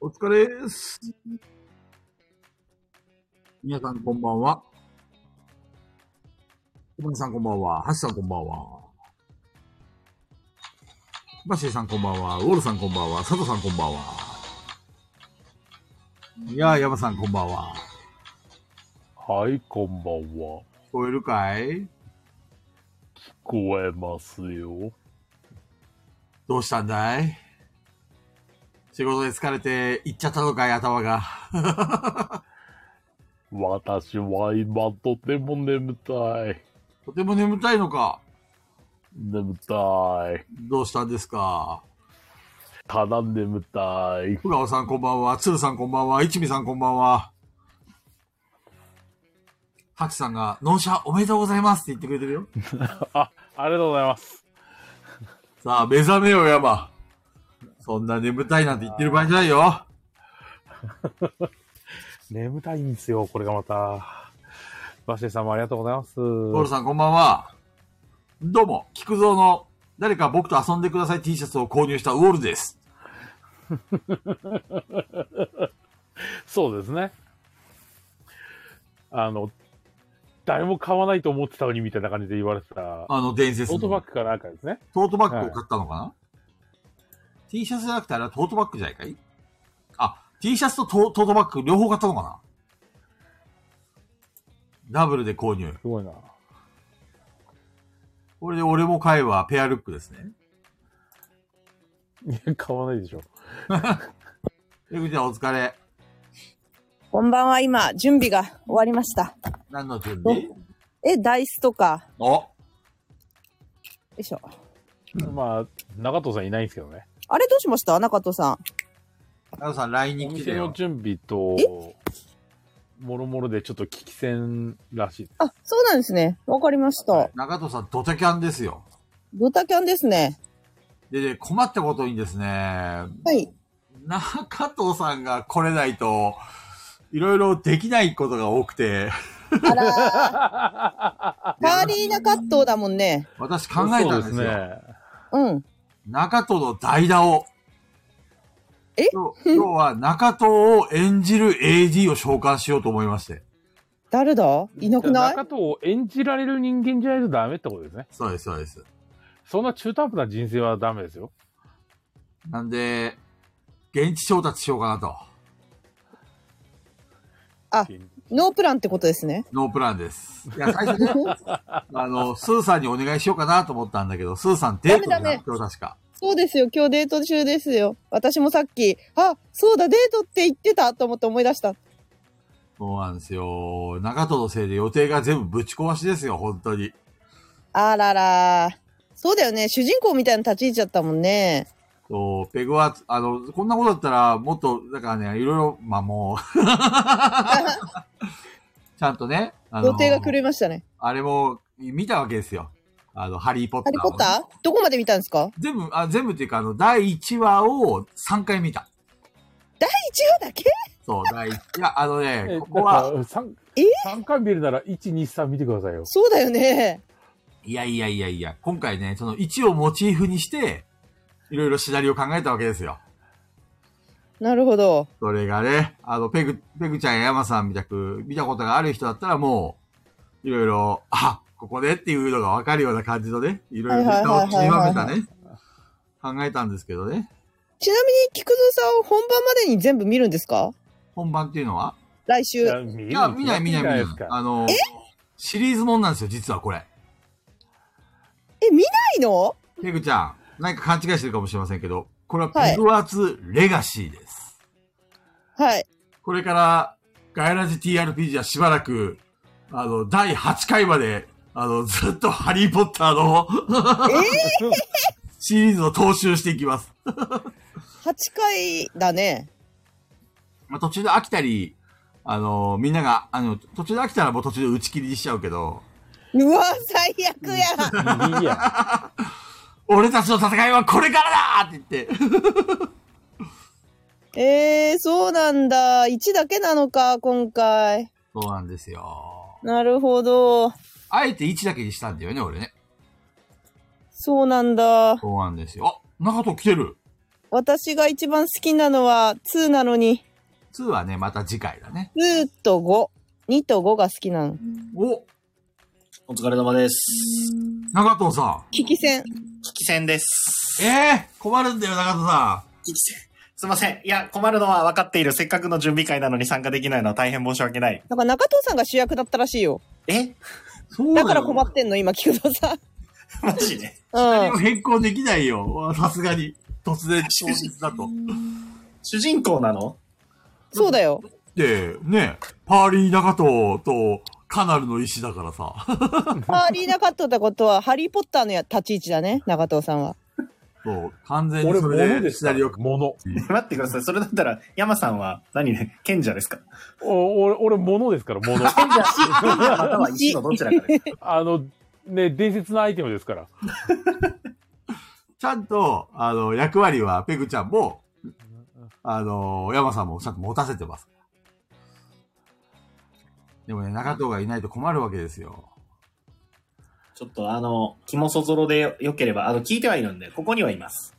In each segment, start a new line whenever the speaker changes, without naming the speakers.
お疲れです。皆さんこんばんは。小林さんこんばんは。橋さんこんばんは。バッシーさんこんばんは。ウォルさんこんばんは。佐藤さんこんばんは。いやー、ヤマさんこんばんは。
はい、こんばんは。
聞こえるかい
聞こえますよ。
どうしたんだい仕事で疲れて行っちゃったのかい頭が。
私は今とても眠たい。
とても眠たいのか。
眠たい。
どうしたんですか
ただ眠たい。
ふがおさんこんばんは、つるさんこんばんは、いちみさんこんばんは。はきさんが、納車おめでとうございますって言ってくれてるよ。
あ、ありがとうございます。
さあ、目覚めよ、山。そんな眠たいなんて言ってる場合じゃないよ。
眠たいんですよ、これがまた。バシエさんもありがとうございます。
ゴールさんこんばんは。どうも、菊蔵の、誰か僕と遊んでください T シャツを購入したウォールです。
そうですね。あの、誰も買わないと思ってたのにみたいな感じで言われてた、
あの伝説
オ
の。
ートバッグかなんかですね。
トートバッグを買ったのかな、?T シャツじゃなくてあれはトートバッグじゃないかいあ、T シャツとトトートバッグ両方買ったのかなダブルで購入。
すごいな。
これで俺も買えばペアルックですね。
いや、買わないでしょ。
えぐちゃんお疲れ。
こんばんは、今、準備が終わりました。
何の準備
え、ダイスとか、
お
よいしょ。
まあ、中藤さんいないんですけどね。
あれ、どうしました中戸さん。
なおさん LINE
お
に来て
店
た
の
よ。
準備と、もろもろでちょっと危機戦らしい。
あ、そうなんですね。わかりました。
中戸さんドタキャンですよ。
ドタキャンですね。
で、で困ったことにですね、
はい。
中藤さんが来れないと、いろいろできないことが多くて、
あ らー、カーリーナカットだもんね。
私考えたんです
そう
よ。
ね。
うん。
中戸の代打を。
え
今日今日は中戸を演じる AD を召喚しようと思いまして。
誰だいなくない
中藤を演じられる人間じゃないとダメってことですね。
そうです、そうです。
そんな中途半端な人生はダメですよ。
なんで、現地調達しようかなと。
ノープランってことですね。
ノープランです。いや、最初 ね、あの、スーさんにお願いしようかなと思ったんだけど、スーさんデートになっ
ダメ
て
ダメ
よ、確か。
そうですよ。今日デート中ですよ。私もさっき、あ、そうだ、デートって言ってたと思って思い出した。
そうなんですよ。中戸のせいで予定が全部ぶち壊しですよ、本当に。
あららー。そうだよね。主人公みたいな立ち位置だったもんね。
そう、ペグは、あの、こんなことだったら、もっと、だからね、いろいろ、まあもう、 ちゃんとね、あ
予定が狂いましたね。
あれも見たわけですよ。あの、ハリー・ポッター
ハリ
を
ーポッターどこまで見たんですか
全部、あ、全部っていうか、あの、第1話を3回見た。
一話だけ
そう、第1、いや、あの ね、ここ
だ
は、
から三
え
三回見るなら、1、2、3見てくださいよ。
そうだよね。
いやいやいやいや、今回ね、その1をモチーフにして、いろいろシナリオを考えたわけですよ。
なるほど。
それがね、あの、ペグ、ペグちゃんや山さんみたく、見たことがある人だったらもう、いろいろ、あ、ここでっていうのがわかるような感じのね、いろいろネタをちりばめたね、考えたんですけどね。
ちなみに、菊蔵さん、本番までに全部見るんですか
本番っていうのは
来
い
週。
や、見る
いや、見ない見ない見ない
です。か。
あの、シリーズもんなんですよ、実はこれ。
え、見ないの
ペグちゃん、なんか勘違いしてるかもしれませんけど、これは
はい
ペグワーツレガシーです。
はい。
これから、ガイラジ TRPG はしばらく、あの、第8回まで、あの、ずっとハリーポッターのシリーズを踏襲していきます。
8回だね。
まあ、途中で飽きたり、あの、みんなが、あの、途中で飽きたらもう途中で打ち切りにしちゃうけど、
うわ、最悪や。
いいや。
俺たちの戦いはこれからだって言って、
えー、そうなんだ。1だけなのか、今回。
そうなんですよ。
なるほど。
あえて1だけにしたんだよね、俺ね。
そうなんだ。
そうなんですよ。あ、中戸来てる。
私が一番好きなのは2なのに、
2はね、また次回だね。
2と5、2と5が好きなの。
お
お疲れ様です。
長藤さ
危機戦。
危機戦です。
ん。えー、困るんだよ、長藤さ
危機戦。すいません。いや、困るのは分かっている。せっかくの準備会なのに参加できないのは大変申し訳ない。
なんか中藤さんが主役だったらしいよ。
え
ん。そうだ
だ
よ
から困ってんの、今、菊蔵さん。
マジで
うん。
変更できないよ。さすがに。突然、当日だと。
主人公なの
そうだよ。
で、ね、パーリー中藤とカナルの石だからさ。
ハーリーなかったってことは、ハリーポッターのや立ち位置だね、中藤さんは。
そう、完全に
俺、
そ
物
れ
で
でシ
す
ナ
か
リ
ら
オ。
物。
待ってください。それだったら、山さんは何ね、賢者ですか
お俺、俺、物ですか ら、物。
賢者、賢者または石のどちらかです。
あの、ね、伝説のアイテムですから。
ちゃんと、あの、役割はペグちゃんも、あの、山さんもちゃんと持たせてます。でもね、中藤がいないと困るわけですよ。
ちょっとあの、肝そぞろで良ければ、あの、聞いてはいるんで、ここにはいます。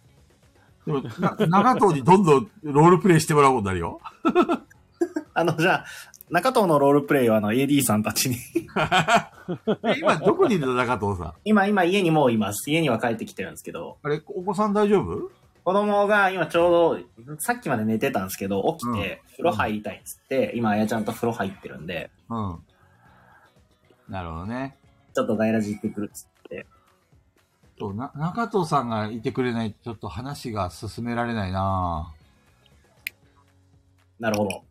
でも、な 長藤にどんどんロールプレイしてもらうことになるよ。
あの、じゃあ、中藤のロールプレイはあの、AD さんたちに。
え今、どこにいるの中藤さん。
今、今、家にもういます。家には帰ってきてるんですけど、
あれ、お子さん大丈夫
子供が今ちょうど、さっきまで寝てたんですけど、起きて、風呂入りたいっつって、今、あやちゃんと風呂入ってるんで、
うん。なるほどね。
ちょっとガイラジ行ってくるっつって。
そうな中藤さんがいてくれないとちょっと話が進められないなぁ
なるほど。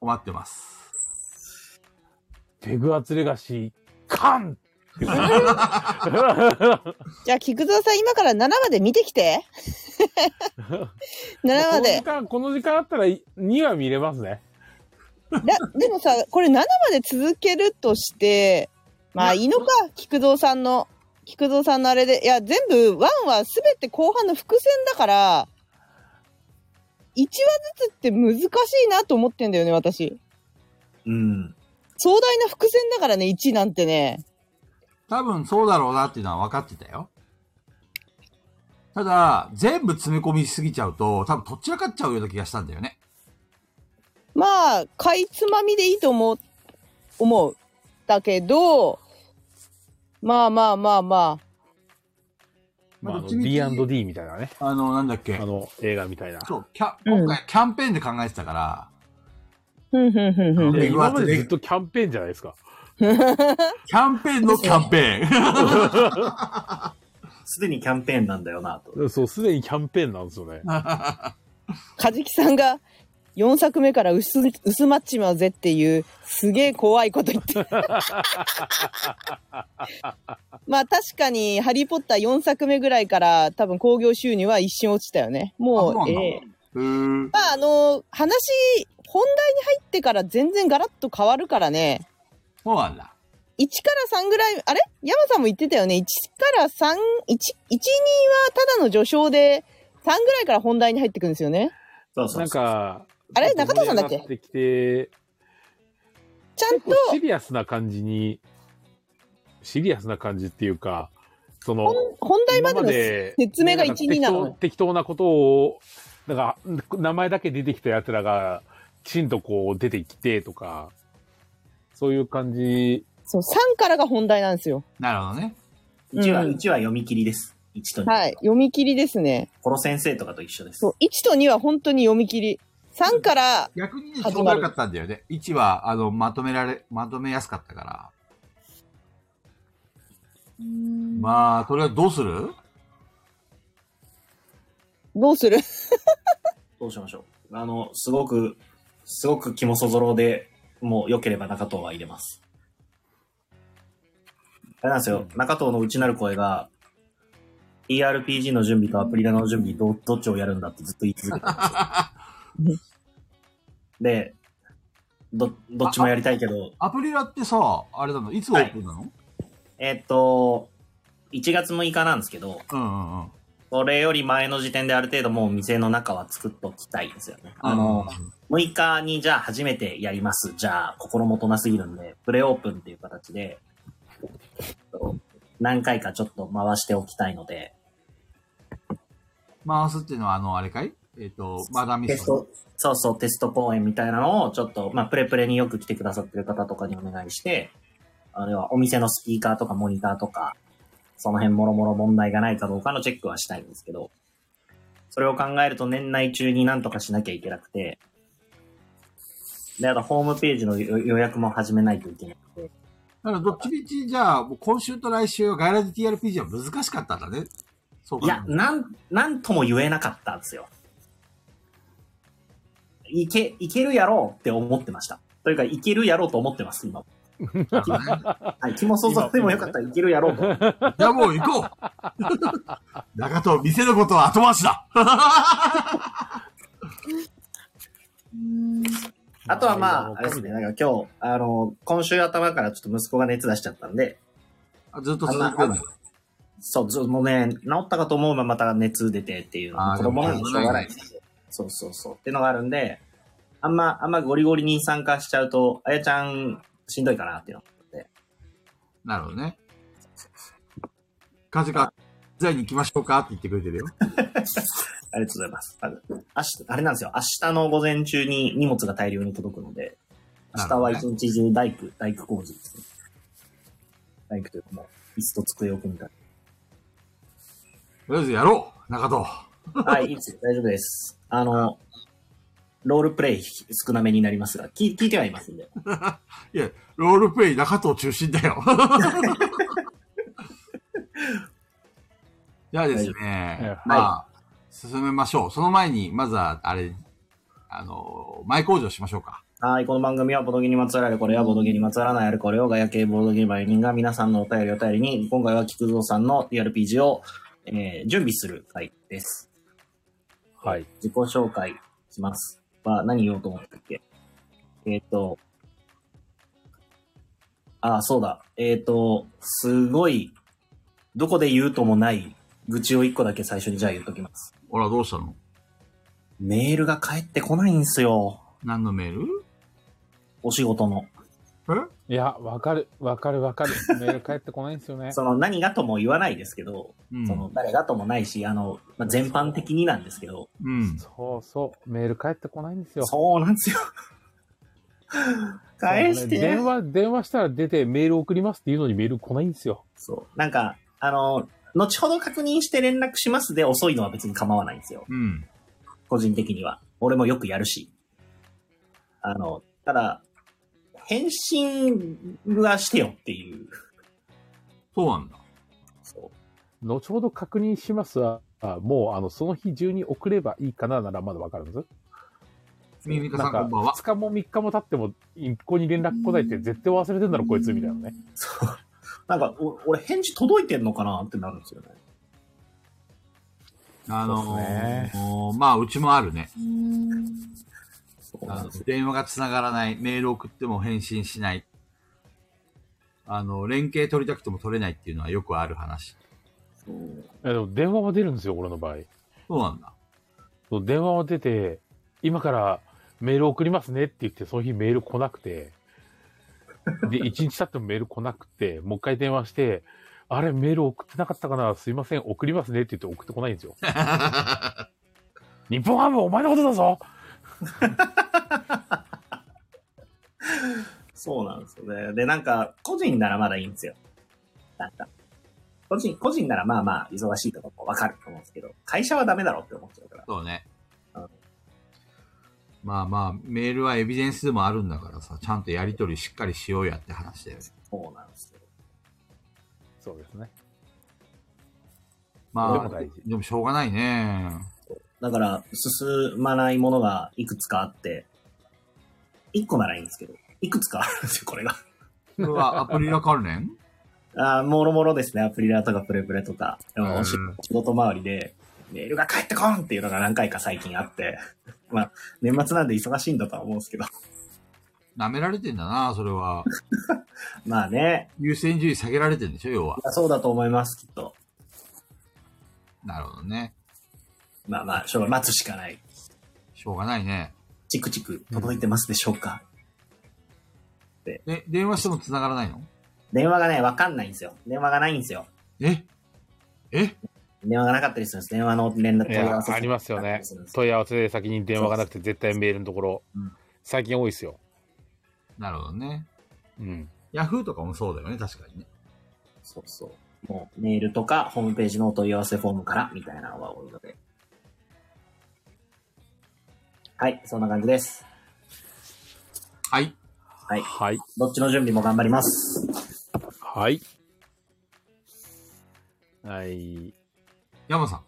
困ってます。
ペグアツレガシー、カン
じゃあ、菊蔵さん、今から7まで見てき て。7ま
この
で
時。間、この時間あったら2は見れますね。
なでもさこれ7まで続けるとしてまあいいのか菊蔵さんの菊蔵さんのあれでいや全部1は全て後半の伏線だから1話ずつって難しいなと思ってんだよね私
うん。
壮大な伏線だからね1なんてね
多分そうだろうなっていうのは分かってたよ。ただ、全部詰め込みすぎちゃうと、多分とっちらかっちゃうような気がしたんだよね。
まあかいつまみでいいと思う思うだけどまあまあまあまあ
まあ、あ
ど
の
っちみち
D&D みたいなね。
あの、なんだっけ
あ。の、映画みたいな。
そう、キャ、
うん
今回キャンペーンで考えてたから、
ふんふんふんふん
いや
ペグア
今
ツ
ま
レ
でずっとキャンペーンじゃないですか。
キャンペーンのキャンペーン。
すでにキャンペーンなんだよな、と。
そう、すでにキャンペーンなんですよね。
カジキさんが4作目から薄薄まっちまうぜっていうすげえ怖いこと言ってる まあ確かに「ハリー・ポッター」4作目ぐらいから多分興行収入は一瞬落ちたよねも
あそ
う
うなんだ
ええ
うーん。
まああの話本題に入ってから全然ガラッと変わるからね
そうなんだ。
1から3ぐらいあれ山さんも言ってたよね1から312はただの序章で3ぐらいから本題に入ってくるんですよね
そうそう
なん
そう。
か、
あれ中藤さんだっけ
盛り上がてきて、
ちゃん
結
と
構シリアスな感じに、シリアスな感じっていうか、その、
本題ま
今ま
での
で
説明が
なんか
1、2なの
適当適当なことを、なんか、名前だけ出てきた奴らが、きちんとこう出てきてとか、そういう感じ。
そう、3からが本題なんですよ。
なるほどね。
うん
1は、一は読み切りです。1と2。
はい。読み切りですね。
コロ先生とかと一緒です。
そう、1と2は本当に読み切り。3から、
逆にね、ちょ
始
うど
まる
よかったんだよね。1は、あの、まとめられ、まとめやすかったから。まあ、とりあえずどうする
どうする
どうしましょう。あの、すごく、すごく肝そぞろで、もう良ければ中藤は入れます。あれなんですよ、中藤の内なる声が、ERPG の準備とアプリラの準備ど、どっちをやるんだってずっと言い続けてたんですよ。で、ど、どっちもやりたいけど、
アプリラってさ、あれなのいつオープンなの、
えーっと、1月6日なんですけど、
うんうんうん。
それより前の時点である程度もう店の中は作っときたいんですよね。あの、6日にじゃあ初めてやります。じゃあ心もとなすぎるんで、プレオープンっていう形で、何回かちょっと回しておきたいので、
回すっていうのは、あの、あれかいえっ、と、マダミ
テス
ス。
ト、そうそう、テスト公演みたいなのを、ちょっと、まあ、プレプレによく来てくださってる方とかにお願いして、あれはお店のスピーカーとかモニターとか、その辺もろもろ問題がないかどうかのチェックはしたいんですけど、それを考えると年内中になんとかしなきゃいけなくて、で、あとホームページの予予約も始めないといけなくて、
だから、どっちみち、じゃあ、もう今週と来週はガイラジ TRPG は難しかったんだね。そうか。
いや、なん、なんとも言えなかったんですよ。いけ、いけるやろうって思ってました。というか、いけるやろうと思ってます、 今。
なるほどね
はい、気も想像してもよかったらいけるやろうと。
じゃあもう行 こう中藤、店のことは後回しだ
あとはま
いやもう
あ、あれですね、なんか今日、あの、今週頭からちょっと息子が熱出しちゃったんで、
あずっと続くんだ。
そう、ずもうね、治ったかと思うままた熱出てっていう
あー
の、子供なんで
でも
しょうがないですよそうそうそう。ってのがあるんで、あんま、あんまゴリゴリに参加しちゃうと、あやちゃん、しんどいかなっていうの。
なるほどね。風が、財に行きましょうかって言ってくれてるよ。
ありがとうございます。あ明日、あれなんですよ。明日の午前中に荷物が大量に届くので、明日は一日中大工、大工工事ですね。大工というかもう、椅子と机を組み立て
とりあえずやろう中藤。
はい、いいですよ。大丈夫です。あの、ロールプレイ少なめになりますが、聞聞いてはいますんで。
いや、ロールプレイ中藤中心だ よ。じゃあですね、
は
まあ、進めましょう。その前に、まずは、あれ、あの、前工場しましょうか。
はい、この番組はボドゲにまつわるあれこれやボドゲにまつわらないあれこれをガヤ系ボードゲーマー4人が皆さんのお便りを頼りに、今回は菊蔵さんの TRPG を、えー準備する回です。
はい。
自己紹介します。は、何言おうと思ったっけえっ、と、ああ、そうだ。えっ、と、すごい、どこで言うともない愚痴を一個だけ最初にじゃあ言っときます。
ほら、どうしたの
メールが返ってこないんすよ。
何のメール
お仕事の。
いや、わかる、わかる、わかる。 メール返ってこないんですよね。
その何がとも言わないですけど、
うん
その誰がともないし、あの、まあ、全般的になんですけど、
うん。
そうそう。メール返ってこないんですよ。
そうなんですよ。返して。
電話、電話したら出てメール送りますっていうのにメール来ないんですよ。
そう。なんか、あの、後ほど確認して連絡しますで遅いのは別に構わないんですよ。
うん。
個人的には。俺もよくやるし。あの、ただ、返信はしてよっていう。
そうなんだ。
そう
後ほど確認しますは、もう、あの、その日中に送ればいいかなならまだわかるんです。
ミミカさ
なんんか、
こんばんは。
2日も3日も経っても、一向に連絡来ないって絶対忘れてんだろ、こいつ、みたいなね。
そう。 なんか、お俺返事届いてんのかなってなるんですよね。
あの
そうっすね
ーまあ、うちもあるね。
そうなんですよ。
電話が繋がらない、メール送っても返信しない。あの、連携取りたくても取れないっていうのはよくある話。
えでも電話は出るんですよ、俺の場合。
そうなんだ。
そう電話は出て、今からメール送りますねって言って、その日メール来なく て、で、1日経ってもメール来なくて、もう一回電話して、あれ、メール送ってなかったかなすいません、送りますねって言って送ってこないんで すよ。日本ハム、お前のことだぞ
そうなんですよね。で、なんか、個人ならまだいいんですよ。なんか、個人、個人ならまあまあ、忙しいとかもわかると思うんですけど、会社はダメだろって思っちゃうから。
そうね
うん。
まあまあ、メールはエビデンスでもあるんだからさ、ちゃんとやりとりしっかりしようやって話だよね。
そうなんですよ。
そうですね。
まあ、
でも大事
でもしょうがないね。
だから、進まないものがいくつかあって、一個ならいいんですけど、いくつかあるんですよ、こ れが。
これはアプリラ関 連
あーもろもろですね、アプリラとかプレプレとか、でもお仕
うん
仕事周りで、メールが返ってこんっていうのが何回か最近あって、 まあ、年末なんで忙しいんだとは思うんですけど、
舐められてんだな、それは。
まあね、
優先順位下げられてんでしょ、要は。
そうだと思います、きっと。
なるほどね。
まあまあ、しょうが待つしかない。
しょうがないね。
チクチク届いてますでしょうか、
え、電話しても繋がらないの
電話がね、わかんないんですよ。電話がないんですよ。
ええ
電話がなかったりするんです。電話の連絡
い
問い合
や
わせ
ありますよね
するんです。
問い合わせで先に電話がなくて絶対メールのところ
うん。
最近多いですよ。
なるほどね。
うん。
ヤフーとかもそうだよね、確かにね。
そうそう。もうメールとかホームページのお問い合わせフォームからみたいなのが多いので。はい、そんな感じです。
はい。
はい。
はい。
どっちの準備も頑張ります。
はい。はい。
山さん。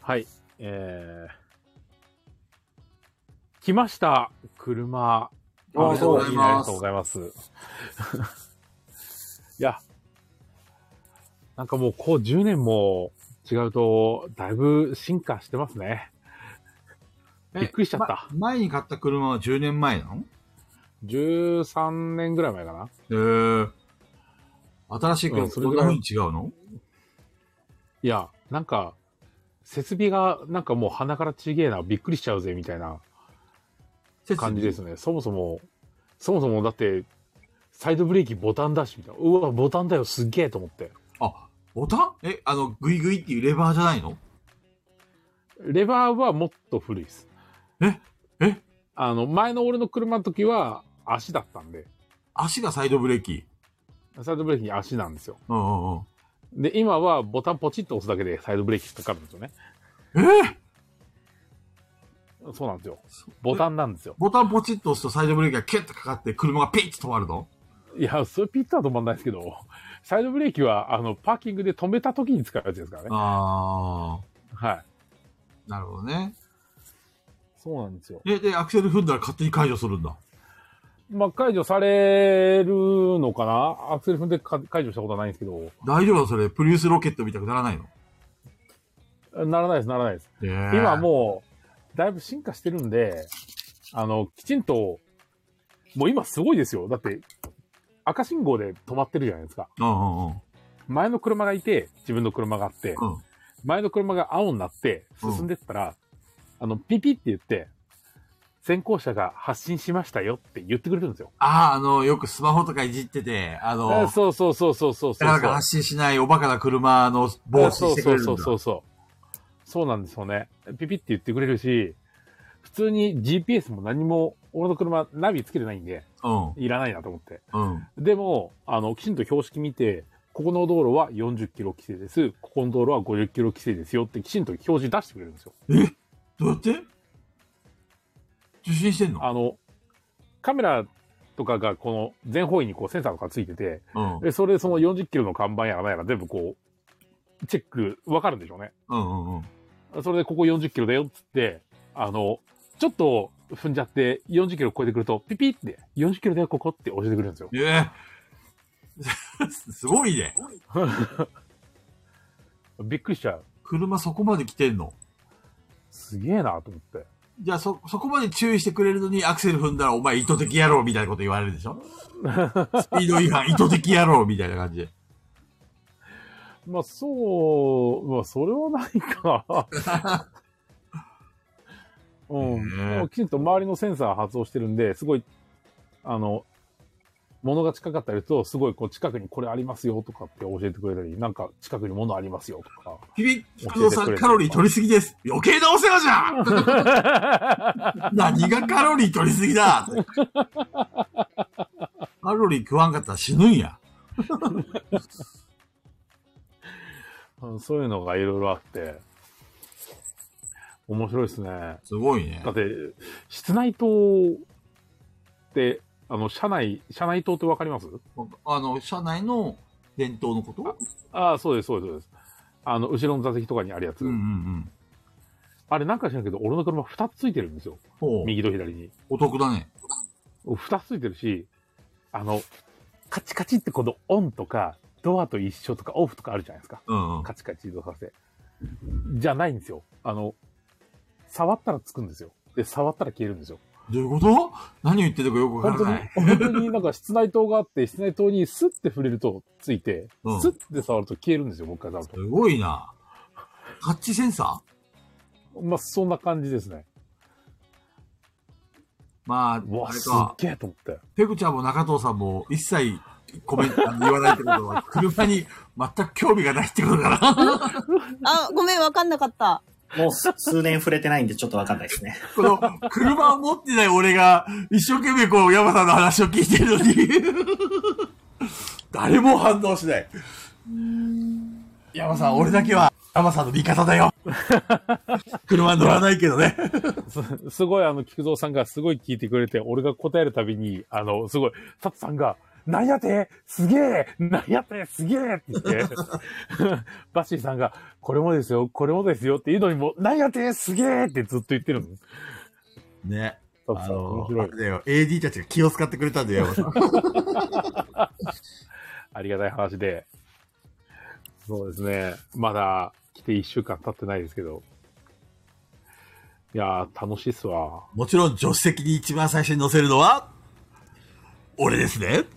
はい。えー、来ました。車。
おめでとうございます
ありがとうございます。いや、なんかもうこう10年も違うと、だいぶ進化してますね。
え
びっくりしちゃった。
ま前に買った車は10年前なの
13年ぐらい前かな。
えー、新しい
うん
車、
そ
そ
れ
ん
ぐ
な
らい
風に違うの
いや、なんか、設備がなんかもう鼻からちげえな、びっくりしちゃうぜ、みたいな。感じですね。そもそも、そもそもだって、サイドブレーキボタンだし、みたいな。うわ、ボタンだよ、すっげえと思って。
あ、ボタンえ、あの、グイグイっていうレバーじゃないの
レバーはもっと古いです。
ええ
あの、前の俺の車の時は足だったんで、
足がサイドブレーキ。
サイドブレーキに足なんですよ。
うんうんうん。
で、今はボタンポチッと押すだけでサイドブレーキ引っかかるんですよね。
えー
そうなんですよ。ボタンなんですよ。
ボタンポチッと押すとサイドブレーキがキュッとかかって車がピッと止まるの
いや、それピッタは止まんないですけど、サイドブレーキは、あの、パーキングで止めた時に使うやつですからね。
あ
はい。
ー、なるほどね。
そうなんですよ。
え、で、アクセル踏んだら勝手に解除するんだ。
まあ、解除されるのかなアクセル踏んでか解除したことはないんですけど、
大丈夫それ、プリウスロケットみたくならないの
ならないです、ならないです。
えー
今はもう、だいぶ進化してるんで、あの、きちんと、もう今すごいですよ。だって、赤信号で止まってるじゃないですか。
うんうんうん。
前の車がいて、自分の車があって、
うん
前の車が青になって、
うん
進んでったら、あの、ピピって言って、先行車が発信しましたよって言ってくれるんですよ。
ああ、あの、よくスマホとかいじってて、あの、
そうそうそうそうそうそう。
なんか発信しないおバカな車の防止してくれるんだ。
そうそうそうそう。そうなんですよね。ピピって言ってくれるし、普通に GPS も何も、俺の車ナビつけてないんで、いらないなと思って。
うん、うん。
でも、あの、きちんと標識見て、ここの道路は40キロ規制です。ここの道路は50キロ規制ですよってきちんと表示出してくれるんですよ。
どうやって受信してんの
あの、カメラとかがこの全方位にこうセンサーとかついてて、
うん。
でそれでその40キロの看板やら何やら全部こう、チェック、わかるんでしょうね。
うんうんうん。
それでここ40キロだよっつって、あの、ちょっと踏んじゃって40キロ超えてくると、ピピって、40キロだよここって教えてくれるんですよ。
ええ すごいね。
びっくりしちゃう。
車そこまで来てんの。
すげえなと思って。
じゃあそ、そこまで注意してくれるのにアクセル踏んだらお前意図的野郎みたいなこと言われるでし ょスピード違反意図的野郎みたいな感じで。
まあそう、まあそれはないか。うん。
ねえ
もうきちんと周りのセンサー発動してるんで、すごい、あの、物が近かったりすると、すごいこう近くにこれありますよとかって教えてくれたり、なんか近くに物ありますよとか。
君、菊蔵さんカロリー取りすぎです。余計なお世話じゃん 何がカロリー取りすぎだカロリー食わんかったら死ぬんや。
うんそういうのがいろいろあって、面白いですね。
すごいね
だ。って、室内灯って、あの、車内、車内灯ってわかります
あの、社内の伝統のこと
ああ、そうです、そうです、そうです。あの、後ろの座席とかにあるやつ。
うんうんうん。
あれなんか知らんけど、俺の車2つついてるんですよ。
ほう。
右と左に。
お得だね。
2つついてるし、あの、カチカチってこのオンとか、ドアと一緒とかオフとかあるじゃないですか。
うんうん。
カチカチ移動させ。じゃないんですよ。あの、触ったらつくんですよ。で、触ったら消えるんですよ。
どういうこと何言ってるかよくわ
本
か
当
ら
に
ない。、
本当になんか室内灯があって、室内灯にスッて触れるとついて、
うん
スッて触ると消えるんですよ、もう一回触る
すごいな。タッチセンサー
と。まあ、そんな感じですね。
まあ、
うわ、
あれ
す
か
っ。げえと思って。
ペグちゃんも中藤さんも一切コメントあの言わないってことは、車に全く興味がないってことかな。
あ、ごめん、わかんなかった。
もうす数年触れてないんでちょっとわかんないですね。
この、車を持ってない俺が、一生懸命こう、山さんの話を聞いてるのに、誰も反応しない。山さん、俺だけは、山さんの味方 だよ。車乗らないけどね。
すすごい、あの、菊蔵さんがすごい聞いてくれて、俺が答えるたびに、あの、すごい、サツさんが、なんやてすげえなんやてすげえって言って、 バッシーさんが、これもですよ、これもですよっていうのにも、なんやてすげえってずっと言ってるの。
ね。
サツ
あ
さん、面
の
白、
あ
い。
れだよ、AD たちが気を使ってくれたんだよ、山さん。
ありがたい話で。そうですね。まだ来て1週間経ってないですけど。いやー、楽しいっすわ。
もちろん、助手席に一番最初に乗せるのは、俺ですね。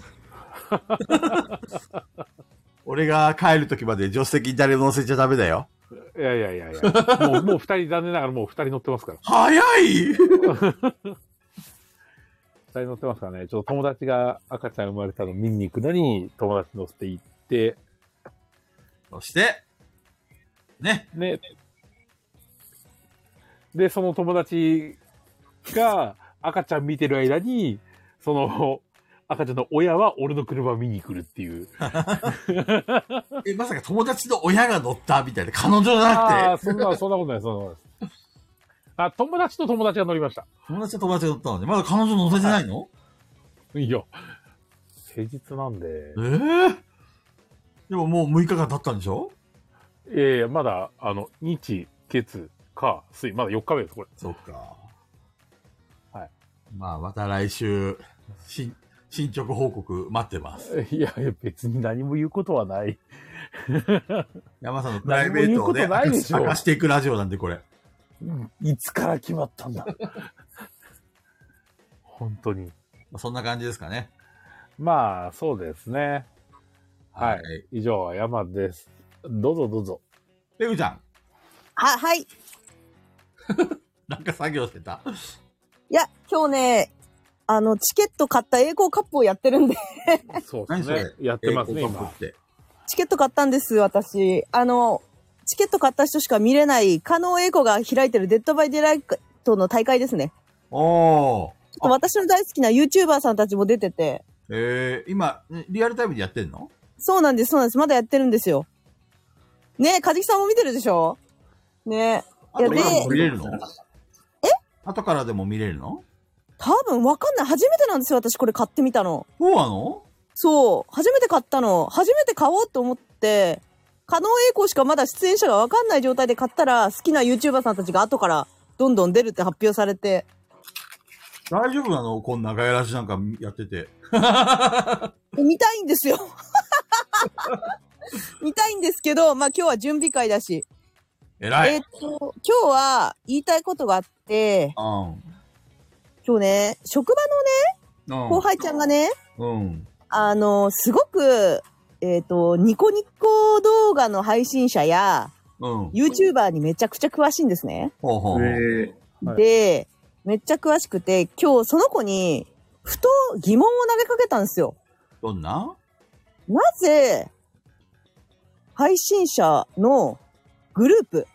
俺が帰る時まで助手席に誰も乗せちゃダメだよ。
いやいやいやいや。もう、もう2人、残念ながらもう2人乗ってますから。
早い
2人乗ってますからね。ちょっと友達が赤ちゃん生まれたの見に行くのに、友達乗せて行って、
そして、ね、
ね。で、その友達が赤ちゃん見てる間に、その、赤ちゃんの親は俺の車見に来るっていう。
えまさか友達の親が乗ったみたいな、彼女じゃ
あ
な
あ、
くて、
そんな、そんなことない、そんなことないです。あ、友達と友達が乗りました。
友達と友達が乗ったのに、まだ彼女乗せてないの、
いいよ。平日なんで。
ええでももう6日間経ったんでしょ
ええまだ、あの、日、月、火、水、まだ4日目です、これ。
そっか。
はい。
まあ、また来週、新、進捗報告待ってます。
いやいや、別に何も言うことはない。
山さんのプライベートをね、
何も言うことない
明か
ですしょ
明かしていくラジオなんで、これ。
いつから決まったんだ。 本当に。
まあそんな感じですかね。
まあ、そうですね。はい。以上は山です。どうぞどうぞ。
ペグちゃん、
あ、はい。い
なんか作業してた。
や、今日ね、あの、チケット買った栄光カップをやってるんで、
そうで
何
す
そ
ね
れ。
やってますね、
えー広告
今
っ。て
チケット買ったんです、私。あの、チケット買った人しか見れない、加納栄光が開いてるデッドバイデイライトの大会ですね。
おー。
ちょっと私の大好きな YouTuber さんたちも出てて、
えー、今、リアルタイムでやってんの
そうなんです、そうなんです。まだやってるんですよ。ねえ、かじきさんも見てるでしょねえ。いや、
後
で
か、らも見れるのえ後からでも見れるの
多分わかんない。初めてなんですよ、私これ買ってみたの。
そうなの
そう。初めて買ったの。初めて買おうと思って、加納栄光しかまだ出演者がわかんない状態で買ったら、好きな YouTuber さんたちが後からどんどん出るって発表されて、
大丈夫なのこんなガヤラジなんかやってて。
見たいんですよ。 見たいんですけど、まあ今日は準備会だし。
偉い。
えーっと、今日は言いたいことがあって、
うん。
今日ね、職場
うん。
の後輩ちゃんがね、
うん。
あの、すごく、えーっと、ニコニコ動画の配信者や、
うん。
YouTuber にめちゃくちゃ詳しいんですね。
ほうほうほう。
はい
で、めっちゃ詳しくて、今日その子に、ふと疑問を投げかけたんですよ。
どんな
なぜ、配信者のグループ、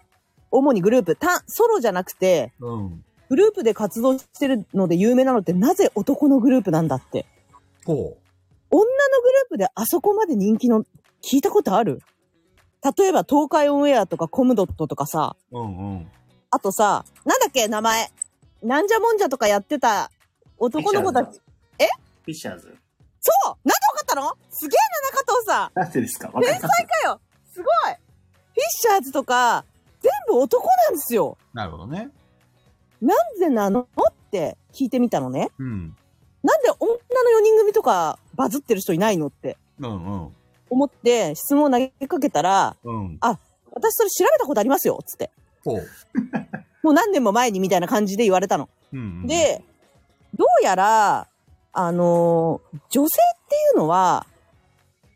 主にグループ、単、ソロじゃなくて、
うん。
グループで活動してるので有名なのってなぜ男のグループなんだって。
ほ
女のグループであそこまで人気の、聞いたことある例えば東海オンエアとかコムドットとかさ、
う。うんうん。
あとさ、なんだっけ名前。なんじゃもんじゃとかやってた男の子たち。
フィッシャーズ。
そうなんでわかったのすげえな、中藤さん
なんでですかわかりまし
かよすごいフィッシャーズとか、全部男なんですよ
なるほどね。
なんでなのって聞いてみたのね。
うん。
なんで女の4人組とかバズってる人いないのって
うんうん。
思って質問を投げかけたら、
うん。
私それ調べたことありますよつって。
ほう。
もう何年も前にみたいな感じで言われたの。
うんうん、
で、どうやら、あのー女性っていうのは、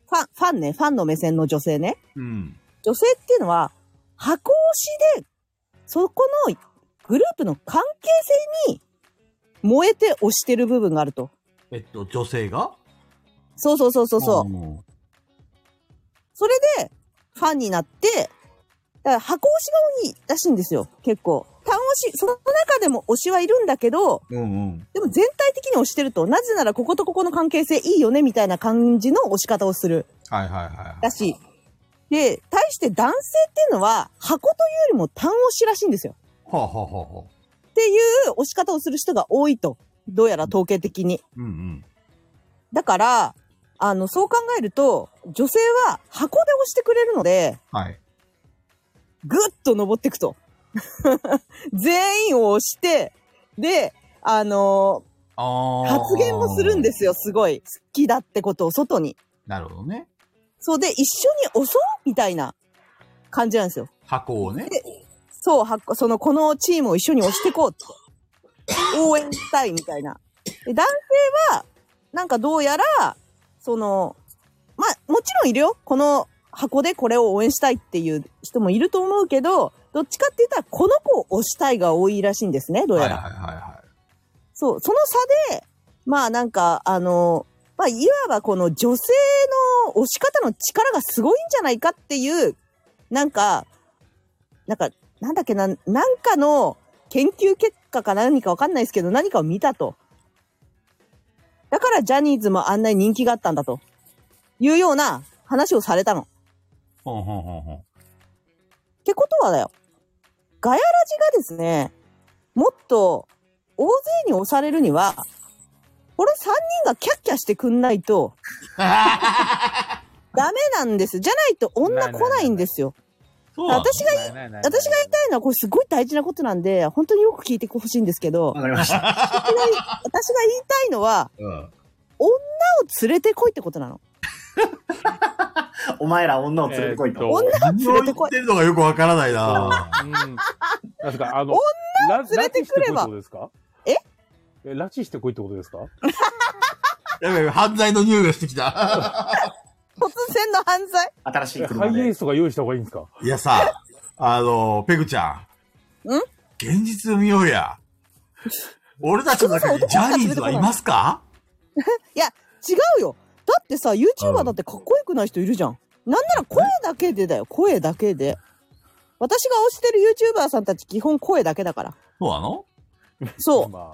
ファン、ファンね、ファンの目線の女性ね。
うん。
女性っていうのは、箱推しで、そこのグループの関係性に燃えて推してる部分があると。
えっと、女性が
そうそうそうそうそう。
う。
それで、ファンになって、だから箱推しが多いらしいんですよ、結構。単推し、その中でも推しはいるんだけど、
うんうん。
でも全体的に推してると、なぜならこことここの関係性いいよね、みたいな感じの推し方をする
はいはいはい。
らしい。で、対して男性っていうのは、箱というよりも単推しらしいんですよ。
ほうほうほうほ
っていう推し方をする人が多いと。どうやら統計的に。
う。うんうん。
だから、あの、そう考えると、女性は箱で押してくれるので、
はい。
ぐっと登っていくと。 全員を押して、で、あの
あ
ー
あ。。
発言もするんですすよ、すごい。好きだってことを外に。
なるほどね。
そうで、一緒に押そうみたいな感じなんですよ。
箱をね。
そう、箱その、このチームを一緒に押していこうって。応援したいみたいな。で男性は、なんかどうやら、その、まあ、もちろんいるよ。この箱でこれを応援したいっていう人もいると思うけど、どっちかって言ったら、この子を押したいが多いらしいんですね、どう
はいは
や
い
ら。
はいは
そう、その差で、まあなんか、あの、まあ、いわばこの女性の押し方の力がすごいんじゃないかっていう、なんか、なんか、なんだっけな、なんかの研究結果か何かわかんないですけど、何かを見たと。だからジャニーズもあんなに人気があったんだと。いうような話をされたの。っ
い。ほんほんほんほん。
てことはだよ。ガヤラジがですね、もっと大勢に押されるには、この3人がキャッキャしてくんな いと、ダメなんです。じゃないと女来ないんですよ。
そうなんだ
私が、
私が
私が言いたいのは、これすごい大事なことなんで、本当によく聞いてほしいんですけど
わ、かりました。
私が言いたいのは、
うん。
女を連れてこいってことなの。
お前ら女を連れてこいと。
えーっ
女を
何
連
を
れ
言
てこ
っ
い。
てるのかよくわからないな
うん。なんか、あの、ラ
連れてくれば
拉致してこいってことですか
え
え拉致してこいってことですか
やべやべ、犯罪の匂いがしてきた。
突然の犯罪
新しい
ハ
車
イエー
で。
スとか用意した方がいいんですか
いやさ、あの、ペグちゃん。
ん
現実見ようや。俺たちの中にジャニーズはいますか
違うよ。だってさ、YouTuber だってかっこよくない人いるじゃん。なんなら声だけでだよ。声だけで。私が推してる YouTuber さんたち基本声だけだから。
そうなの
そう。
ま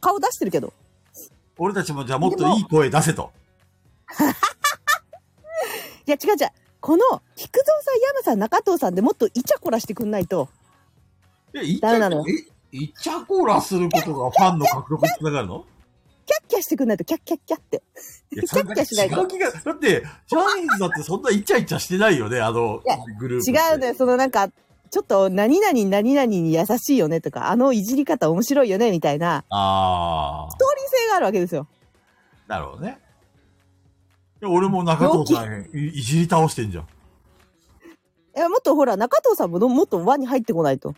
顔出してるけど。
俺たちもじゃあもっといい声出せと。
いや違う違う。この、菊蔵さん、山さん、中藤さんでもっとイチャコラしてくんないと。
え、い
ダメなの
え、イチャコラすることがファンの獲得につながるの
キャッキャしてくんないと、キャッキャッキャって。
いや、
キャッキャしない
そんな違う気が、だって、ジャニーズだってそんなイチャイチャしてないよね、あの
いや、
グループ。
違うのよ。そのなんか、ちょっと、何々何々に優しいよねとか、あのいじり方面白いよねみたいな、
あ
ストーリー性があるわけですよ。
ー、なるほどね。いや俺も中藤さんいいじり倒してんじゃん。
いや、もっとほら、中藤さんものもっと輪に入ってこないと。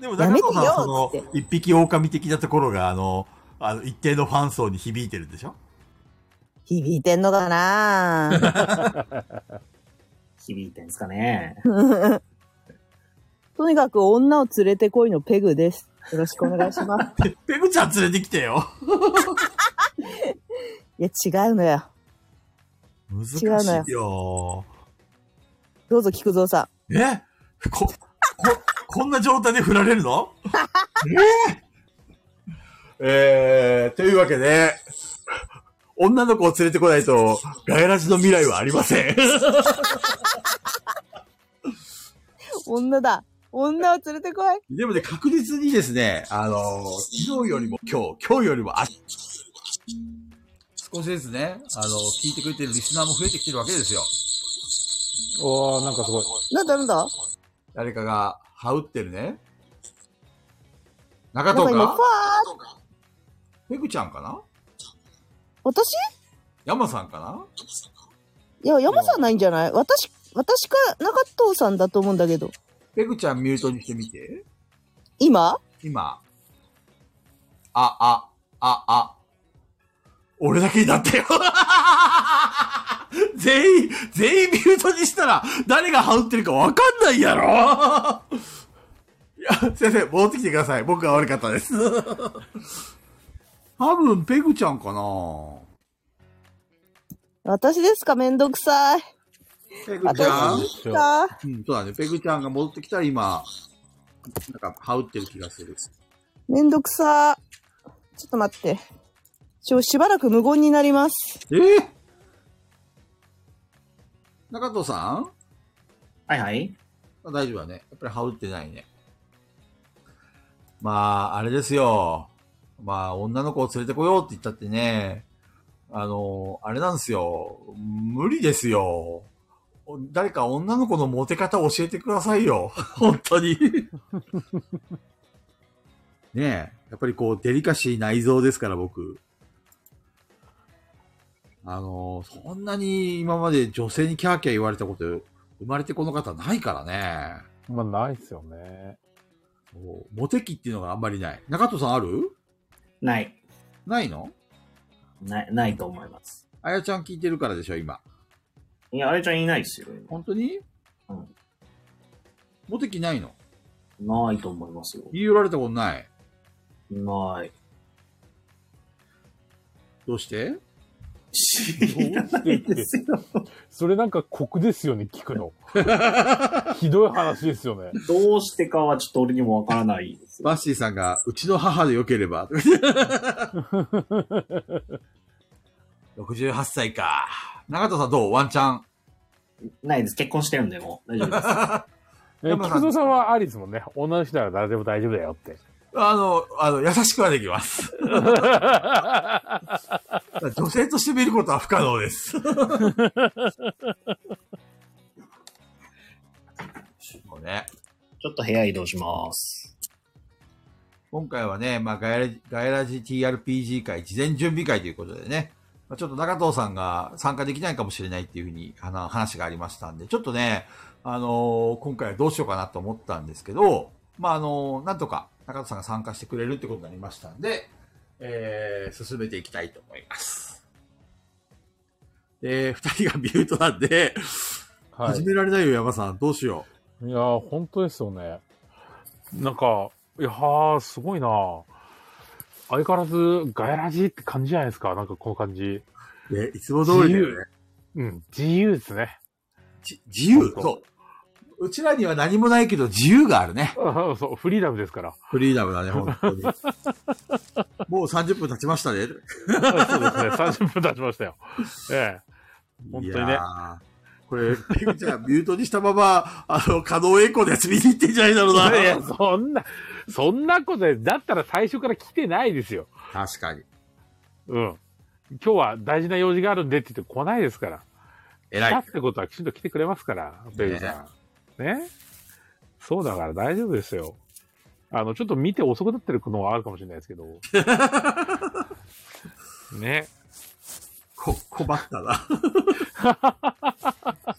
でも中藤さんはそ
やめてよ
の、一匹狼的なところが、あの、あの一定のファン層に響いてるんでしょ
響いてんのかな ぁ
響いてんすかね。
とにかく女を連れてこいのペグです。よろしくお願いし ます。
ペグちゃん連れてきてよ。
いや、違うのよ。
難し
違うのよ
いよ。
どうぞ、菊蔵さ
えこ、こ、こんな状態で振られる のえええー、というわけで、女の子を連れてこないと、ガヤラジの未来はありません。
ん。女だ。女を連れてこい。
でもね、確実にですね、あのー昨日よりも今日、今日よりも明日少しですね、あの聞いてくれてるリスナーも増えてきてるわけですよ。
あ、おーなんかすごい。
なんだなんだ
誰かが、羽織ってるね。中
なんか
藤
今、ファー
かペグちゃんかな
私
山さんかない
や、山さんないんじゃない私、私か中藤さんだと思うんだけど。
ペグちゃんミュートにしてみて。
今
今。あ、あ、あ、あ。俺だけになったよ。 全員、全員ミュートにしたら、誰が羽織ってるかわかんないやろいや、先生、戻ってきてください。僕が悪かったです。 多分、ペグちゃんかな
私ですかめんどくさい。
ペグちゃん
私ですか
うん、そうだね。ペグちゃんが戻ってきたら今、なんか、羽織ってる気がする。
めんどくさちょっと待って。ちょ、しばらく無言になります。
えぇ、中藤さん
はいはい。
あ大丈夫だね。やっぱり羽織ってないね。まあ、あれですよ。まあ、女の子を連れてこようって言ったってね、あの、あれなんですよ。無理ですよ。お誰か女の子のモテ方教えてくださいよ。 本当に。ねえ。やっぱりこう、デリカシー内臓ですから、僕。あの、そんなに今まで女性にキャーキャー言われたこと、生まれてこの方ないからね。
まあ、ないっすよね。
そうモテ期っていうのがあんまりない。中戸さんある
ない。
ないの
ない、ないと思います。
あやちゃん聞いてるからでしょ、今。
いや、あれちゃんいないですよ。
本当に
うん
モテ期ないの
ないと思いますよ。
言い寄られたことない。
ない。
どうして
知らないですよ。
それなんか酷ですよね、聞くの。ひどい話ですよね。
どうしてかはちょっと俺にもわからないですよ。
バッシーさんが、うちの母でよければ。68歳か。中戸さんどうワンチャン。
ないです。結婚してるんで、もう。大丈夫です。
え、
山さん
菊蔵さんはありですもんね。女の人なら誰でも大丈夫だよって。
あの、あの、優しくはできます。女性として見ることは不可能です。そうね。
ちょっと部屋移動します。
今回はね、まあ、ガヤラジガヤラジ TRPG 会、事前準備会ということでね、まあ、ちょっと中藤さんが参加できないかもしれないっていうふうにあの話がありましたんで、ちょっとね、あのー今回はどうしようかなと思ったんですけど、まあ、あのーなんとか中藤さんが参加してくれるってことになりましたんで、えー、進めていきたいと思います。で、二人がミュートなんで、
は
始められないよ、山さん。どうしよう。
い。いやー、本当ですよね。なんか、いやー、すごいな相変わらず、ガヤラジって感じじゃないですか。なんかこの感じ。
え、いつも通りだよね
自。うん、自由ですね。
じ自由
本当
そう。うちらには何もないけど自由があるね。
あそう、フリーダムですから。
フリーダム だね、本当に。もう30分経ちましたね。
あそうですね。30分経ちましたよ。ええ。本当に
い
ね
や。ー。これ、ペグちゃん、ミュートにしたまま、 あの、可動エコーのやつ見に行ってんじゃないだろう
いや、
な。
そんな、そんなことで、だったら最初から来てないですよ。
確かに。
うん。今日は大事な用事があるんでって言って来ないですから。
偉
来
い
た。ってことはきちんと来てくれますから、ベルさん。ねそうだから大丈夫ですよ。あの、ちょっと見て遅くなってるのはあるかもしれないですけど。ね。
こ、困ったな。
い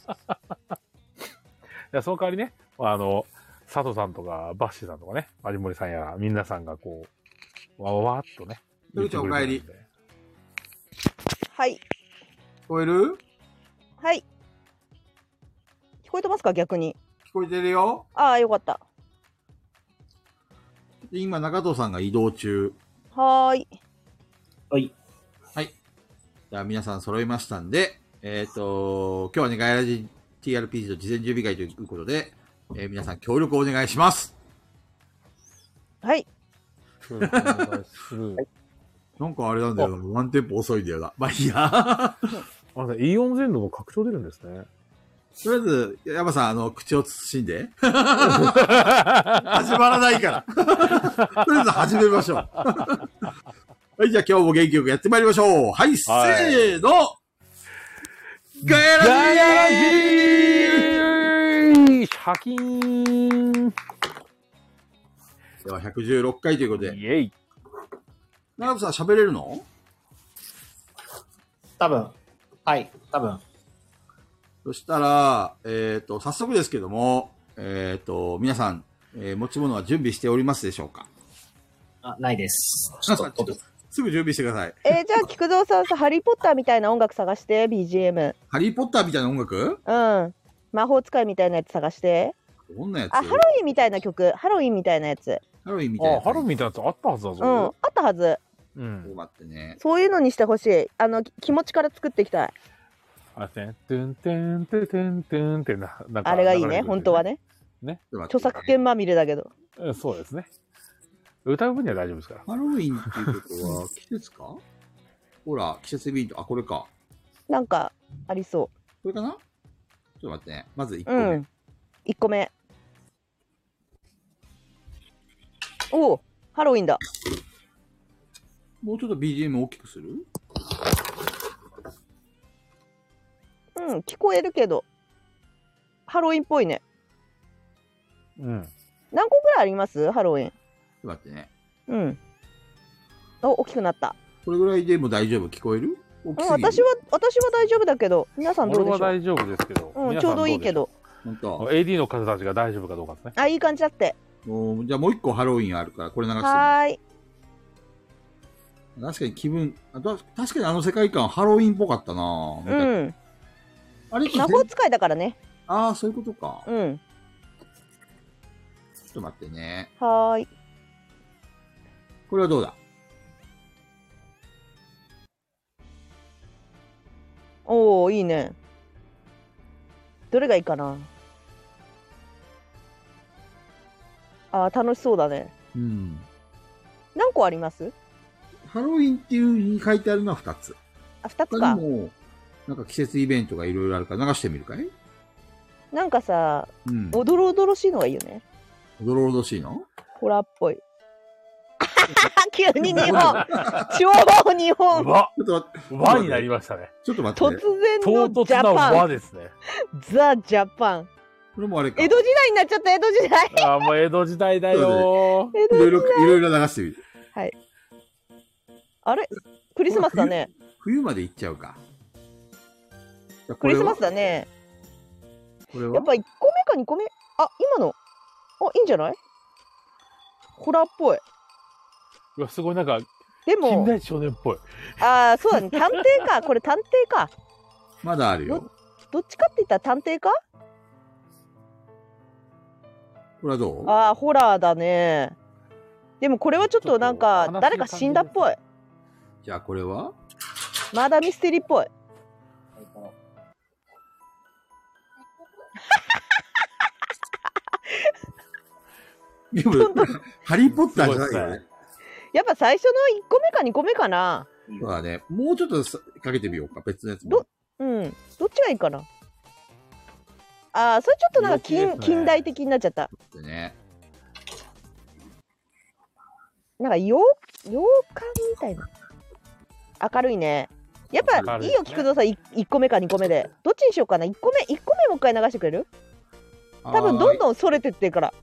や、その代わりね、あの、佐藤さんとか、バッシーさんとかね、有森さんや、みんなさんがこう、わわわーっとね。
ゆうちゃん
言ってくれてるんで
はい。
聞こえる
はい。聞こえてますか逆に。
聞こえてるよ。
ああ、よかった。
今、中藤さんが移動中。
はーい。
はい。
じゃあ皆さん揃いましたんで、えっ、と、今日はね、ガイラジ TRPG の事前準備会ということで、えー皆さん協力をお願いします。
はい。
そういう感じする
なんかあれなんだよな。ワンテンポ遅いんだよな。まあいいや。
あのイオン全土も拡張出るんですね。
とりあえず、山さん、あの、口を慎んで。始まらないから。とりあえず始めましょう。はい、じゃあ今日も元気よくやってまいりましょう。はい、
はい
せーのガヤラジ
ガヤラジーシャキーン
では116回ということで、
イェイ
長野さん喋れるの
多分。はい。多分。
そしたら、えっ、と、早速ですけども、えっ、と、皆さん、えー持ち物は準備しておりますでしょうか
あ、ないです。
ちょっと すぐ準備してください。
えー、じゃあ、菊蔵さんさ、ハリーポッターみたいな音楽探して、BGM。
ハリーポッターみたいな音楽
うん。魔法使いみたいなやつ探して。
どんなやつ
あ、ハロウィンみたいな曲。ハロウィンみたいなやつ。
ハロウィンみたいな
あ、
やつ。
ハロウィンみたいなやつあったはずだ
うん。あ
ぞ。
ったはず。
う
ちょっ
ん。
と待ってね。
そういうのにしてほしい。あの、き気持ちから作っていきたい。
あれですね、トゥントゥントゥントゥントゥンってな、なんか
あれがいい
流れて
ね、
くる
本当は。ね。著作権まみれだけど。
うんそうですね。歌う分には大丈夫ですから。
ハロウィンっていうことは季節かほら、季節ビート、あ、これか。
なんか、ありそ
これかなちょっと待ってね。まず1個
う。
目。
うん。1個目。おお、ハロウィンだ。
もうちょっと BGM 大きくする
うん、聞こえるけど。ハロウィンっぽいね。
うん。
何個ぐらいありますハロウィン。
ちょっと待ってね。
うん。お、大きくなった。
これぐらいでも大丈夫聞こえる大
う
き
ん、
すぎる
私は、私は大丈夫だけど、皆さんど
俺
うで
は
しょう
大丈夫ですけど。
うん、
皆
ち
さ
ょうどいいけど。
本当
どうでしょう。AD の方たちが大丈夫かどうかですね。
あ、いい感じだって。
もうじゃあもう一個ハロウィンあるから、これ流しても
はーい。
確かに気分、あと確かにあの世界観ハロウィンっぽかったなぁ
うん。
あれって
魔法使いだからね。
ああ、そういうことか。ちょ
うん。
っと待ってね。
はーい。
これはどうだ
おお、いいね。どれがいいかな。あー、楽しそうだね。
うん。
何個あります。
ハロウィンっていう風に書いてあるのは2つ。
あ、二つ
他
か
に。も、なんか季節イベントがいろいろあるから流してみるかい
なんかさ、
うん。
おどろおどろしいのがいいよね。
おどろおどしいの
ホラーっぽい。急に日本。超日本。
わ、
ちょっと待って、
わになりましたね。
ちょっと待っ
突
て、ね。
然
唐
の
突
ジャ
な
パ
わ
ン。
ですね。
ザ・ジャパン。
これもあれか。
江戸時代になっちゃった、江戸時代。
あー、もう江戸時代だよー。
江
い
戸
ろいろ、いろいろ流してみる。
あれクリスマスだね。
冬まで行っちゃうか。
クリスマス
だ。
だね。
これは
やっぱ1個目か2個目。あ、今の。あ、いいんじゃないホラーっぽい。
うわ、すごいなんか、
で
近
も、
代少年っぽい。
ああ、そうだね。探偵か。これ探偵か。
まだあるよ。
どっちかって言ったら探偵か
これはどう
ああ、ホラーだね。でもこれはちょっとなん
ちょっ
か
と、
誰か死んだっぽい。
じゃあこれは
マーダーミステリーっぽい。
で も、ハリーポッターじゃないよね。
やっぱ最初の1個目か2個目かな。
そうだね。もうちょっとさかけてみようか、別のやつも
ど。うん。どっちがいいかな。ああ、それちょっとなんか近,、
色気ですね
近代的になっちゃった。
でね。
なんか洋洋館みたいな。明るいね。やっ
明
ぱ
る
い
い
い
です
よ、
ね
菊蔵さん、い一個目か二個目で。どっちにしようかな、一個目、一個目もう一回流してくれる。多分どん
ん。
どんそれてってるから。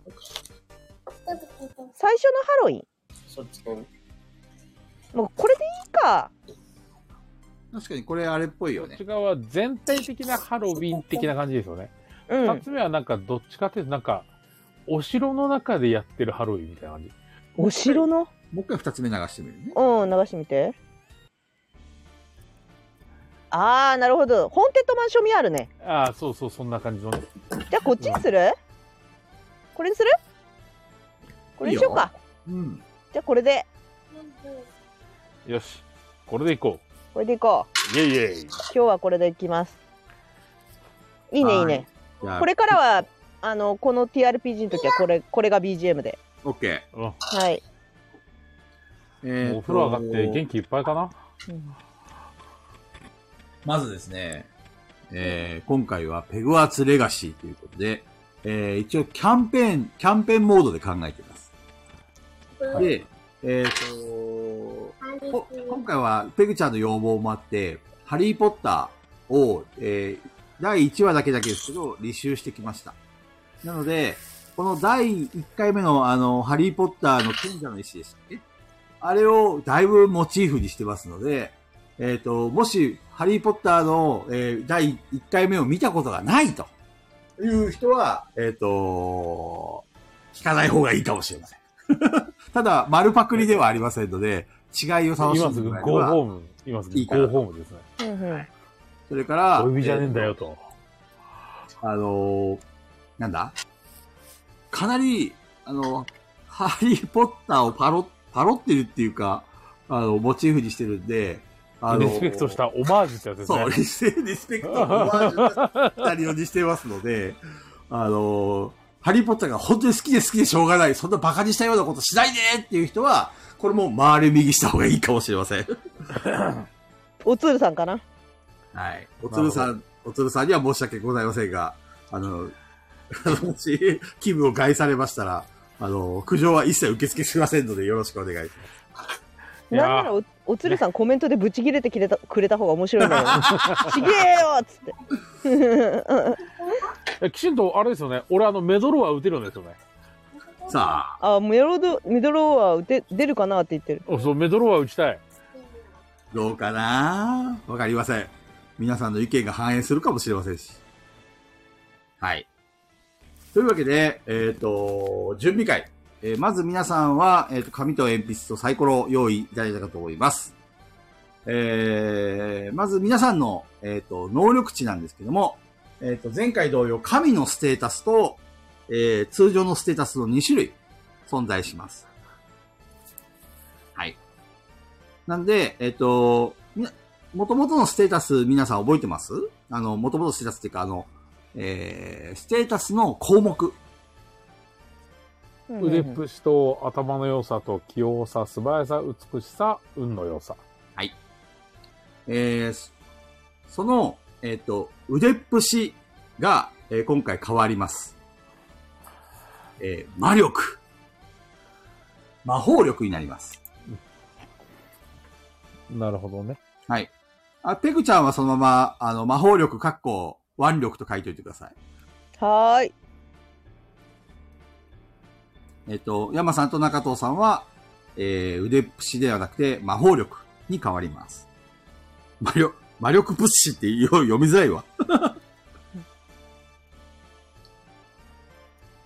最初のハロウィン、
そっちと。
もうこれでいいか。
確かにこれあれっぽい
こ
よ
っ
ね
ち。側は全体的なハロウィン的な感じですよね。
う
二、
ん。
つ目はなんかどっちかっていうとなんか、お城の中でやってるハロウィンみたいな感じ。
お城の。
もう一回二つ目流してみるね。
うん、流してみて。あー、なるほど。ホーンテッドマンション味あるね。
ああ、そうそう、そんな感じのね。
じゃあ、こっちにする。これにする。これにしようか。
うん。
じゃあ、これで、
よし。これでいこ
これでいこう。
う。イェイイェイ。
今日はこれでいきます。いいね、
はい
いいね。
じゃあ
こ、れからは、あの、この TRPG の時は、これ、これが BGM で。
オッケ
うん、
は
ー。
い。
えーと
お風呂上がって元気いっぱいかな
まずですね、えー今回はペグワーツレガシーということで、えー一応キャンペーン、キャンペーンモードで考えてます。で、えーと、こ今回はペグちゃんの要望もあって、ハリーポッターを、えー第1話だけだけですけど、履修してきました。なので、この第1回目のあの、ハリーポッターの賢者の石でしたっけあれをだいぶモチーフにしてますので、えっ、と、もし、ハリーポッターの、えー第1回目を見たことがないという人は、えっ、と、聞かない方がいいかもしれません。 ただ、丸パクリではありませんので、違いを楽し
今
んで
すぐ
も
ゴ
らえれ
ーホ
ば、
ーム。今す
い
ぐ
い
ゴ
から
ーホームですね。
うんうん。
それから、
お呼びじゃねえんだよと。
あのーなんだかなり、あの、ハリー・ポッターをパロ、パロってるっていうか、あの、モチーフにしてるんで、あの
リスペクトしたオマージュってやつですね
そう、。リスリスペクトのオマージュ二人をにしてますので、あの、ハリーポッターが本当に好きで好きでしょうがない、そんな馬鹿にしたようなことしないでっていう人は、これも回り右した方がいいかもしれません。
おつるさんかな
はい。おつるさん、おつるさんには申し訳ございませんが、あの、もし、気分を害されましたら、あの、苦情は一切受付しませんので、よろしくお願いします。
いや
な
ー
んならおおつるさんコメントでブチ切れてくれたくれた方が面 白いのよ。ちげえよっつって。
えきちんと、あれですよね。俺、あの、メドローは打てるんですよね。
さあ、
あメロドメドローは出出るかなって言ってる。
おそう、メドローは打ちたい。
どうかなわかりません。皆さんの意見が反映するかもしれませんし。はい。というわけで、えっ、と、準備会。えーまず皆さんは、えっ、と、紙と鉛筆とサイコロを用意いただいたかと思います。えー、まず皆さんの、えっ、と、能力値なんですけども、えっ、と、前回同様、神のステータスと、えー通常のステータスの2種類存在します。はい。なんで、えっ、と、みな、元々のステータス皆さん覚えてますあの、元々のステータスっていうか、あの、えー、ステータスの項目。
腕っぷしと頭の良さと器用さ、素早さ、美しさ、運の良さ。
えーそその、えっ、と、腕っぷしが、えー今回変わります。えー魔力。魔法力になります。
なるほどね。
はい。あ、ペグちゃんはそのまま、あの、魔法力、かっこ、腕力と書いておいてください。
はーい。
えっと、山さんと中藤さんは、えー、腕っぷしではなくて、魔法力に変わります。魔力、魔力プッシュってよ読みづらいわ。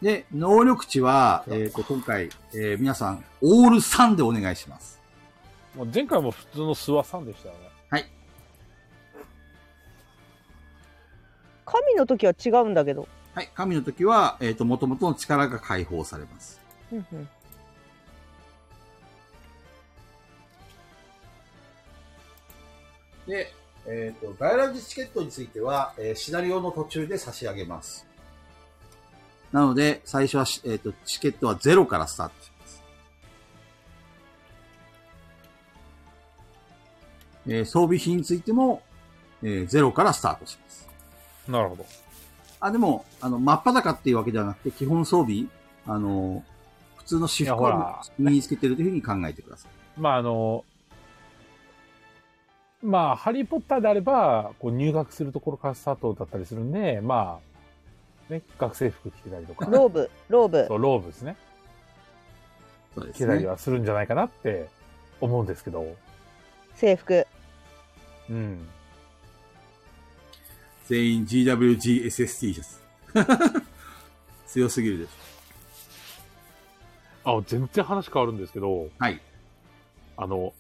で、能力値は、えっ、と、今回、えー皆さん、オール3でお願いします。
もう前回も普通の諏訪さんでしたよね。
神の時は違うんだけど。
はい、神の時は、えっ、と、元々の力が解放されます。
うんうん
で、えっ、と、ガイラジチケットについては、えーシナリオの途中で差し上げます。なので、最初はし、えっ、と、チケットはゼロからスタートします。えー装備品についても、えーゼロからスタートします。
なるほど。
あ、でも、あの、真っ裸っていうわけではなくて、基本装備、あの、普通の私服
いやほ
を
ら
身につけてるというふうに考えてください。
まあ、あの、まあ、ハリーポッターであれば、こう入学するところからスタートだったりするんで、まあ、ね、学生服着てたりとか、
ローブ、ローブ。
そうローブですね。
そうで
着て
す
たり
ね。
はするんじゃないかなって思うんですけど。
制服
うん。
全員 GWGSST です。 強すぎるでしょ
あ、全然話変わるんですけど、
はい。
あの、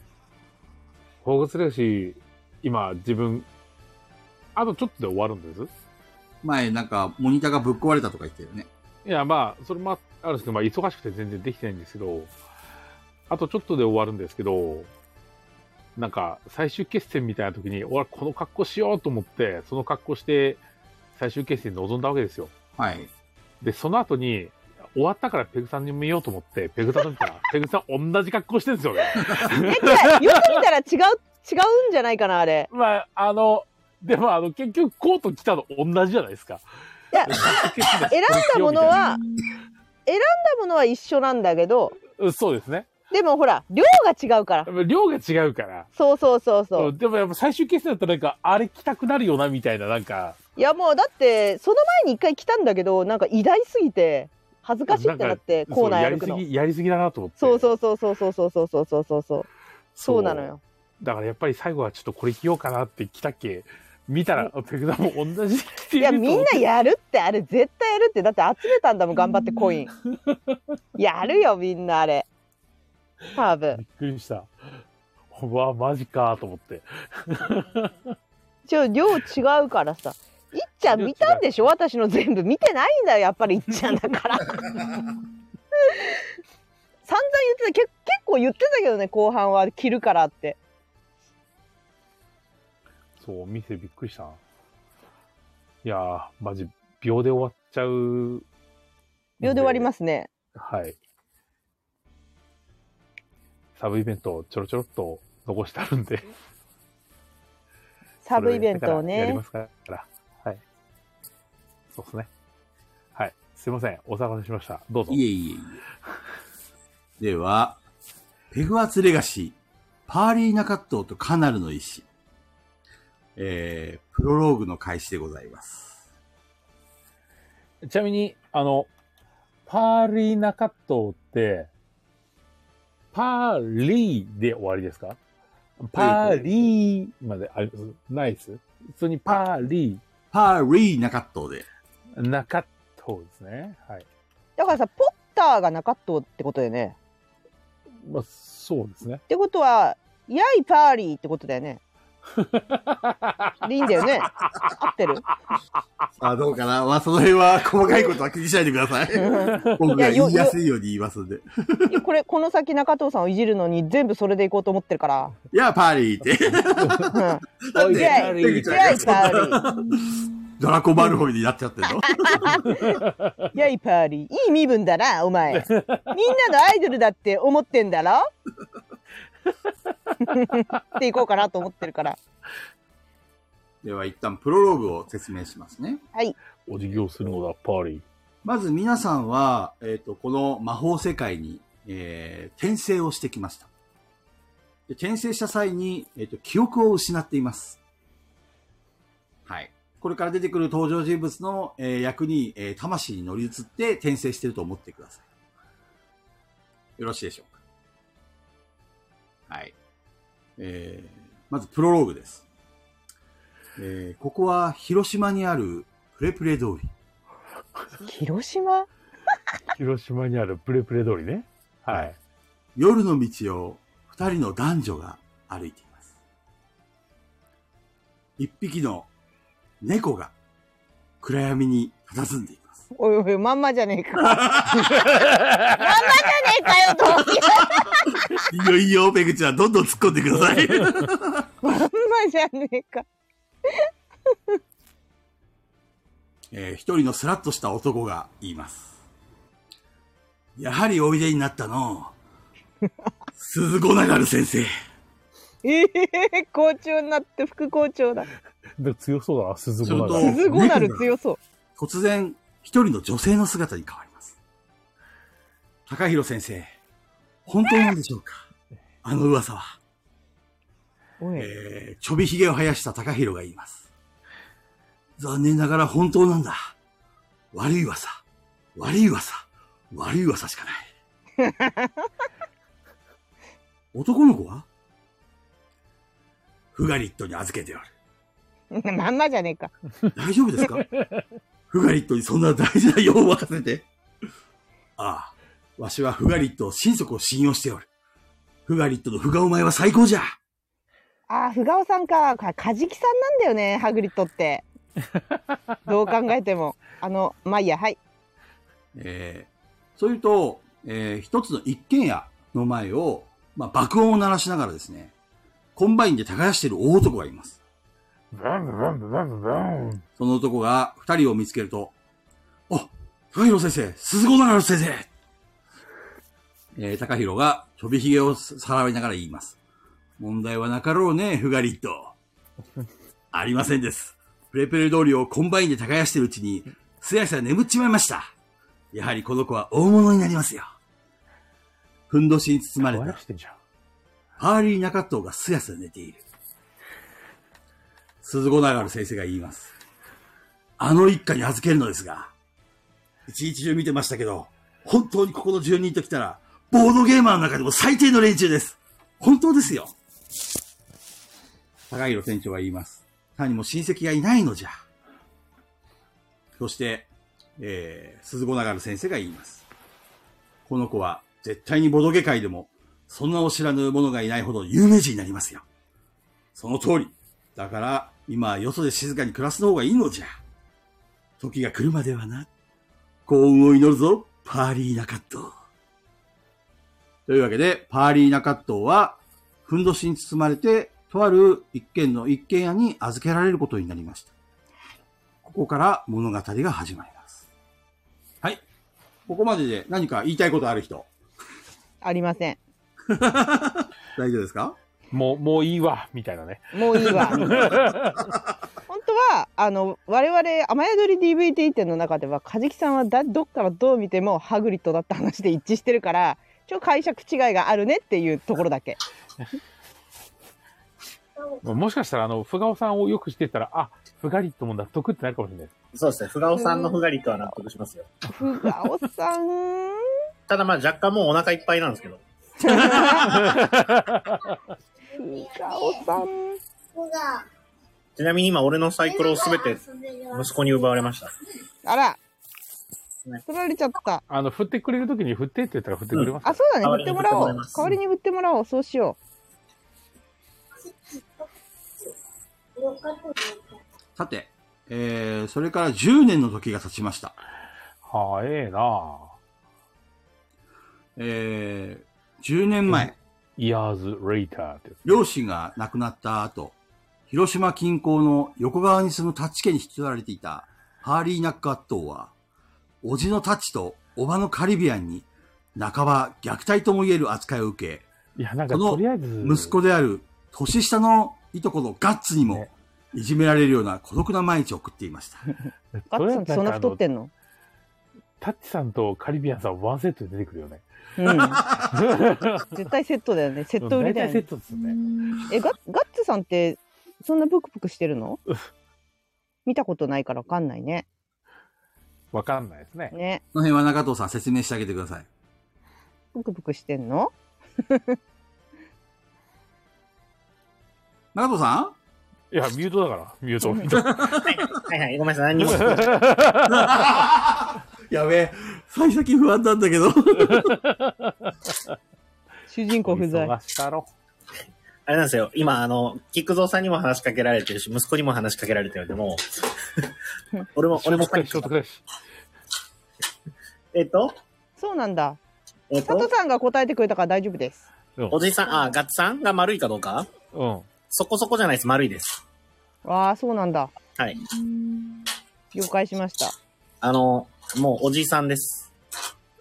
ホーグスレガシー、今、自分、あとちょっとで終わるんです。
前、なんか、モニターがぶっ壊れたとか言ってるよね。
いや、まあ、それもあるんですけど、まあ、忙しくて全然できてないんですけど、あとちょっとで終わるんですけど、なんか、最終決戦みたいな時に、俺はこの格好しようと思って、その格好して、最終決戦に臨んだわけですよ。
はい。
で、その後に、終わったからペグさんに見ようと思って、ペグさんの見た ら、ペグさん同じ格好してるんですよね。
え、じゃあ、よく見たら違う、違 うんじゃないかな、あれ。
まあ、あの、でもあの、結局コート着たの同じじゃないですか。
いや選んだものは
こ、
選んだものは一緒なんだけど、
れ着ようみたいな、うんそうですね。
でもほら、量が違うから。
量が違うから。
そうそうそうそうう。
んでもやっぱ最終決戦だったらなんか、あれ着たくなるよな、みたいな、なんか、
いや、もうだって、その前に一回来たんだけど、なんか偉大すぎて、恥ずかしいってなって、
そ
校
うや
内
り
歩く
す
の。
ぎ、やりすぎだなと思って。
そう
う。
そうそうそうそうそうそうそうそうそうそう。そうなのよ。。
だからやっぱり最後はちょっとこれ着ようかなって着たっけ、見たら、ペグさんも同じ着て
い
る
や、
と思
み
って
んなやるって、あれ絶対やるって。だって集めたんだもん、頑張ってコ イン。やるよ、みんな、あれ。多分。
びっくりした。うわ、マジかと思って。
ちょ量違うからさいっちゃん見たんでしょ私の全部見てないんだよやっぱりいっちゃんだか ら散々言ってたけ結構言ってたけどね後半は着るからって
そう、店びっくりしたな。いやー、マジ、秒で終わっちゃう。
秒で終わりますね。
はい。サブイベントをちょろちょろっと残してあるんで。
サブイベントを
それをやり
ね
ま。すから。はい。そうですね。はい。すいません。お騒がせしました。どうぞ。
いえいえいえ。では、ペグアーツレガシー、パーリーナカットとカナルの石。えー、プロローグの開始でございます。
ちなみに、あの、パーリーナカットって、パーリーで終わりですかパーリーまであります。ナイス。普通にパーリ
パーリーナカットで。
ーナカットですね。はい。
だからさ、ポッターがなかったってことだよね。
まあ、そうですね
っ。てことは、やいパーリーってことだよ ね。でいいんだよね。合って る。
さあ、どうかなまあ、その辺は細かいことは気にしないでください。 僕が言いやすいように言いますんで。
いやこれ、この先中藤さんをいじるのに全部それでいこうと思ってるから。
いや、パーリー って。
うん
だって
イェイ
ペグちゃん
や
が
いパーリー。
ドラコマルフォイになっちゃってるの
やいパーリー。いい身分だな、お前。みんなのアイドルだって思ってんだろっていこうかなと思ってるから。
では、一旦プロローグを説明しますね。
お辞儀をするのだ、パーリー。
まず皆さんは、えっ、と、この魔法世界に、えー転生をしてきました。で転生した際に、えっ、と、記憶を失っています。はい。これから出てくる登場人物の、えー役に、えー魂に乗り移って転生してると思ってください。よろしいでしょうか。はい。えー、まずプロローグです。えー、ここは広島にあるプレプレ通り。
広島
広島にあるプレプレ通りね。はい。
夜の道を二人の男女が歩いています。一匹の猫が暗闇に佇んでいます。
おいおい、まんまじゃねえ か。まんまじゃねえかよ、どう
いいよいいよ、ペグちゃん、どんどん突っ込んでください。
まんまじゃねえか。
えー一人のスラッとした男が言います。やはりおいでになったの。鈴子ながる先生。
ええ校長になって副校長だ。
で強そうだな、鈴
す
子
る
な
と
がら。
鈴子なる強そう。
突然、一人の女性の姿に変わります。高弘先生、本当なんでしょうかあの噂は。
おい。
えー、ちょびひげを生やした高弘が言います。残念ながら本当なんだ。悪い噂、悪い噂、悪い噂しかない。 男の子はフガリットに預けておる。
まんまじゃねえか。
大丈夫 ですかフガリットにそんな大事な用を任せて。ああ、わしはフガリットを心底を信用しておる。フガリットのフガお前は最高じゃ。
ああ、ふがおさんか。かカジキさんなんだよね、ハグリッドって。どう考えても。あの、まあいいや、はい。
えー、そういうと、えー一つの一軒家の前を、まあ、爆音を鳴らしながらですね、コンバインで耕している大男がいます。
バンバンバンバンバン。
その男が二人を見つけると、あ、高弘先生、鈴子長良先生えー、高弘がちょびひげをさらいながら言います。問題はなかろうね、フガリット。ありませんです。プレペル通りをコンバインで耕しているうちに、すやすや眠っちまいました。やはりこの子は大物になりますよ。ふんどしに包まれ
笑
た
わしてんじゃん。
ハーリー中藤がすやすや寝ている。鈴子長る先生が言います。あの一家に預けるのですが、一日中見てましたけど、本当にここの住人と来たら、ボードゲーマーの中でも最低の連中です。本当ですよ。高弘船長は言います。何も親戚がいないのじゃ。そして、えー、鈴子長る先生が言います。この子は絶対にボドゲ界でもそんなお知らぬ者がいないほど有名人になりますよ。その通り。だから、今はよそで静かに暮らすの方がいいのじゃ。時が来るまではな。幸運を祈るぞ、パーリーナカット。というわけで、パーリーナカットは、ふんどしに包まれて、とある一軒の一軒家に預けられることになりました。ここから物語が始まります。はい。ここまでで何か言いたいことある人、
ありません。
大丈夫ですか
もう、もういいわ、みたいなね。
もういいわ。本当は、あの、我々、雨宿り DVD 展の中では、カジキさんはだどっからどう見てもハグリッドだった話で一致してるから、ちょ、解釈違いがあるねっていうところだけ。
もしかしたら、あの、ふがおさんをよく知ってたら、あ、ふがりっても納得ってなるかもしれない。
そうですね。ふがおさんのふがりとは納得しますよ。
ふがおさん。
ただまあ若干もうお腹いっぱいなんですけど。
ふがおさん。
ちなみに今俺のサイコロをすべて息子に奪われました。
あら。取られちゃった。
あの、振ってくれるときに振ってって言ったら振ってくれます。
あ、そうだね。振
代わ
っ
り
て
に
もらおう
振ってもらいま。す
代わりに振ってもらおう。そうしよ
さて、えー、それから10年の時が経ちました。
はあ、ええなぁ。
えー、10年前、
years later ってやつ。
両親が亡くなった後、広島近郊の横川に住むタッチ家に引き取られていたハーリー・ナックアットーは、おじのタッチとおばのカリビアンに、半ば虐待とも言える扱いを受け、
いや、なんか、
その
とりあえず、
息子である年下のいとこのガッツにも
ね、
いじめられるような孤独な毎日を送っていま した。
う。ガッツさんってそんな太ってんの
タッチさんとカリビアンさんワンセットで出てくるよね。
うん。 絶対セットだよね。セット売りだ
大体セ
よ
ッ
ね。
トですよね。
え、ガッガッツさんって、そんなプクプクしてるの見たことないからわかんないね。
わかんないですね。
ね。
この辺は中藤さん説明してあげてください。
プクプクしてんの
中藤さん
いや、ミュートだから。ミュート、ミュート。
はいはい、ごめんなさい。 何にも。
やべえ、最先不安なんだけど。
主人公不在。
忙しかろ。
あれなんですよ。今、あの、菊蔵さんにも話しかけられてるし、息子にも話しかけられてるんで、も う。俺も、俺もパニッ
所
ク
得だし。
えっと、
そうなんだ。
えっ
佐藤
と、
さんが答えてくれたから大丈夫です。
おじさん、あ、ガッツさんが丸いかどうか
うん。
そこそこじゃないです。丸いです。
ああ、そうなんだ。
はい。
了解しました。
あの、もうおじさんです。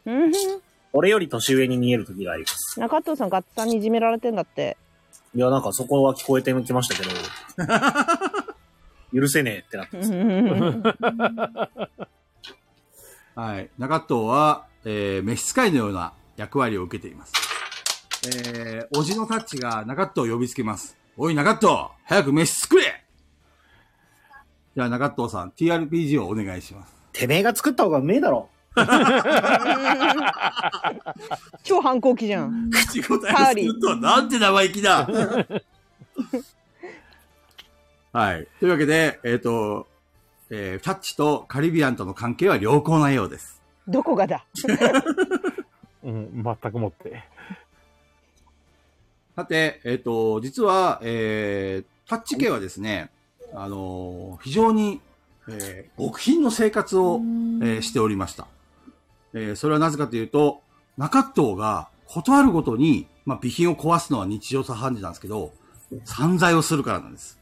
うんふん。
俺より年上に見える時があります。
中藤さん、ガッツさんにいじめられてんだって。
いや、なんかそこは聞こえてきましたけ ど、許せねえってなって。
うんうんうん
はい。中藤は、えー、召使いのような役割を受けています。えー、おじのタッチが中藤を呼びつけます。おい中藤早く飯作れじゃあ中藤さん、TRPG をお願いします。
てめえが作った方がうめえだろ。
超反抗期じゃん。
口答
ハー
え
リ
をす
ー
るとはなんて生意気だ はい。というわけで、えっ、と、えー、タッチとカリビアンとの関係は良好なようです。
どこがだ。
うん、全くもって。
さて、えっ、と、実は、えー、タッチ家はですね、あのー非常に、えー極貧の生活を、えーしておりました。えーそれはなぜかというと、中藤が断るごとに、まあ、備品を壊すのは日常茶飯事なんですけど、散財をするからなんです。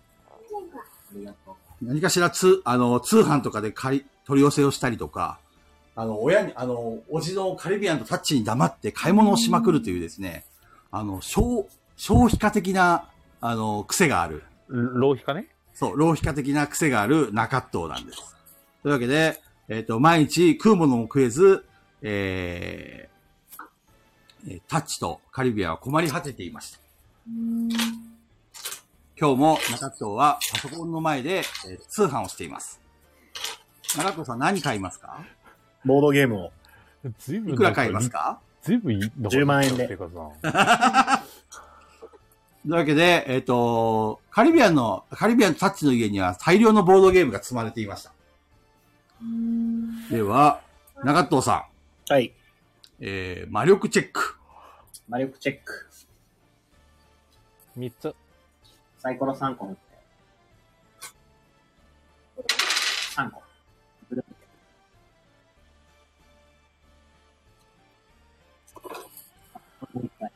何かしら通、あの、通販とかで借り、取り寄せをしたりとか、あの、親に、あの、おじのカリビアンとタッチに黙って買い物をしまくるというですね、あの、消、消費家的な、あの、癖がある。
浪費かね
そう、浪費家的な癖がある中藤なんです。というわけで、えっ、と、毎日食うものも食えず、えーえータッチとカリビアンは困り果てていました。今日も中藤はパソコンの前で、えー通販をしています。中藤さん何買いますか
ボードゲームを。
ずいぶん。
いくら買いますか
ずいぶんいいの
10万円で
生活な
というわけで、えっ、と、カリビアンの、カリビアンとタッチの家には大量のボードゲームが積まれていました。では、中藤さん。
はい。
えー、魔力チェック。
魔力チェック。
3つ。
サイコロ3個持って。3個。もう一回。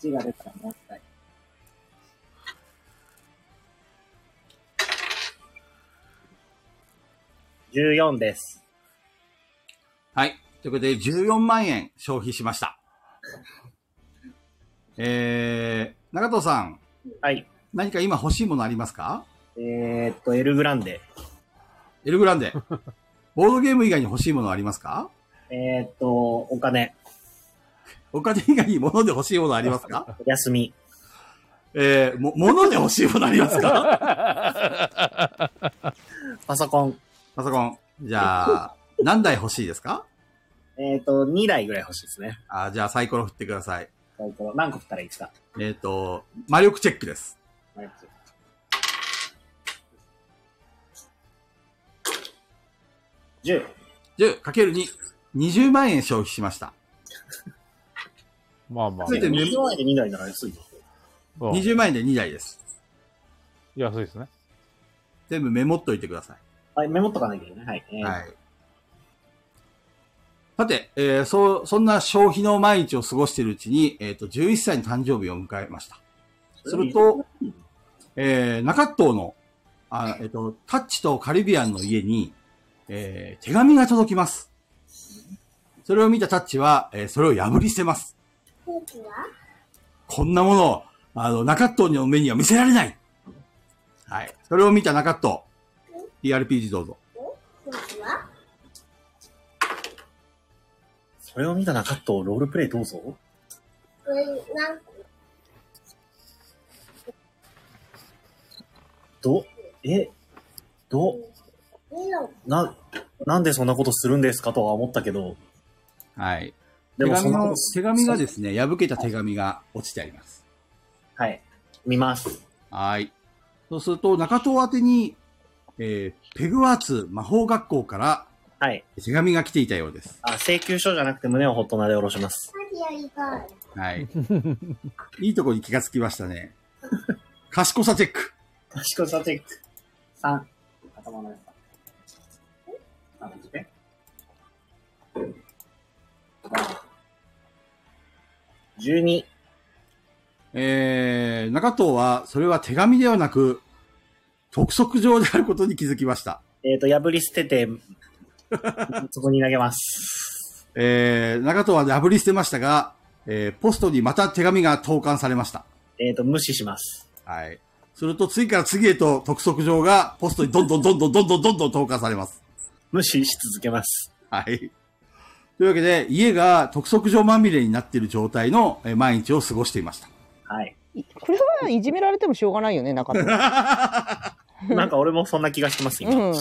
1が出たらもう一回。 14です。
はい。ということで、14万円消費しました。えー、中藤さん、
はい。
何か今欲しいものありますか
えー、っと、エルグランデ。
エルグランデ。ボードゲーム以外に欲しいものありますか
えー、っと、お金、
お金以外に物で欲しいものありますか
お休み。
えー、も、物で欲しいものありますか
パソコン。
パソコン。じゃあ、何台欲しいですか
えー、っと、2台ぐらい欲しいですね。
あーじゃあ、サイコロ振ってください。
サイコロ何個振ったらいいですか
えっ、と、魔力チェックです。
10。
10×2、20万円消費しました。
まあまあ
つ、いてね
2台で2台なら安いですよ。
うん
20万円で2台です。
安いですね。
全部メモっといてください。
はい、メモっとかなきゃいけない。はい。えー
はい。さて、えー、そう、そんな消費の毎日を過ごしているうちに、えっ、と、11歳の誕生日を迎えました。すると、えー、中東の、あえっ、と、タッチとカリビアンの家に、えー、手紙が届きます。それを見たタッチは、えー、それを破り捨てます。こんなもの、あの、中東の目には見せられないはい。それを見た中東、ERPG どうぞ。
それを見た中とロールプレイどうぞ。ど、え、ど、な、なんでそんなことするんですかとは思ったけど、
はい。
でも
手
そん
紙
なこ
の
と、す
手紙がですね、破けた手紙が落ちてあります。
はい。見ます。
はい。そうすると、中東宛てに、えー、ペグワーツ魔法学校から
はい。
手紙が来ていたようです。
あ、請求書じゃなくて胸をホットナで下ろします。
はい。 いいとこに気がつきましたね。賢さチェック。
賢さチェック。3。頭のやつ。なんで12。
えー、中東は、それは手紙ではなく、督促状であることに気づきました。
えっ、と、破り捨てて、そこに投げます。
えー、中東は破り捨てましたが、えー、ポストにまた手紙が投函されました。
えっ、と、無視します。
はい。すると次から次へと督促状がポストにどんどんどんどんどんどんどんどん投下されます。
無視し続けます。
はい。というわけで、家が督促状まみれになっている状態のえー毎日を過ごしていました。
はい。
いこれはいじめられてもしょうがないよね、中田。
なんか俺もそんな気がしてます、
う
今。
ん。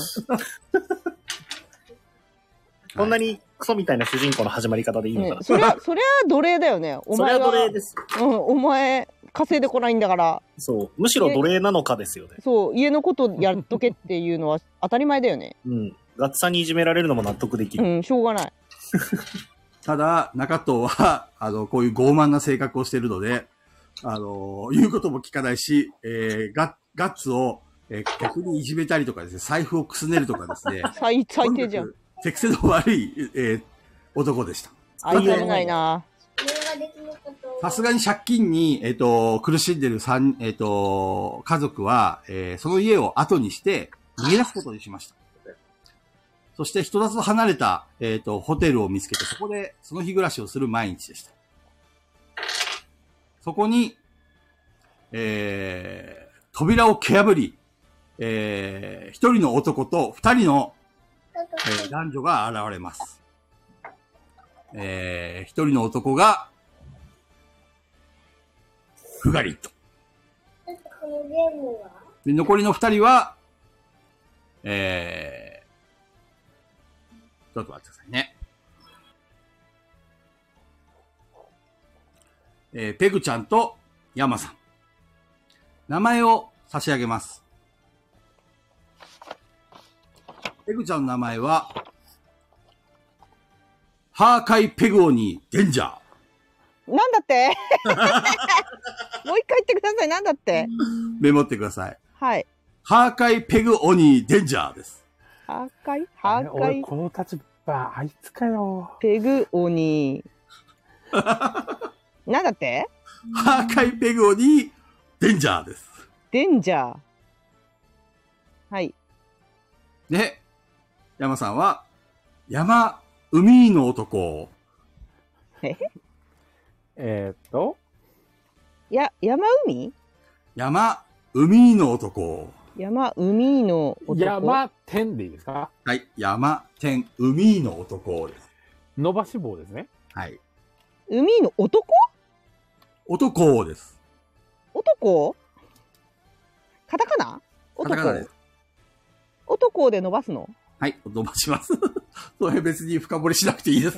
こんなにクソみたいな主人公の始まり方でいいのか
ね
な、
そりゃ、そりゃ奴隷だよね。お
それは
前
奴隷
は、
です。
うん、お前、稼いでこないんだから、
そう。むしろ奴隷なのかですよね。
そう、家のことやっとけっていうのは当たり前だよね。
うん。ガッツさんにいじめられるのも納得でき
う
る。
ん、しょうがない。
ただ、中藤は、あの、こういう傲慢な性格をしているので、あの、言うことも聞かないし、えー、ガッガッツを、えー逆にいじめたりとかですね、財布をくすねるとかですね、
最、最低じゃ
と
ん
に。かく。適性の悪い、えー男でした。
愛されないな。
さすがに借金に、えっ、と、苦しんでる三、えっ、と、家族は、えーその家を後にして、逃げ出すことにしました。そして人里離れた、えっ、と、ホテルを見つけて、そこで、その日暮らしをする毎日でした。そこに、えー、扉を蹴破り、えー、一人の男と二人の、えー男女が現れます。えー、一人の男が、フガリット。で残りの二人は、えー、ちょっと待ってくださいね。えー、ペグちゃんとヤマさん。名前を差し上げます。ペグちゃんの名前は、ハーカイペグオニー・デンジャー。
なんだってもう一回言ってください、なんだって。
メモってください。
はい。
ハーカイペグオニー・デンジャーです。
破壊
あ
破
れ俺、
壊
この立場、あいつかよ。
ペグ鬼。なんだって
ハーカイペグオニー・デンジャーです。
デンジャー。はい。
で、山さんは、山、海の男。
えーっと、
いや、山海
山、海の男。
山海の男。
山天でいいですか
はい。山、天、海の男です。
伸ばし棒ですね。
はい。
海の男
男です。
男カタカナ
カタカナで
男
す。
男で伸ばすの
はい。おばします。 それ別に深掘りしなくていいです。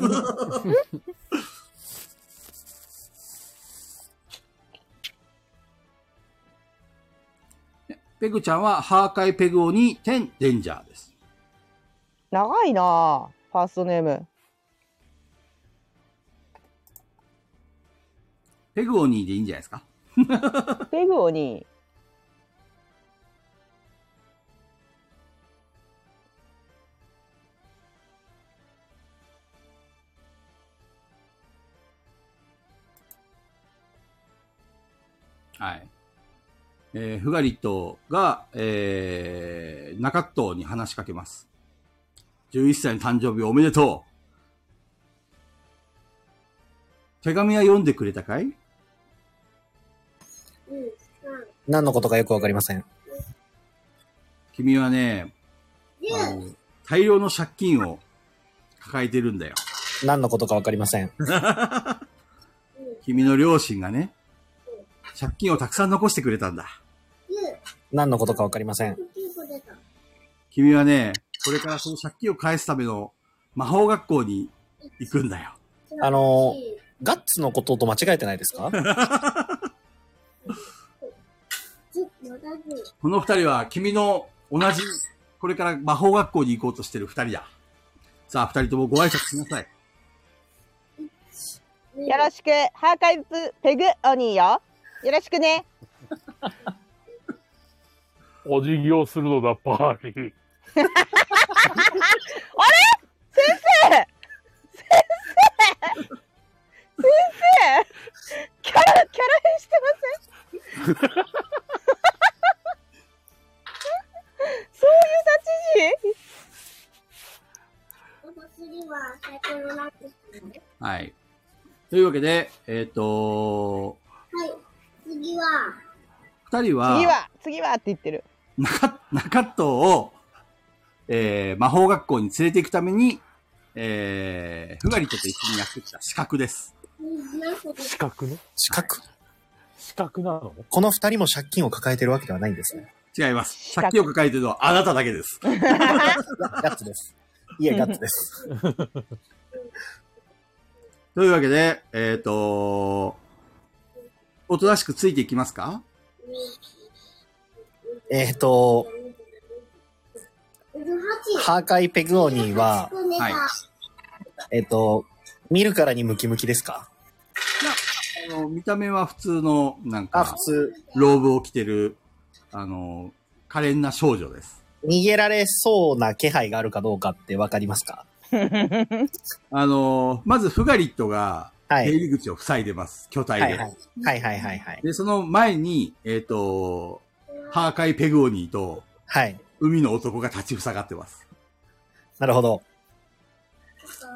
ペグちゃんは、ハーカイペグオに、天、デンジャーです。
長いなあファーストネーム。
ペグオニーでいいんじゃないですか
ペグオに。
はい。えー、フガリットが、えー、中藤に話しかけます。11歳の誕生日おめでとう手紙は読んでくれたかい
何のことかよくわかりません。
君はね、あの、大量の借金を抱えてるんだよ。
何のことかわかりません。
君の両親がね、借金をたくさん残してくれたんだ。
何のことかわかりません。
君はね、これからその借金を返すための魔法学校に行くんだよ。
あの、ガッツのことと間違えてないですか
この二人は君の同じ、これから魔法学校に行こうとしてる二人だ。さあ、二人ともご挨拶しなさい。
よろしく、ハーカイブペグオニーよ。よろしくね。
お辞儀をするのだ、パーリー。
キャラ、キャラ変して ませんそういう立ち位置
はい。というわけで、えっ、と
次は、
二人
次
は、
は、次はって言ってる。
中、中藤を、えー、魔法学校に連れて行くために、えー、ふがりとと一緒にやってきた資格です。
資格ね。
四角。
資格なの
この二人も借金を抱えてるわけではないんですね。
違います。
資格
借金を抱えてるのはあなただけです。
ガッツです。いえ、ガッツです。
というわけで、えっ、とおとなしくついていきますか
えっと、ハーカイペグオニーは、
はい。
えっと、見るからにムキムキですか
あの見た目は普通の、なん
あ、
か
普、通、
ローブを着てる、あの、可憐な少女です。
逃げられそうな気配があるかどうかってわかりますか
あの、まずフガリットが、
は
出
い。
入り口を塞いでます。巨体で。
はいはい。はいはいはいはい。
で、その前に、えっ、と、ハーカイ・ペグオニーと、
はい。
海の男が立ち塞がってます。
なるほど。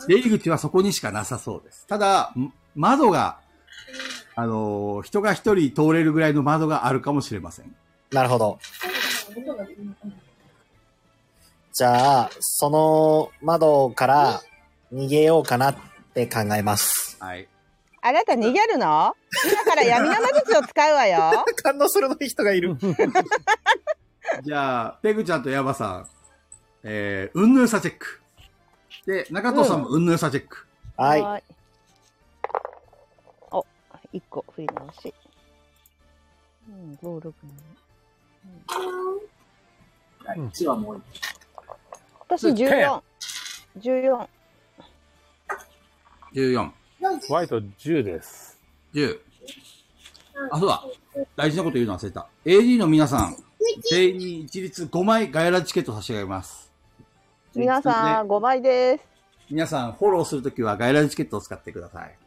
出入り口はそこにしかなさそうです。ただ、ん窓が、あの、人が一人通れるぐらいの窓があるかもしれません。
なるほど。じゃあ、その窓から逃げようかなって考えます。
はい。
あなた逃げるの今から闇の間口を使うわよ。
感動するのい人がいる。
じゃあ、ペグちゃんとヤバさん、えー、運の良さチェック。で、中藤さんも運の良さチェック。
はい。
い。お、一個振り直し。うん、五六七。
1はもう
私十四。十四。
14、
ホワイト10です。
10。あ、そうだ。大事なこと言うの忘れた。AD の皆さん、全員に一律5枚ガヤラチケット差し上げます。
皆さん五枚です。
皆さん、フォローするときはガヤラチケットを使ってください。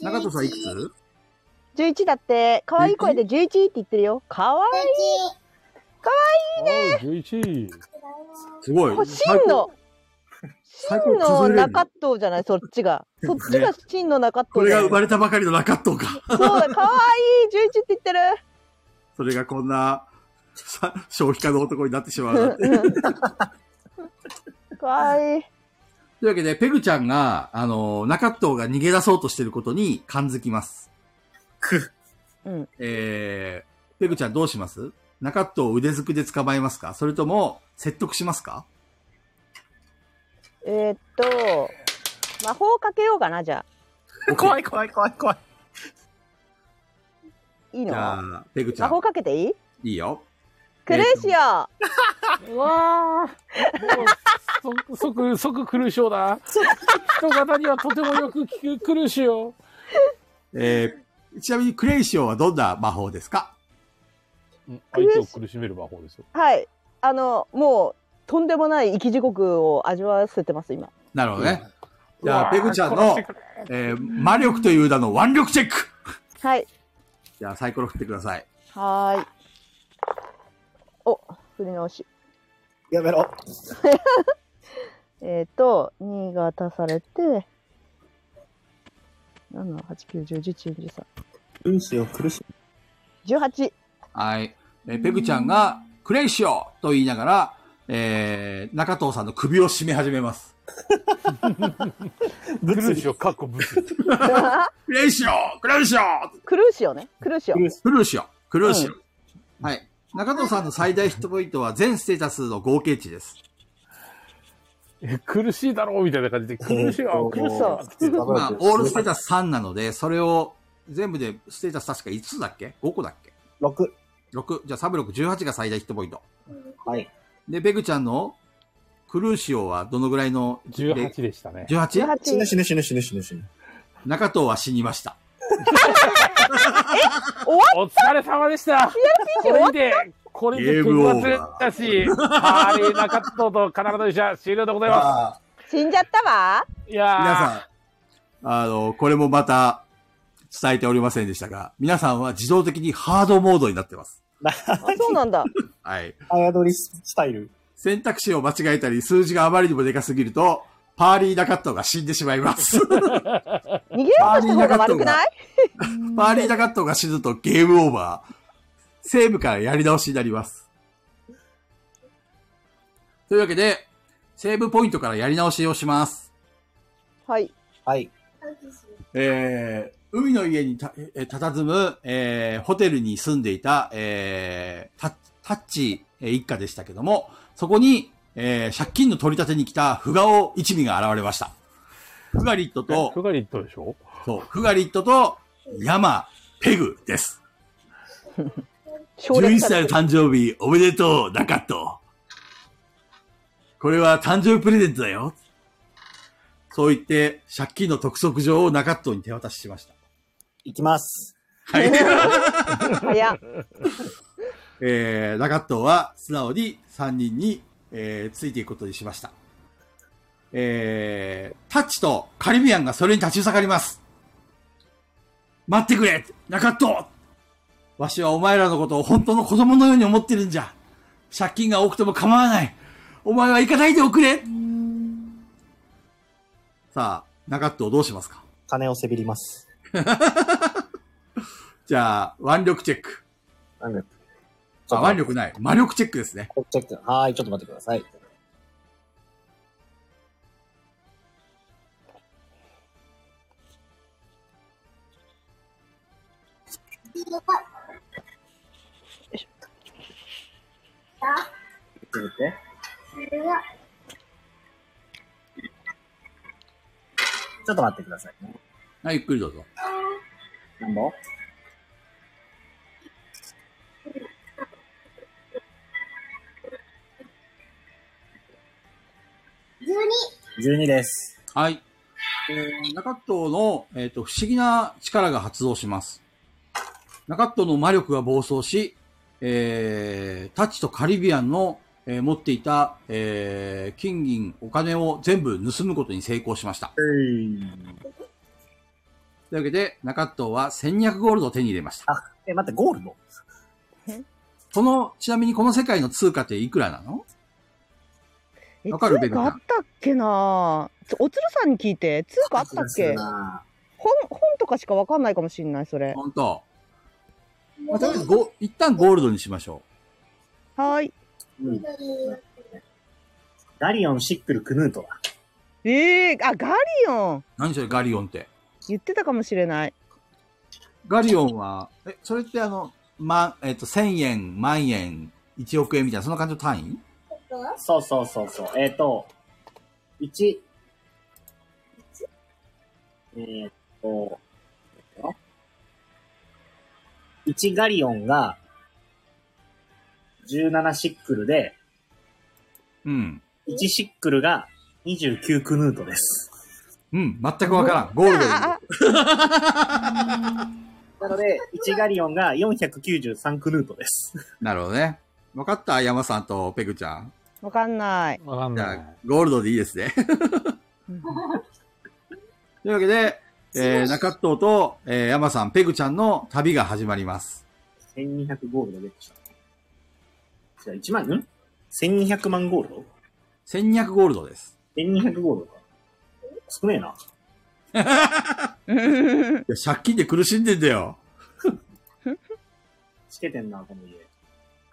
中藤さんいくつ
十一だって可愛い声で十一って言ってるよ。可愛い。
いいね。11。
すごい。
これ真の、
最
真
高
の
崩れる
中藤じ ゃない、そっちが。そっちが真の中
こ
藤
れ
だ
が
よ
生まれたばかりの中藤か。
そうだ、かわいい、11って言ってる。
それがこんな、さ消費家の男になってし まうなんて。
かわいい。
というわけで、ペグちゃんが、あの、中藤が逃げ出そうとしてることに感づきます。
うん
えー、ペグちゃんどうします中藤を腕づくで捕まえますかそれとも、説得します か
えーっと、魔法かけようかな、じゃ
怖い怖い怖い怖い。
あ。いい
じ
の
ゃ
魔
あ、ペグちゃん
法、かけていい
いいよ。
クルーシ オ
うわーもうそ即、即苦しようだ。人型にはとてもよく聞く苦しよ
えー、ちなみにクレイシオはどんな魔法ですか
う。相手を苦しめる魔法ですよ。
はい。あの、もう、とんでもない生き地獄を味わわせてます、今。
なるほどね。じゃあ、ペグちゃんの、えー、魔力という名の腕力チェック
はい。
じゃあ、サイコロ振ってください。
はーい。お、振り直し。
やめろ。
えっ、ー、と、2が足されて、7、8、9、10、11、12、
苦しいよ、苦しい。
13、18。
はい。えーペグちゃんが、クレイシオと言いながら、えー、中藤さんの首を絞め始めます。
苦しよ、かっこぶつ。
クレイシオクレイシオ
クルーシオね。クルーシオ。
クルーシオクルーシオ、はい。中藤さんの最大ヒットポイントは全ステータスの合計値です。
え苦しいだろうみたいな感じで、苦しよ、苦しよ。
まあ、オールステータス3なので、それを全部でステータス確か5つだっけ ?5 個だっけ
6。
?6。じゃあ368が最大ヒットポイント。
はい。
で、ペグちゃんのクルーシオはどのぐらいの
18でしたね。
18?
死ぬ
18。
死ぬ死ぬ死ぬ死ぬ死ぬ。
中藤は死にました。
お疲れ様でした。これにて、これ
ゲ
で
ー
結
ムオー
忘
バ
れ
ー
たし、ハーレー中藤とカナダの医者終了でございま
あ
死んじゃったわ。
す。いやー
皆さん、あの、これもまた伝えておりませんでしたが、皆さんは自動的にハードモードになってます。
あそうなんだ。
はい。
あやどりスタイル。
選択肢を間違えたり、数字があまりにもでかすぎると、パーリーダカットが死んでしまいます。
逃げようとした方が悪くない
パーリーダカットが死ぬとゲームオーバー。セーブからやり直しになります。というわけで、セーブポイントからやり直しをします。
はい。
はい。
えー海の家にた、え、たたずむ、えーホテルに住んでいた、えータタッチえー一家でしたけども、そこに、えー借金の取り立てに来たフガオ一味が現れました。フガリット
フ
と、
ガリットでしょ
そう、フガリットと、ヤマ、ペグです。
省
11
略さ
歳
れ
の
て
誕生日、おめでとう、ナカット。これは誕生日プレゼントだよ。そう言って、借金の督促状をナカットに手渡ししました。
いきます。
はい。
早っ。
えー、ラガットは素直に3人に、えーついていくことにしました。えー、タッチとカリビアンがそれに立ち塞がります。待ってくれラガットわしはお前らのことを本当の子供のように思ってるんじゃ。借金が多くても構わない。お前は行かないでおくれさあ、ナガットをどうしますか
金をせびります。
じゃあ、腕力チェック。
なんで
あ、腕力ない。魔力チェックですね。
チェック。はーい、ちょっと待ってください。
ちょっと待って
ちょっと待ってくださいね。
はい、ゆっくりどうぞ。
なんだ
12です。
はい。中藤の、えっと不思議な力が発動します。中藤の魔力が暴走し、えー、タッチとカリビアンの、えー持っていた、えー、金銀、お金を全部盗むことに成功しました。というわけで、中藤は1200ゴールドを手に入れました。
え、待って、ゴールド
この、ちなみにこの世界の通貨っていくらなの
え
わかる
通貨あったっけなちょおつるさんに聞いて、通貨あったっけ本、本とかしかわかんないかもしんない、それ。
本当。まあ、とりあえずゴ、一旦ゴールドにしましょ
はーい。
うんガリオン、シックル、クヌートだ。
ええあ、ガリオン
う。何それ、ガリオンって。
言ってたかもしれない。
ガリオンは、え、それってあの、ま、えっ、と、1000円、万円、1億円みたいな、そんな感じの単位
そうそうそうそう。えっ、ー、と、1。えっ、ー、と、1ガリオンが17シックルで、
うん。
1シックルが29クヌートです。
うん、全くわからん。ゴールドに
あ、あ
なので、1ガリオンが493クヌートです。
なるほどね。わかった山さんとペグちゃん。
わかんない。
わかん
じ
な
ゃ
い
あ。、ゴールドでいいです ね。というわけで、えー、中藤と、えー、山さん、ペグちゃんの旅が始まります。
1200ゴールドゲットした。じゃあ1万、ん ?1200 万ゴールド
1200ゴールドです。
?1200 ゴールドか。少ねえな。
うん
いや借金で苦しんでんだよ。
つけてんな、この家。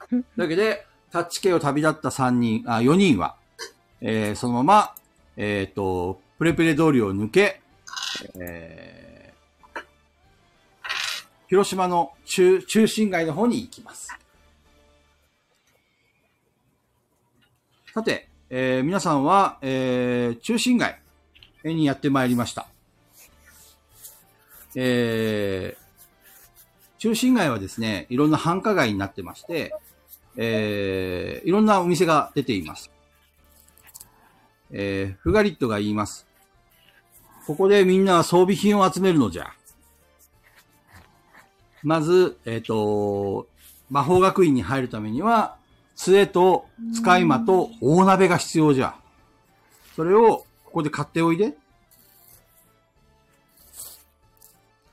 というわけで、タッチ系を旅立った3人、あ、4人は、えー、そのまま、えっ、と、プレプレ通りを抜け、えー、広島の中、中心街の方に行きます。さて、えー、皆さんは、えー、中心街にやってまいりました。えー、中心街はですね、いろんな繁華街になってまして、えーいろんなお店が出ています。えーフガリットが言います。ここでみんなは装備品を集めるのじゃ。まず、えっ、と、魔法学院に入るためには、杖と使い魔と大鍋が必要じゃ。それをここで買っておいで。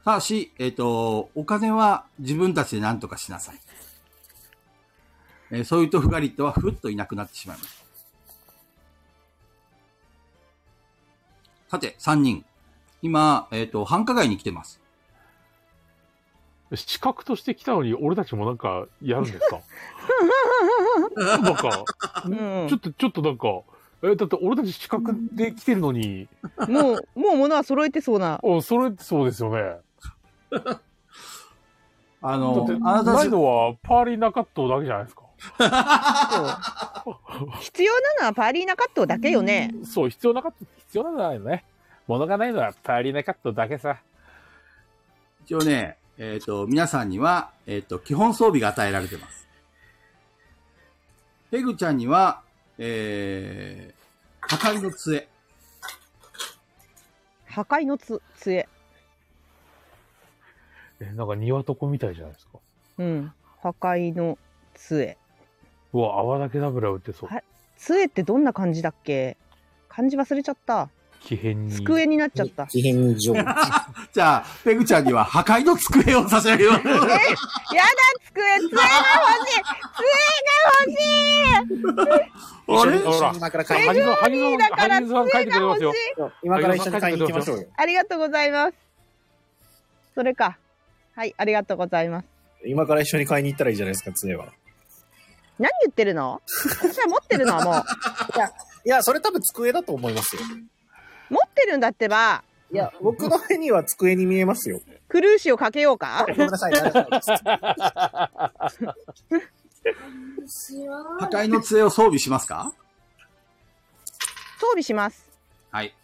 ただし、えっ、と、お金は自分たちで何とかしなさい。えーそういうとフガリットはふっといなくなってしまいます。さて、3人。今、えっ、と、繁華街に来てます。
資格として来たのに、俺たちもなんか、やるんですかなんか、
うん
ちょっと、ちょっとなんか、え、だって俺たち資格で来てるのに、
もう、もう物は揃えてそうな。
おそれ、そうですよね。
あ
だっ
の
て、、
あなたた
な
ち
いのは、パーリー中藤だけじゃないですか。
必要なのはパーリーナカットだけよね。
そう、必要なかった、必要なんじゃないのね。物がないのは、パーリーナカットだけさ。
一応ね、えっ、と、皆さんには、えっ、と、基本装備が与えられてます。ペグちゃんには、えー、破壊の杖。
破壊のつ杖。
え、なんか庭床みたいじゃないですか。
うん。破壊の杖。
うわ、泡だけダブラ打ってそう
は。杖ってどんな感じだっけ漢字忘れちゃった。
奇変に。
机になっちゃった。
事変 に上手。
じゃあ、ペグちゃんには破壊の机を差し上げます。
えやだ机杖が欲しい杖が欲しい
あれ
ほら
今から買い
萩野萩野
だから
萩野さん書い
杖
てく
が
れますよ
欲し。い
今から一緒に買いに行きましょうよ。
ありがとうございます。それか。はい、ありがとうございます。
今から一緒に買いに行ったらいいじゃないですか、杖は。
何言ってるの私は持ってるのはも
いや、それ多分机だと思いますよ。
う。持ってるんだってば、
いや、僕の目には机に見えます よ。
クルーシーをかけようか
ごめんなさい、大丈夫です
破壊の杖を装備しますか
装備します。
はい。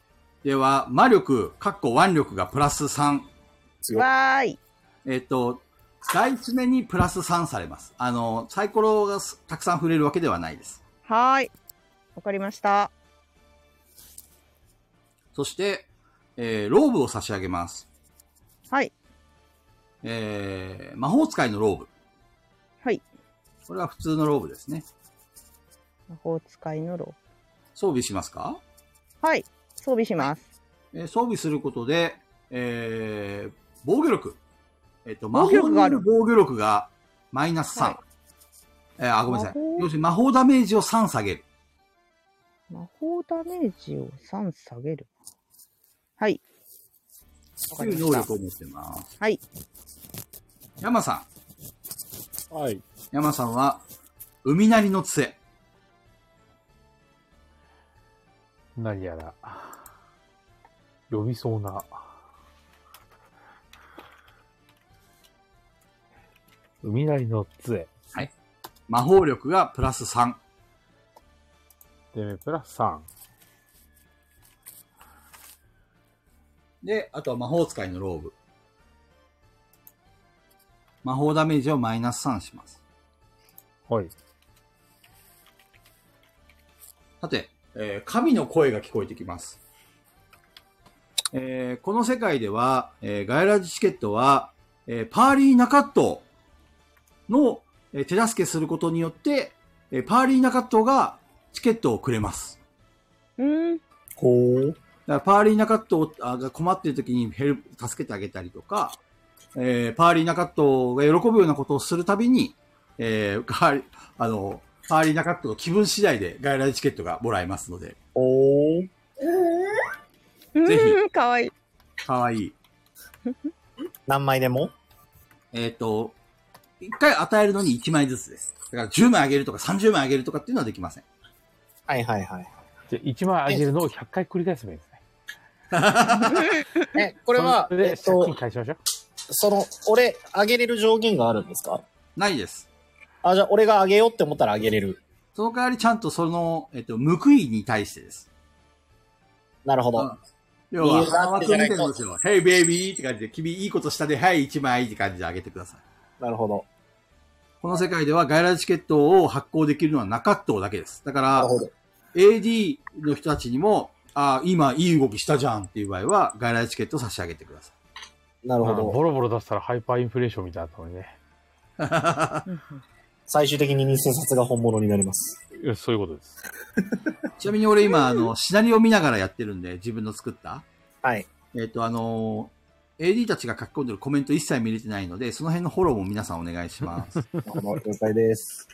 では、魔力、かっこ腕力がプラス3。
強い。
わーい。
えっ、と、第一目にプラス3されます。あの、サイコロがすたくさん触れるわけではないです。
はーい。わかりました。
そして、えー、ローブを差し上げます。
はい。
えー、魔法使いのローブ。
はい。
これは普通のローブですね。
魔法使いのロ
装備しますか
ー。はい。装備します。
えー装備することで、えー、防御力。えっ、と、魔
防御
法
力
に
が
よ
あ
る
る
防御力がマイナス3。
はい
えーあ、ごめんなさい。要するに魔法ダメージを3下げる。
魔法ダメージを3下げる。はい。わ
と
か
い
りま
う
し
能
た
力。を持ってます。
はい。
山さん。
はい。
山さんは、海なりの杖。
何やら、読みそうな。海なりの杖。
魔法力がプラス3。
でプラス3。
で、あとは魔法使いのローブ。魔法ダメージをマイナス3します。
はい。
さて、えー神の声が聞こえてきます。えーこの世界では、えーガイラジチケットは、えーパーリーナカットの、えー手助けすることによって、えーパーリーナカットがチケットをくれます。
うん。
ほう。
だからパーリーナカットをあが困っている時にヘルプ助けてあげたりとか、えーパーリーナカットが喜ぶようなことをするたびに、えーガーあの、パーリーナカットの気分次第で外来チケットがもらえますので、
おー。
ぜひ
うん、かわいい。
かわいい。
何枚でも
えっ、と、一回与えるのに1枚ずつです。だから10枚あげるとか30枚あげるとかっていうのはできません。
はいはいはい。
じゃあ1枚あげるのを100回繰り返せばいいんですね。
え、これは、
それ
え
で
っ
借金
と、
返しましょう。
その、俺、あげれる上限があるんですか
ないです。
あ、じゃあ、俺があげようって思ったらあげれる。
その代わりちゃんとその、えっ、と、報いに対してです。
なるほ
うん
ど。
要は、
理由があってじゃないと
んですよ。Hey baby! って感じで、君いいことしたで、はい、1枚って感じであげてください。
なるほど。
この世界では外来チケットを発行できるのは中っ頭だけです。だか
な
ら、
るほど。
AD の人たちにも、ああ、今いい動きしたじゃんっていう場合は、外来チケットを差し上げてください。
なるほ
まあ
ど。
ボロボロ出したらハイパーインフレーションみたいになったのにね。
最終的に偽札が本物になります。
いやそういうことです。
ちなみに俺今、あの、シナリオ見ながらやってるんで、自分の作った。
はい。
えっ、と、あのー AD たちが書き込んでるコメント一切見れてないので、その辺のフォローも皆さんお願いします。
なるほど了解です。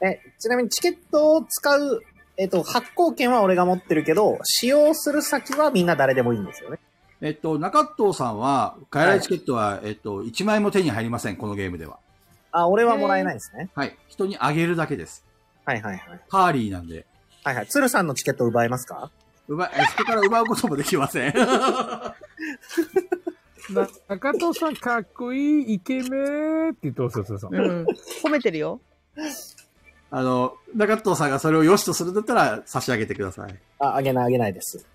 え、ちなみにチケットを使う、えっと、発行権は俺が持ってるけど、使用する先はみんな誰でもいいんですよね。
えっと、中藤さんは、外来チケットは、えっと、1枚も手に入りません、このゲームでは。
あ、俺はもらえないんですね。
はい。人にあげるだけです。
はいはいはい。
パーリーなんで。
はいはい。鶴さんのチケット奪えますか
奪い、え人から奪うこともできません。
中藤さんかっこいい、イケメンって言ってますよ、鶴さん。
うん。
褒めてるよ。
あの、中藤さんがそれを良しとするんだったら差し上げてください。
あ、あげないあげないです。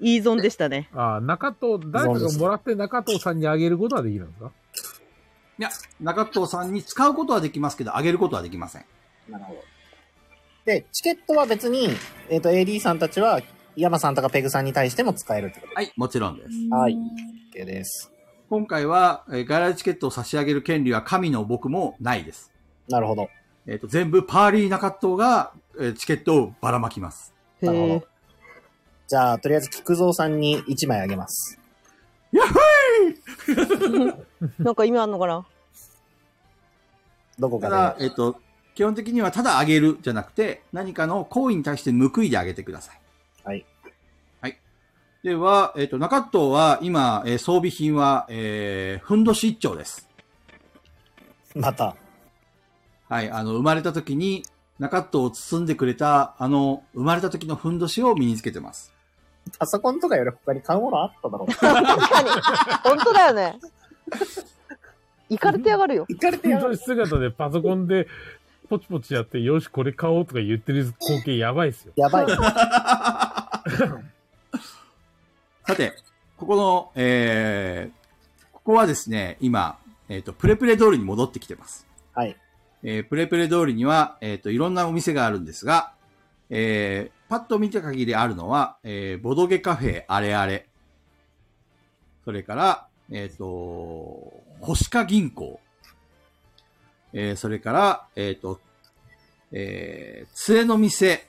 いい損でしたね。
ああ、中藤、誰かがもらって中藤さんにあげることはできるんですか
中藤さんに使うことはできますけど、あげることはできません。
なるほど。で、チケットは別に、えっと、AD さんたちは、山さんとかペグさんに対しても使えるってこと
はい、もちろんです。
はい。OK です。
今回は、えー外来チケットを差し上げる権利は神の僕もないです。
なるほど。
えっ、と、全部パーリー中藤が、えーチケットをばらまきます。
へ
なるほ
え
ど。じゃあ、とりあえず、菊蔵さんに1枚あげます。
なんか意味あんのかな
どこ
た
か
だ、
で。
えっ、と、基本的にはただあげるじゃなくて、何かの行為に対して報いであげてください。
はい。
はい。では、えっ、と、中藤は今、えー装備品は、えー、ふんどし一丁です。
また。
はい、あの、生まれた時に、中藤を包んでくれた、あの、生まれた時のふんどしを身につけてます。
パソコンとかより他に買うものあっただろう。
確かに。本当だよね。行かれてやがるよ。
行かれてや
本当に姿でパソコンでポチポチやって、よし、これ買おうとか言ってる光景やばいっすよ。
やばい。
さて、ここの、えー、ここはですね、今、えっ、と、プレプレ通りに戻ってきてます。
はい。
えー、プレプレ通りには、えっ、と、いろんなお店があるんですが、えー、パッと見た限りあるのは、えー、ボドゲカフェあれあれ。それから、えっ、と、星鹿銀行。えー、それから、えっ、と、えー、杖の店、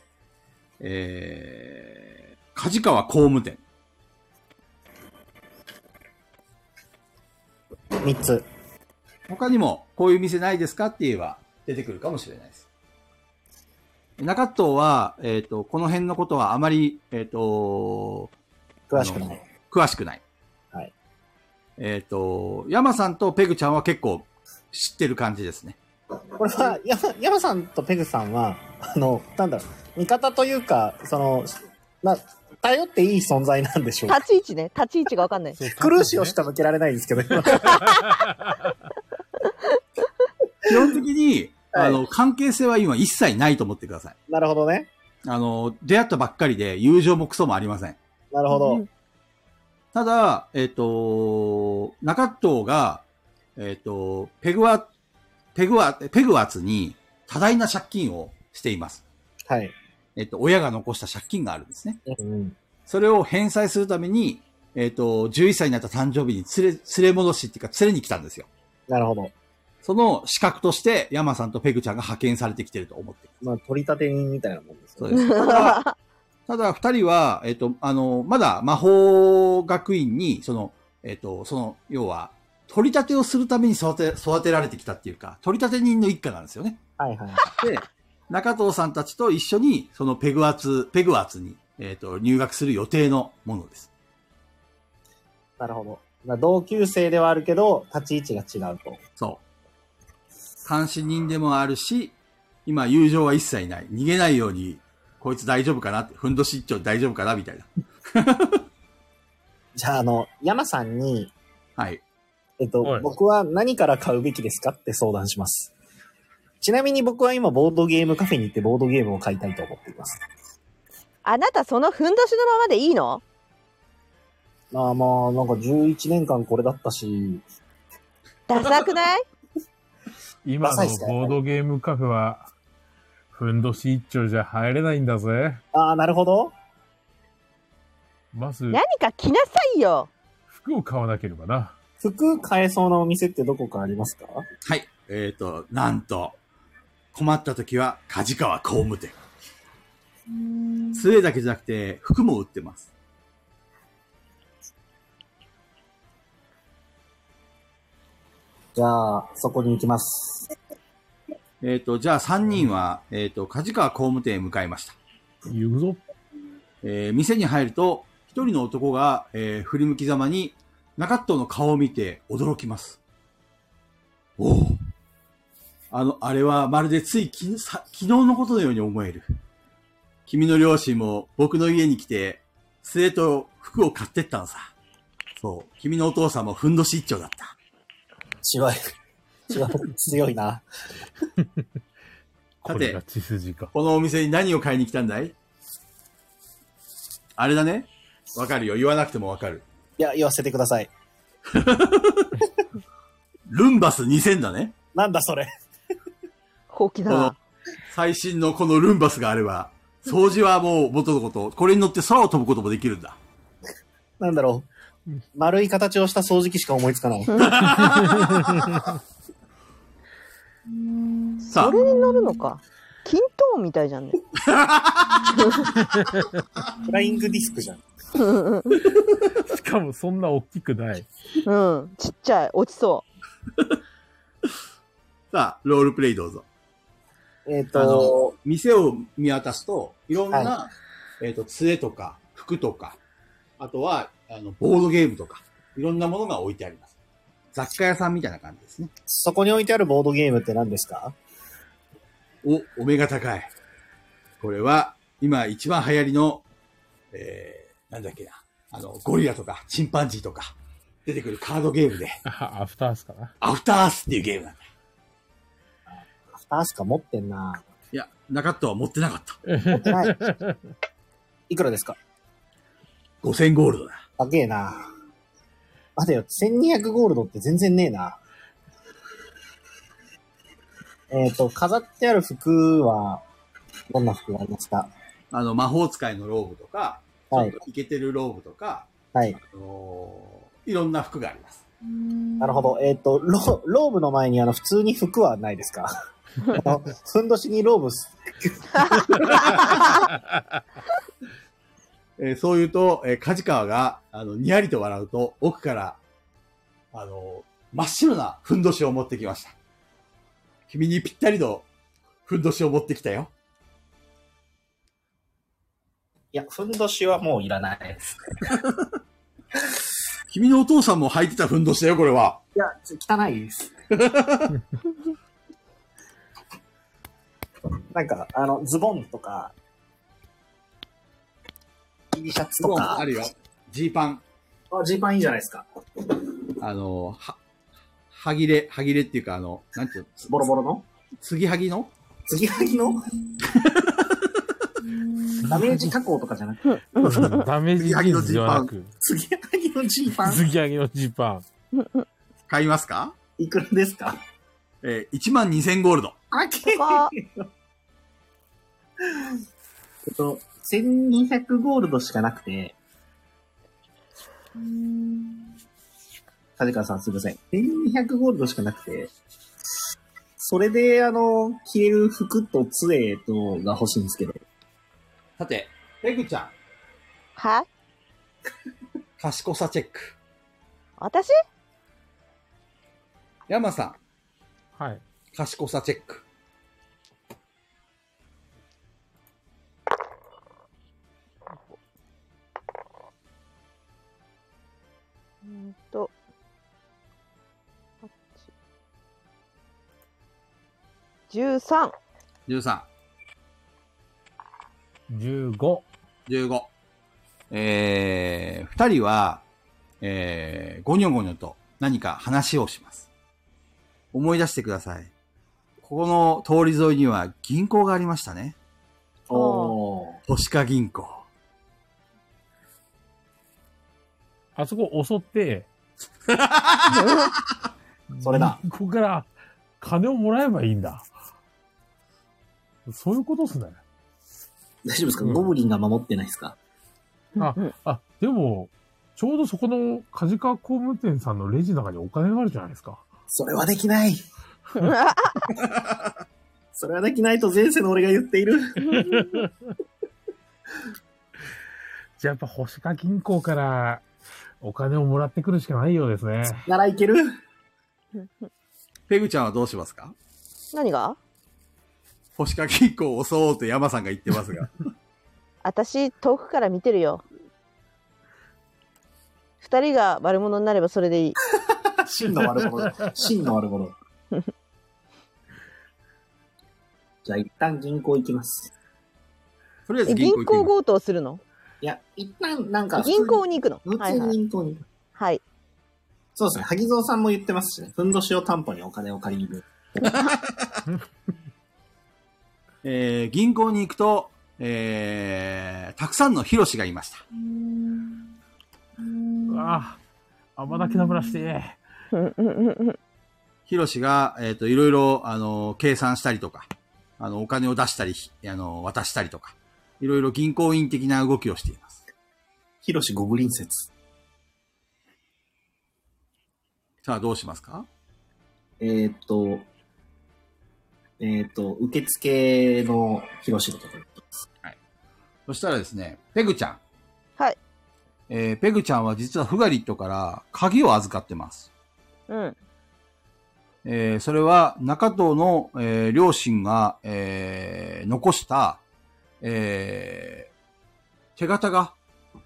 えー、梶川工務店。
3つ。
他にも、こういう店ないですかって言えば、出てくるかもしれないです。中藤は、えっ、と、この辺のことはあまり、えっ、と、
詳しくない。
詳しくない。
はい。
えっ、と、山さんとペグちゃんは結構知ってる感じですね。
これは、やま山さんとペグさんは、あの、なんだろう、味方というか、その、な、頼っていい存在なんでしょうか。
立ち位置ね。立ち位置がわかんない。
クルーシーをしか向けられないんです けど、今
基本的に、
はい
あの、関係性は今一切ないと思ってください。
なるほどね。
あの、出会ったばっかりで友情もクソもありません。
なるほど。
ただ、えっ、と、中藤が、えっ、と、ペグワ、ペグワ、ペグワツに多大な借金をしています。
はい。
えっ、と、親が残した借金があるんですね。
うん。
それを返済するために、えっ、と、11歳になった誕生日に連れ、連れ戻しっていうか連れに来たんですよ。
なるほど。
その資格として、山さんとペグちゃんが派遣されてきてると思っています
まあ、取り立て人みたいなもんです
そう
よね。
です。ただ、ただ二人は、えっ、と、あの、まだ魔法学院に、その、えっ、と、その、要は、取り立てをするために育て、育てられてきたっていうか、取り立て人の一家なんですよね。
はいはい。
で、中藤さんたちと一緒に、そのペグアツ、ペグアツに、えっ、と、入学する予定のものです。
なるほど。まあ、同級生ではあるけど、立ち位置が違うと。
そう。監視人でもあるし、今、友情は一切ない。逃げないように、こいつ大丈夫かなって、ふんどし一丁大丈夫かなみたいな。
じゃあ、あの、山さんに、
はい。
えっと、
はい
僕は何から買うべきですかって相談します。ちなみに僕は今、ボードゲームカフェに行ってボードゲームを買いたいと思っています。
あなたそのふんどしのままでいいの
まあまあ、なんか11年間これだったし、
ダサくない
今のボードゲームカフェは、ふんどし一丁じゃ入れないんだぜ。
ああ、なるほど。
まず、
何か着なさいよ。
服を買わなければな。
服買えそうなお店ってどこかありますか
はい。えっ、と、なんと、困った時は、梶川工務店。杖だけじゃなくて、服も売ってます。
じゃあ、そこに行きます。
えっ、と、じゃあ3人は、えっ、と、梶川工務店へ向かいました。
言うぞ。
えー店に入ると、一人の男が、えー振り向きざまに、中藤の顔を見て驚きます。おお。あの、あれはまるでついきさ昨日のことのように思える。君の両親も僕の家に来て、杖と服を買ってったのさ。そう、君のお父さんもふんどし一丁だった。
強い。強い。強いな。
これが血筋か。
このお店に何を買いに来たんだいあれだね。わかるよ。言わなくてもわかる。
いや、言わせてください。
ルンバス2000だね。
なんだそれ。
ほうきだ
この
な。
最新のこのルンバスがあれば、掃除はもう元のこと、これに乗って空を飛ぶこともできるんだ。
なんだろう。丸い形をした掃除機しか思いつかない。
さ
それに乗るのか。均等みたいじゃんね。
フライングディスクじゃん。
しかもそんな大きくない。
うん。ちっちゃい。落ちそ
あ、さあ、ロールプレイどうぞ。
えっ、
あの
と、、
店を見渡すと、いろんな、えっ、と、杖とか、服とか、あとは、あの、ボードゲームとか、いろんなものが置いてあります。雑貨屋さんみたいな感じですね。
そこに置いてあるボードゲームって何ですか
お、お目が高い。これは、今一番流行りの、えー、なんだっけな。あの、ゴリラとか、チンパンジーとか、出てくるカードゲームで、
あアフタースかな。
アフターアースっていうゲームなんだ。
アフタースか持ってんな。
いや、なかったは持ってなかった。
持ってない。いくらですか
5000ゴールドだ。
高えな。待てよ、1200ゴールドって全然ねえな。えっ、と、飾ってある服は、どんな服がありますか
あの、魔法使いのローブとか、
は
はいい。イケてるローブとか、
はい。
あのーいろんな服があります。
なるほど。えっ、とロ、ローブの前に、あの、普通に服はないですか あの、ふんどしにローブす、
えーそう言うと、えー、梶川が、あの、にやりと笑うと、奥から、あのー真っ白なふんどしを持ってきました。君にぴったりのふんどしを持ってきたよ。
いや、ふんどしはもういらないです。
君のお父さんも履いてたふんどしだよ、これは。
いや、ちょ汚いです。
なんか、あの、ズボンとか、T シャツとか、
あるよ。ジーパン。
あ、ジーパンいいじゃないですか。
あの、は、はぎれ、はぎれっていうか、あの、なんていうのつ
ボロボロの
継ぎはぎの
継ぎはぎのダメージ加工とかじゃなくて、
ダメージジーンズではなく、
継ぎはぎのジーパン、
継ぎ上げのジーパン。
買いますか
いくらですか
えー、1万2000ゴールド。
あけ
高っ
えっと、1200ゴールドしかなくて、梶川さんすいません。1200ゴールドしかなくて、それで、あの、着れる服と杖とが欲しいんですけど、
さて、ペグちゃん、
は
賢さチェック。
私
山さ
はい。
ん、賢さチェック。
うーんと。13。
13、
15。
15。えー、二人は、えー、ごにょごにょと何か話をします。思い出してください。ここの通り沿いには銀行がありましたね。
おー、
都市化銀行。
あそこ襲って、
それだ。
ここから金をもらえばいいんだ。そういうことっすね。
大丈夫ですか、
うん
ゴブリンが守ってないですか
ああ、でも、ちょうどそこの梶川工務店さんのレジの中にお金があるじゃないですか。
それはできない。それはできないと前世の俺が言っている。
じゃあやっぱ星川銀行からお金をもらってくるしかないようですね。
ならいける
ペグちゃんはどうしますか
何が
星化銀行を襲おうと山さんが言ってますが。
私、遠くから見てるよ。二人が悪者になればそれでいい。
真の悪者だ。真の悪 者だ。じゃあ一旦銀行行きます。
とりあえず
え
銀
銀
行行って
行
みよう
強盗をするの
いや、一旦なんか、
銀行に行く
普
のはい
通
は
に
い。
銀行に行く。
はい。
そうですね。萩蔵さんも言ってますしね。ふんどしを担保にお金を借りる。
えー、銀行に行くと、えー、たくさんのヒロシがいました。
うわあ、甘泣きなぶらして。
うんうんうんうん
ヒロシが、えっ、と、いろいろ、あの、計算したりとか、あの、お金を出したり、ひあの、渡したりとか、いろいろ銀行員的な動きをしています。
ヒロシゴブリン説。
さあ、どうしますか
えーっと、えーっと、受付のヒロシのところ。
そしたらですね、ペグちゃん。
はい。
えー、ペグちゃんは実はフガリットから鍵を預かってます。
うん。
えー、それは中藤の、えー両親が、えー、残した、えー、手形が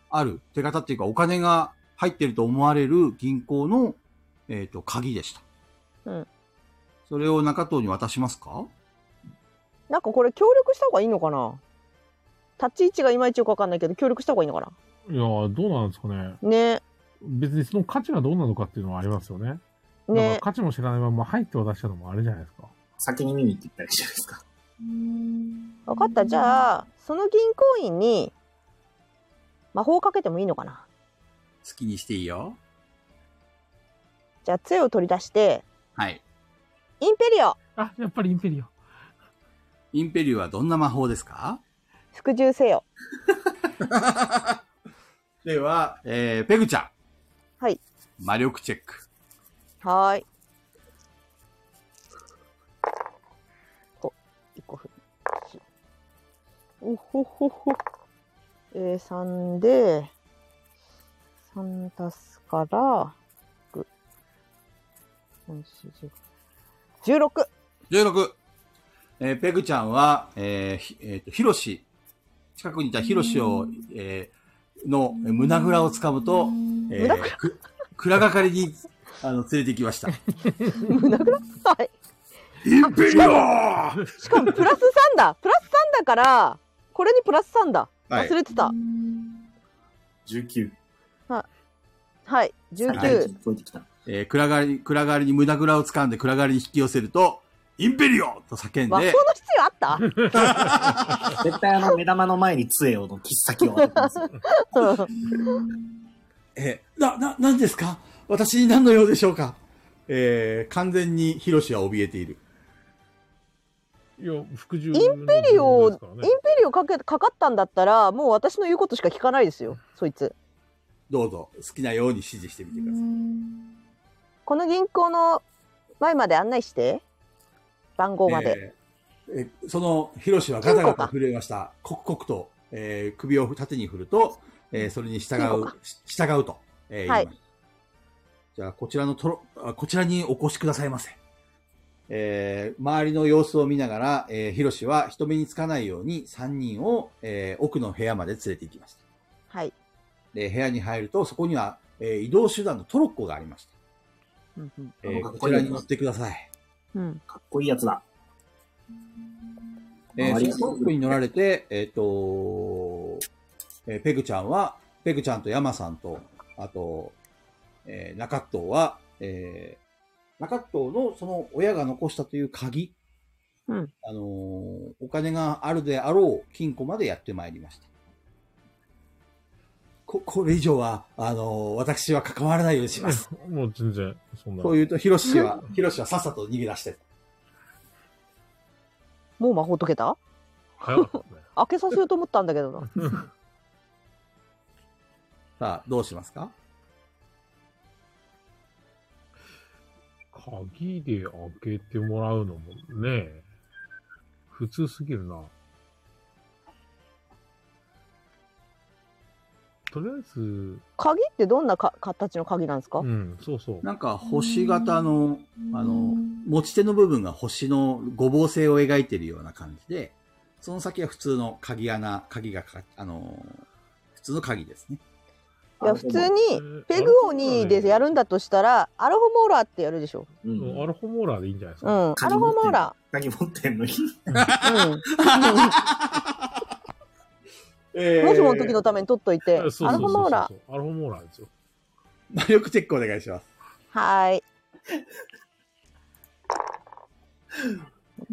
ある、手形っていうかお金が入ってると思われる銀行の、えっ、と、鍵でした。
うん。
それを中藤に渡しますか
なんかこれ協力した方がいいのかな立ち位置がいまいちよくわかんないけど、協力した方がいいのかない
やーどうなんですかね。
ね
別にその価値がどうなのかっていうのはありますよね。だから
ね
価値も知らないまま入って渡したのもあれじゃないですか。
先に見に行ってきたりじゃないですか。
わかった。じゃあ、その銀行員に魔法をかけてもいいのかな
好きにしていいよ。
じゃあ、杖を取り出して、
はい。
インペリオ
あ、やっぱりインペリオ。
インペリューはどんな魔法ですか
服従せよ。
では、えー、ペグちゃん。
はい。
魔力チェック。
はーい。お、一個ふ。おほほほ。えー、3で、3足すから、6。 16。
16。えーペグちゃんは、えーひえーと、ヒロシ、近くにいたヒロシを、えーの胸ぐらを掴むと、えー
胸
く暗がかりに、あの、連れてきました。
胸ぐらはい。
インペリオは
しかもプラス3だ。プラス3だから、これにプラス3だ。
い
忘。れてた。
19。
はい。19。
超えてきた。
えー暗がり、暗がりに胸ぐらを掴んで暗がりに引き寄せると、インペリオと叫ん
和装の
で、
必要あ った
絶対あの、目玉の前に杖をの切っ先を当ててますよ。
えーな、な、何ですか私に何の用でしょうかえー完全にヒロシは怯えている。
いや、服従。
インペリオ、インペリオかけ、かかったんだったら、もう私の言うことしか聞かないですよ。そいつ。
どうぞ、好きなように指示してみてください。
この銀行の前まで案内して。番号まで。
えーえそのヒロシはガタガタ震えました。コクコクと、えー首を縦に振ると、えーそれに従
金庫
う
か、
し従うと、えー
はい
言いますじゃあ、こちらのトロ、あこちらにお越しくださいませ。えー周りの様子を見ながら、えー、ヒロシは人目につかないように3人を、えー奥の部屋まで連れて行きました。
はい。
で、部屋に入ると、そこには、えー移動手段のトロッコがありました。
うんうん
えーこちらに乗ってください。
うん。
かっこいいやつだ。
え
あり
ー、
が
ス
とう
トップに乗られて、えっ、とえーペグちゃんは、ペグちゃんとヤマさんと、あと、えー中藤は、えー中藤のその親が残したという鍵、
うん
あのーお金があるであろう金庫までやってまいりました。こ、これ以上は、あのー私は関わらないようにします。
もう全然、そんな。
と言うと、ヒロシは、ヒロシはさっさと逃げ出して、
もう魔法解けた
早かったね。
開けさせようと思ったんだけどな。
さあ、どうしますか
鍵で開けてもらうのもね、普通すぎるな。とりあえず、
鍵ってどんなか形の鍵なんですか、
うん、そうそう。
なんか星型の、あの、持ち手の部分が星のごぼう星を描いてるような感じで、その先は普通の鍵穴、鍵がか、あのー、普通の鍵です ね。
いや、普通に、ペグオニーでやるんだとしたら、アルホモーラーってやるでしょ。
う
うんん。アルホモーラーでいいんじゃないです
う
か。
ん。アルホモーラ
鍵持ってんのに。
ー。うん。もしもの時のために取っとい
そ
て
うそう。そう
アルホモーラー。
そうアルホモーラーですよ。
魔力チェックお願いします。
はーい。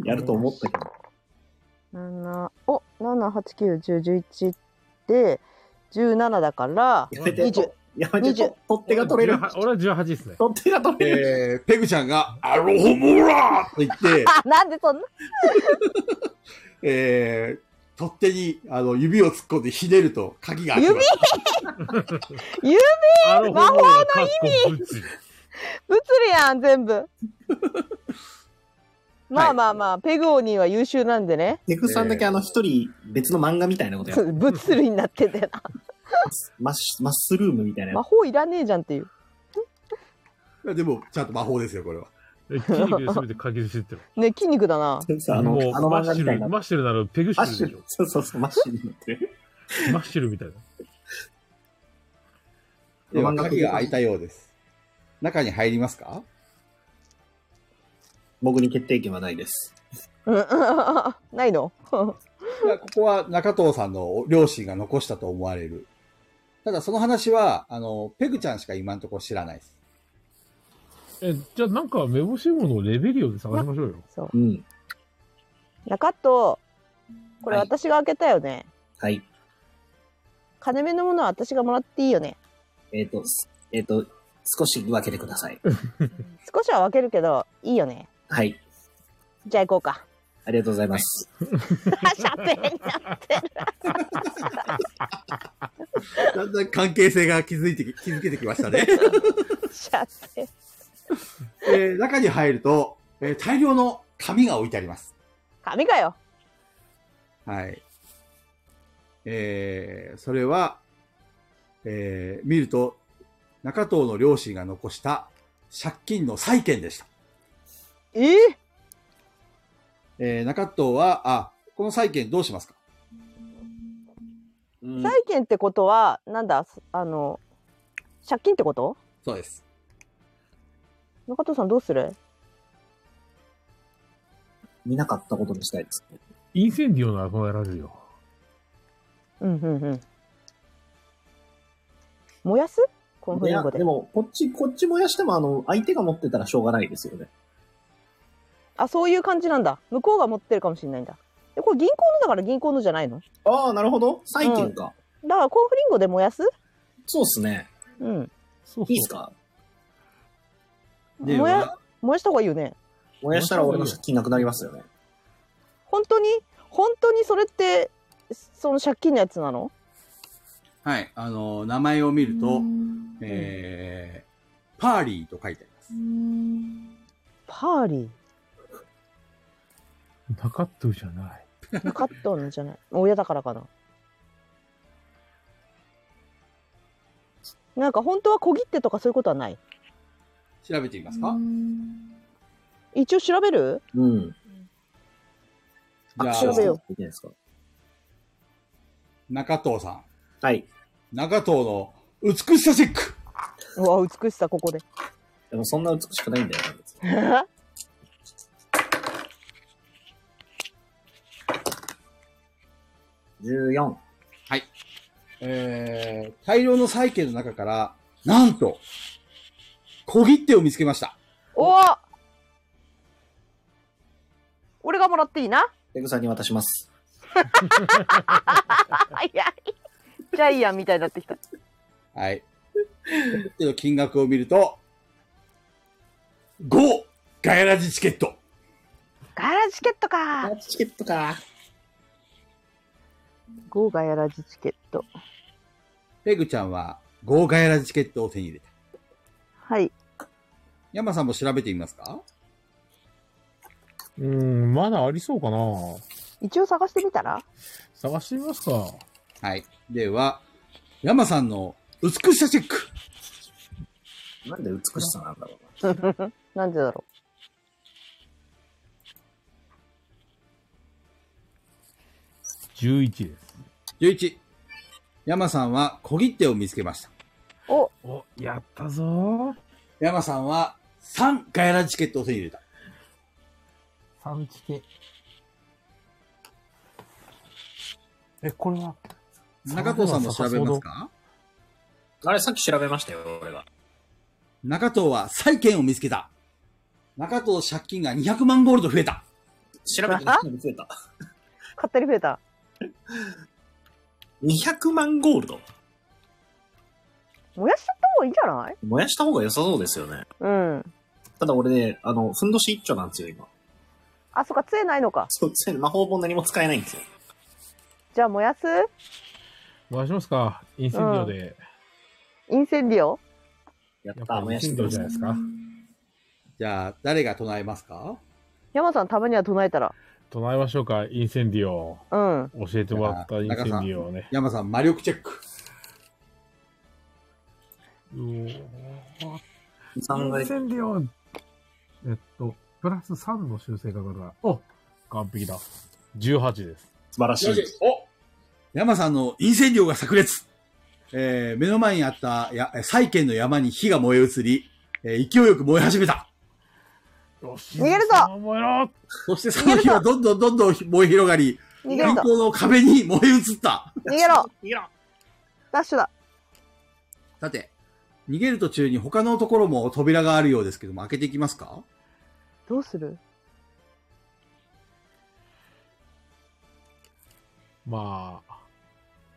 やると思ったけど。
7お七八九十十一で十七だから
やめて
20、
やめて、
20
と取っ手が取れる。
18俺は18ですね。
取っ手が取れる。
えー、ペグちゃんが、アロホモーラーと言って、
あなんでそんな
えー、取っ手に、あの、指を突っ込んでひねると、鍵が開きます。
アルホモーラーかっこ物理。
物理やん全 部まあまあまあ、ペグオニーは優秀なんでね
ネフさんだけあの一人別の漫画みたいなことやって
物理にな っててな
ます。マッシュマッスルームみたいなや
魔法いらねえじゃんっていう
いやでも、ちゃんと魔法ですよ、これは。
え筋肉で全て鍵で知 ってる。
ね筋肉だな
つ。さあの
もう、
あの
マ
漫
ッ
画
シ
み
ュ
たい
ル、
な。
マッシュルならペグシ
マッ
ュ
シュ
ルでし
ル。そうそうそう、マッシュルームってる。
ょ。マッシュルみたいな。
では鍵が開いたようです。中に入りますか
僕に決定権はないです。
うん ないの
いやここは中藤さんの両親が残したと思われる。ただその話は、あの、ペグちゃんしか今のところ知らないです。
え、じゃあなんか、めぼしいものをレベリオで探しましょうよ。
そう
うん。
中とこれ
はい
私が開けたよね、
はい。
金目のものは私がもらっていいよね
えっ、と、すえっ、と、少し分けてください。
少しは分けるけどいいよね
はい。
じゃあ行こうか
ありがとうございます。
喋りなってる。
だんだん関係性が気づいてき、気づけてきましたね。
喋
えー中に入ると、えー大量の紙が置いてあります。
紙かよ。
はい。えーそれは、えー見ると、中藤の両親が残した借金の債権でした。
え
えー中藤は、あ、この債権どうしますか
うん
債権ってことは、なんだ、すあの、借金ってこと
そうです。
中藤さんどうする
見なかったことにしたいです。
インセンディオなら唱えられるよ。
うんうんうん。燃やすこのフ
い
リン
や、
ゴで
で。も、こっち、こっち燃やしても、あの、相手が持ってたらしょうがないですよね。
あ、そういう感じなんだ。向こうが持ってるかもしれないんだ。で、これ銀行のだから銀行のじゃないの
ああ、なるほど。債権か。
だからコンフリンゴで燃やす
そうっすね。
うん。
そう
いいっすか
で、
燃や
わ
燃やした方がいいよね。
燃やしたら俺の借金なくなりますよね。
本当に本当にそれって、その借金のやつなの
はい、あの、名前を見ると、えー、パーリーと書いてあります。
パーリ
なかったじゃない。
ー。なかったんじゃない親だからかな。なんか本当は小切手とかそういうことはない。
調べてみますか、
一応調べる
うん。
じゃ
アク
あ
ション
調べよう
いいんじゃないですか。
中藤さん。
はい。
中藤の美しさチェック
うわ、美しさここで。
でもそんな美しくないんだよな、別に14。
えー、大量の債権の中から、なんと、小切手を見つけました。
おお俺がもらっていいな
ペグさんに渡します。
早いジャイアンみたいになってきた。
はい。小切手の金額を見ると、5! ガヤラジチケット
ガヤラジチケットか
あ、チケットか。
ゴーガヤラジチケット。
ペグちゃんは5ガヤラジチケットを手に入れた。
はい。
ヤマさんも調べてみますか
うん、まだありそうかな。
一応探してみたら
探してみますか。
はい。では、ヤマさんの美しさチェック
なんで美しさなんだろうな。
なんでだろ
11です。
!11! ヤマさんは小切手を見つけました。
う。お
お、やったぞ
ヤマさんは3ガヤラジチケットを手に入れた。
三チケ。え、これは
中藤さんも調べますか
あれ、さっき調べましたよ、俺が。
中藤は債券を見つけた。中藤借金が200万ゴールド増えた。
調べてなくても増えた。
勝手に増えた。
200万ゴールド
燃やしちゃった方がいいんじゃない
燃やした方が良さそうですよね。
うん。
ただ俺ね、あの、ふんどし一丁なんですよ、今。
あ、そっか、杖ないのか。
そう、つい魔法本何も使えないんですよ。
じゃあ燃やす
回しますか。インセンディオで。
インセンディオ
やっ、
やったぱ
燃
イン
や
セ
し
ンディ
てま
オじゃないですか。
じゃあ、誰が唱えますか
山さんたまには唱えたら。
唱えましょうか、インセンディオ。
うん。
教えてもらったインセンディオをね。
ヤマさん、魔力チェック。
うおーイ
す。三
ン
階
センディオえっと、プラス3の修正がかかる。お完璧だ。18です。
素晴らしい。
おヤマさんの陰線量が炸裂。えー、目の前にあったやえ債券の山に火が燃え移り、えー勢いよく燃え始めた。
よし
逃げるぞ
燃えろ
そしてその火はどんどんどんどん燃え広がり、
逃げる
銀
ぞ。
行の壁に燃え移った。
逃げろ。
逃げろ
ダッシュだ。
さて、逃げる途中に他のところも扉があるようですけども、開けていきますか
どうする
まあ、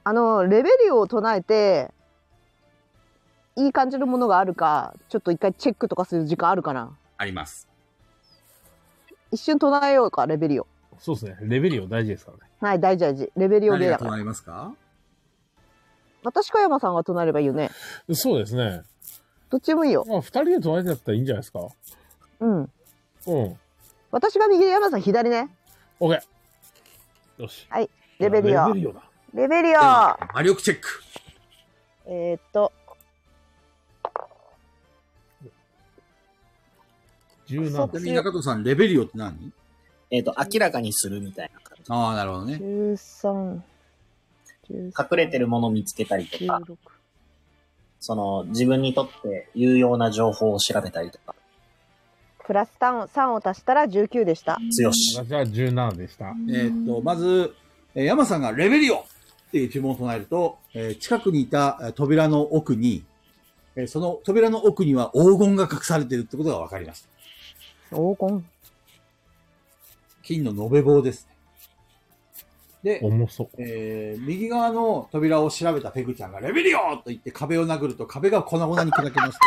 あの、レベリオを唱えて、いい感じのものがあるか、ちょっと一回チェックとかする時間あるかな。
あります。
一瞬唱えようか、レベリオ。
そうですね。レベリオ大事ですからね。
はい、大事大事。レベリオ
誰
で
が
だから。
唱えますか
私か山さんが唱えればいいよね。
そうですね。
どっちでもいいよ。
まあ、二人で唱えてだったらいいんじゃないですか。
うん。
うん。
私が右で山さん左ね。
オッケー。よし。
レベリ
レ
オ
ベ。リオだ。
レベリオ。
魔力チェック。
えー、っと。
17
ちなみに中藤さん、レベリオって何
えっ、と、明らかにするみたいな感じ。
ああ、なるほどね。
十三。
隠れてるものを見つけたりと
十
か、
六。
その、自分にとって有用な情報を調べたりとか。
プラス3を3を足したら19でした。
強し。
私は17でした。
えーっと、まず、えー山さんがレベリオっていう注文を唱えると、えー近くにいたえー扉の奥に、えーその扉の奥には黄金が隠されてるってことが分かりました。
黄金。
金の延べ棒ですね。で、
重 そう。
えー右側の扉を調べたペグちゃんがレベリオと言って壁を殴ると壁が粉々に砕けまし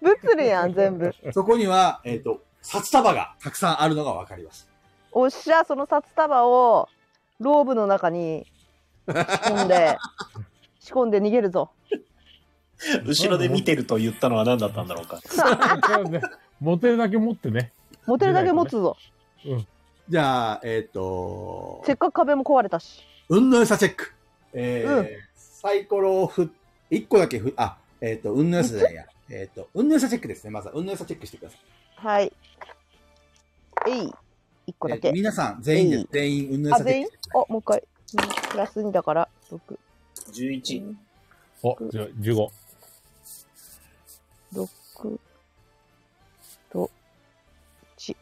物理やん、全部。
て、 そこには、えーっと、札束がたくさんあるのが分かります。
おっしゃ、その札束を、ローブの中に仕込 んで、仕込んで逃げるぞ。
後ろで見てると言ったのは何だったんだろうか。
そうねモテるだけ持ってね。
持てるだけ持つぞ。
じゃあ、えーっと、
せっかく壁も壊れたし。
運の良さチェック。えー
うん
サイコロを振っ、1個だけ振、あ、えっ、と、運の良さじゃないや。えっと、運の良さチェックですね。まずは運の良さチェックしてください。
はい。えい。一個だ
え
け
ー。皆さん、全員です
いい。
全員、運の良
あ、
さチェ
全
ッ
員
ク。
あ、もう一回。うんプラス2だから、6。
11。
お、じゃあ15。
6と1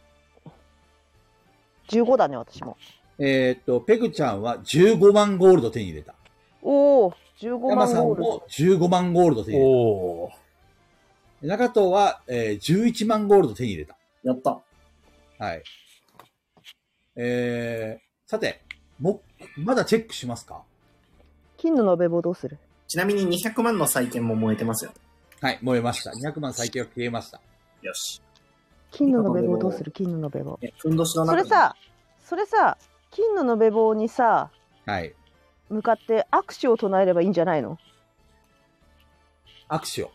15だね私も
えっ、と、ペグちゃんは15万ゴールド手に入れた。
おお15
山
万
さん
ゴール
も15万ゴールド手に入れ
お
た。
ー。
中藤は、えー、11万ゴールド手に入れた。
やった。
はい。えー、さて、も、まだチェックしますか
金の延べ棒どうする
ちなみに200万の債券も燃えてますよ。
はい、燃えました。200万最強が消えました。
よし。
金の延べ棒どうする金の延べ棒
え、ふんどしの
そ
中に
れ、さそれさ金の延べ棒にさ
はい。
向かって握手を唱えればいいんじゃないの
握手を。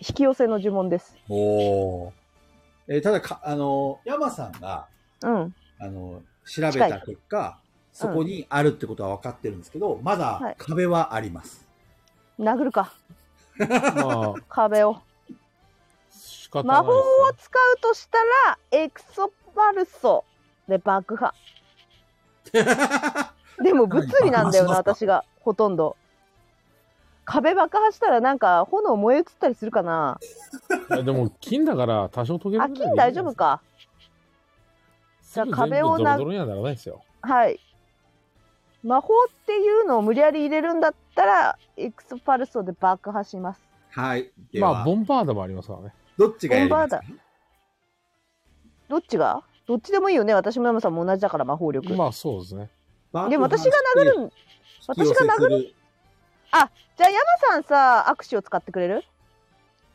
引き寄せの呪文です
おお。えーただか、あのー、山さんが、
うん
あのー、調べ
近
た
い
結果、そこにあるってことは分かってるんですけど、ま
は
だ
い
壁はあります。
殴るか
まあ、
壁を
仕方ない
魔
ですね。
法を使うとしたらエクソパルソで爆破でも物理なんだよな
爆破します
私がほとんど壁爆破したらなんか炎燃え移ったりするかない
やでも、金だから多少溶けるぐら
あ
いでいいんじゃ
金
な
大
いです
丈夫。かじゃあ壁をな
な。ドロドロにはならないですよ。
はい魔法っていうのを無理やり入れるんだったらエクソパルソで爆破します
はい。では、
まあ、ボンバーダもありますからね。
どっちがやり
ボ
ま
ン
すか
バどっちがどっちでもいいよね私も山さんも同じだから魔法力、
まあ、そうですね。
でも私が殴るん私が殴る
る。
じゃあ山さんさ握手を使ってくれる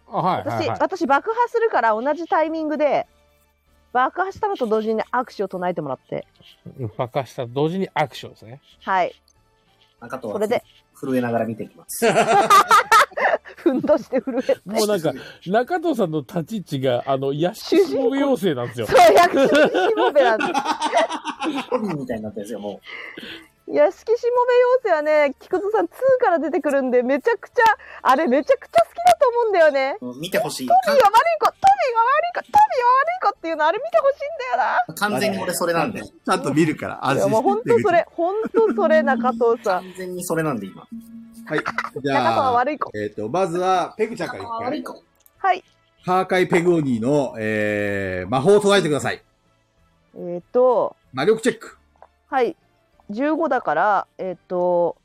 あ、はい、
私、
はい、はい。
私爆破するから同じタイミングで爆破したのと同時に握手を唱えてもらって
爆破した同時にアクションですね。
はい
中とは
それで
震えながら見ていきます。
ふんどして震えて
もう なんか、中藤さんの立ち位置が、あの、ヤシスモ妖精なんですよ。
そう屋敷しもべなんで
コ ビンみたいになってるんですよ、も
す屋敷しもべ妖精はね菊蔵さん2から出てくるんでめちゃくちゃあれめちゃくちゃ好きだと思うんだよね
う。もう見てほしい。
トミーが悪い子トミーが悪い子トミーが悪い子っていうのあれ見てほしいんだよな
か完全に俺それなんで。
ちゃんと見るから、安
いや
心
もう本
して。
当それ本当それ中藤さん
完全にそれなんで、今。
はい。じ
中藤は
ゃあ、
悪い子
えっ、と、まずは、ペグちゃんから一回。
はい
ハーカイペグオニーの、えー、魔法を唱えてください。
えっ、と
魔力チェック。
はい。15だから、えっ、と、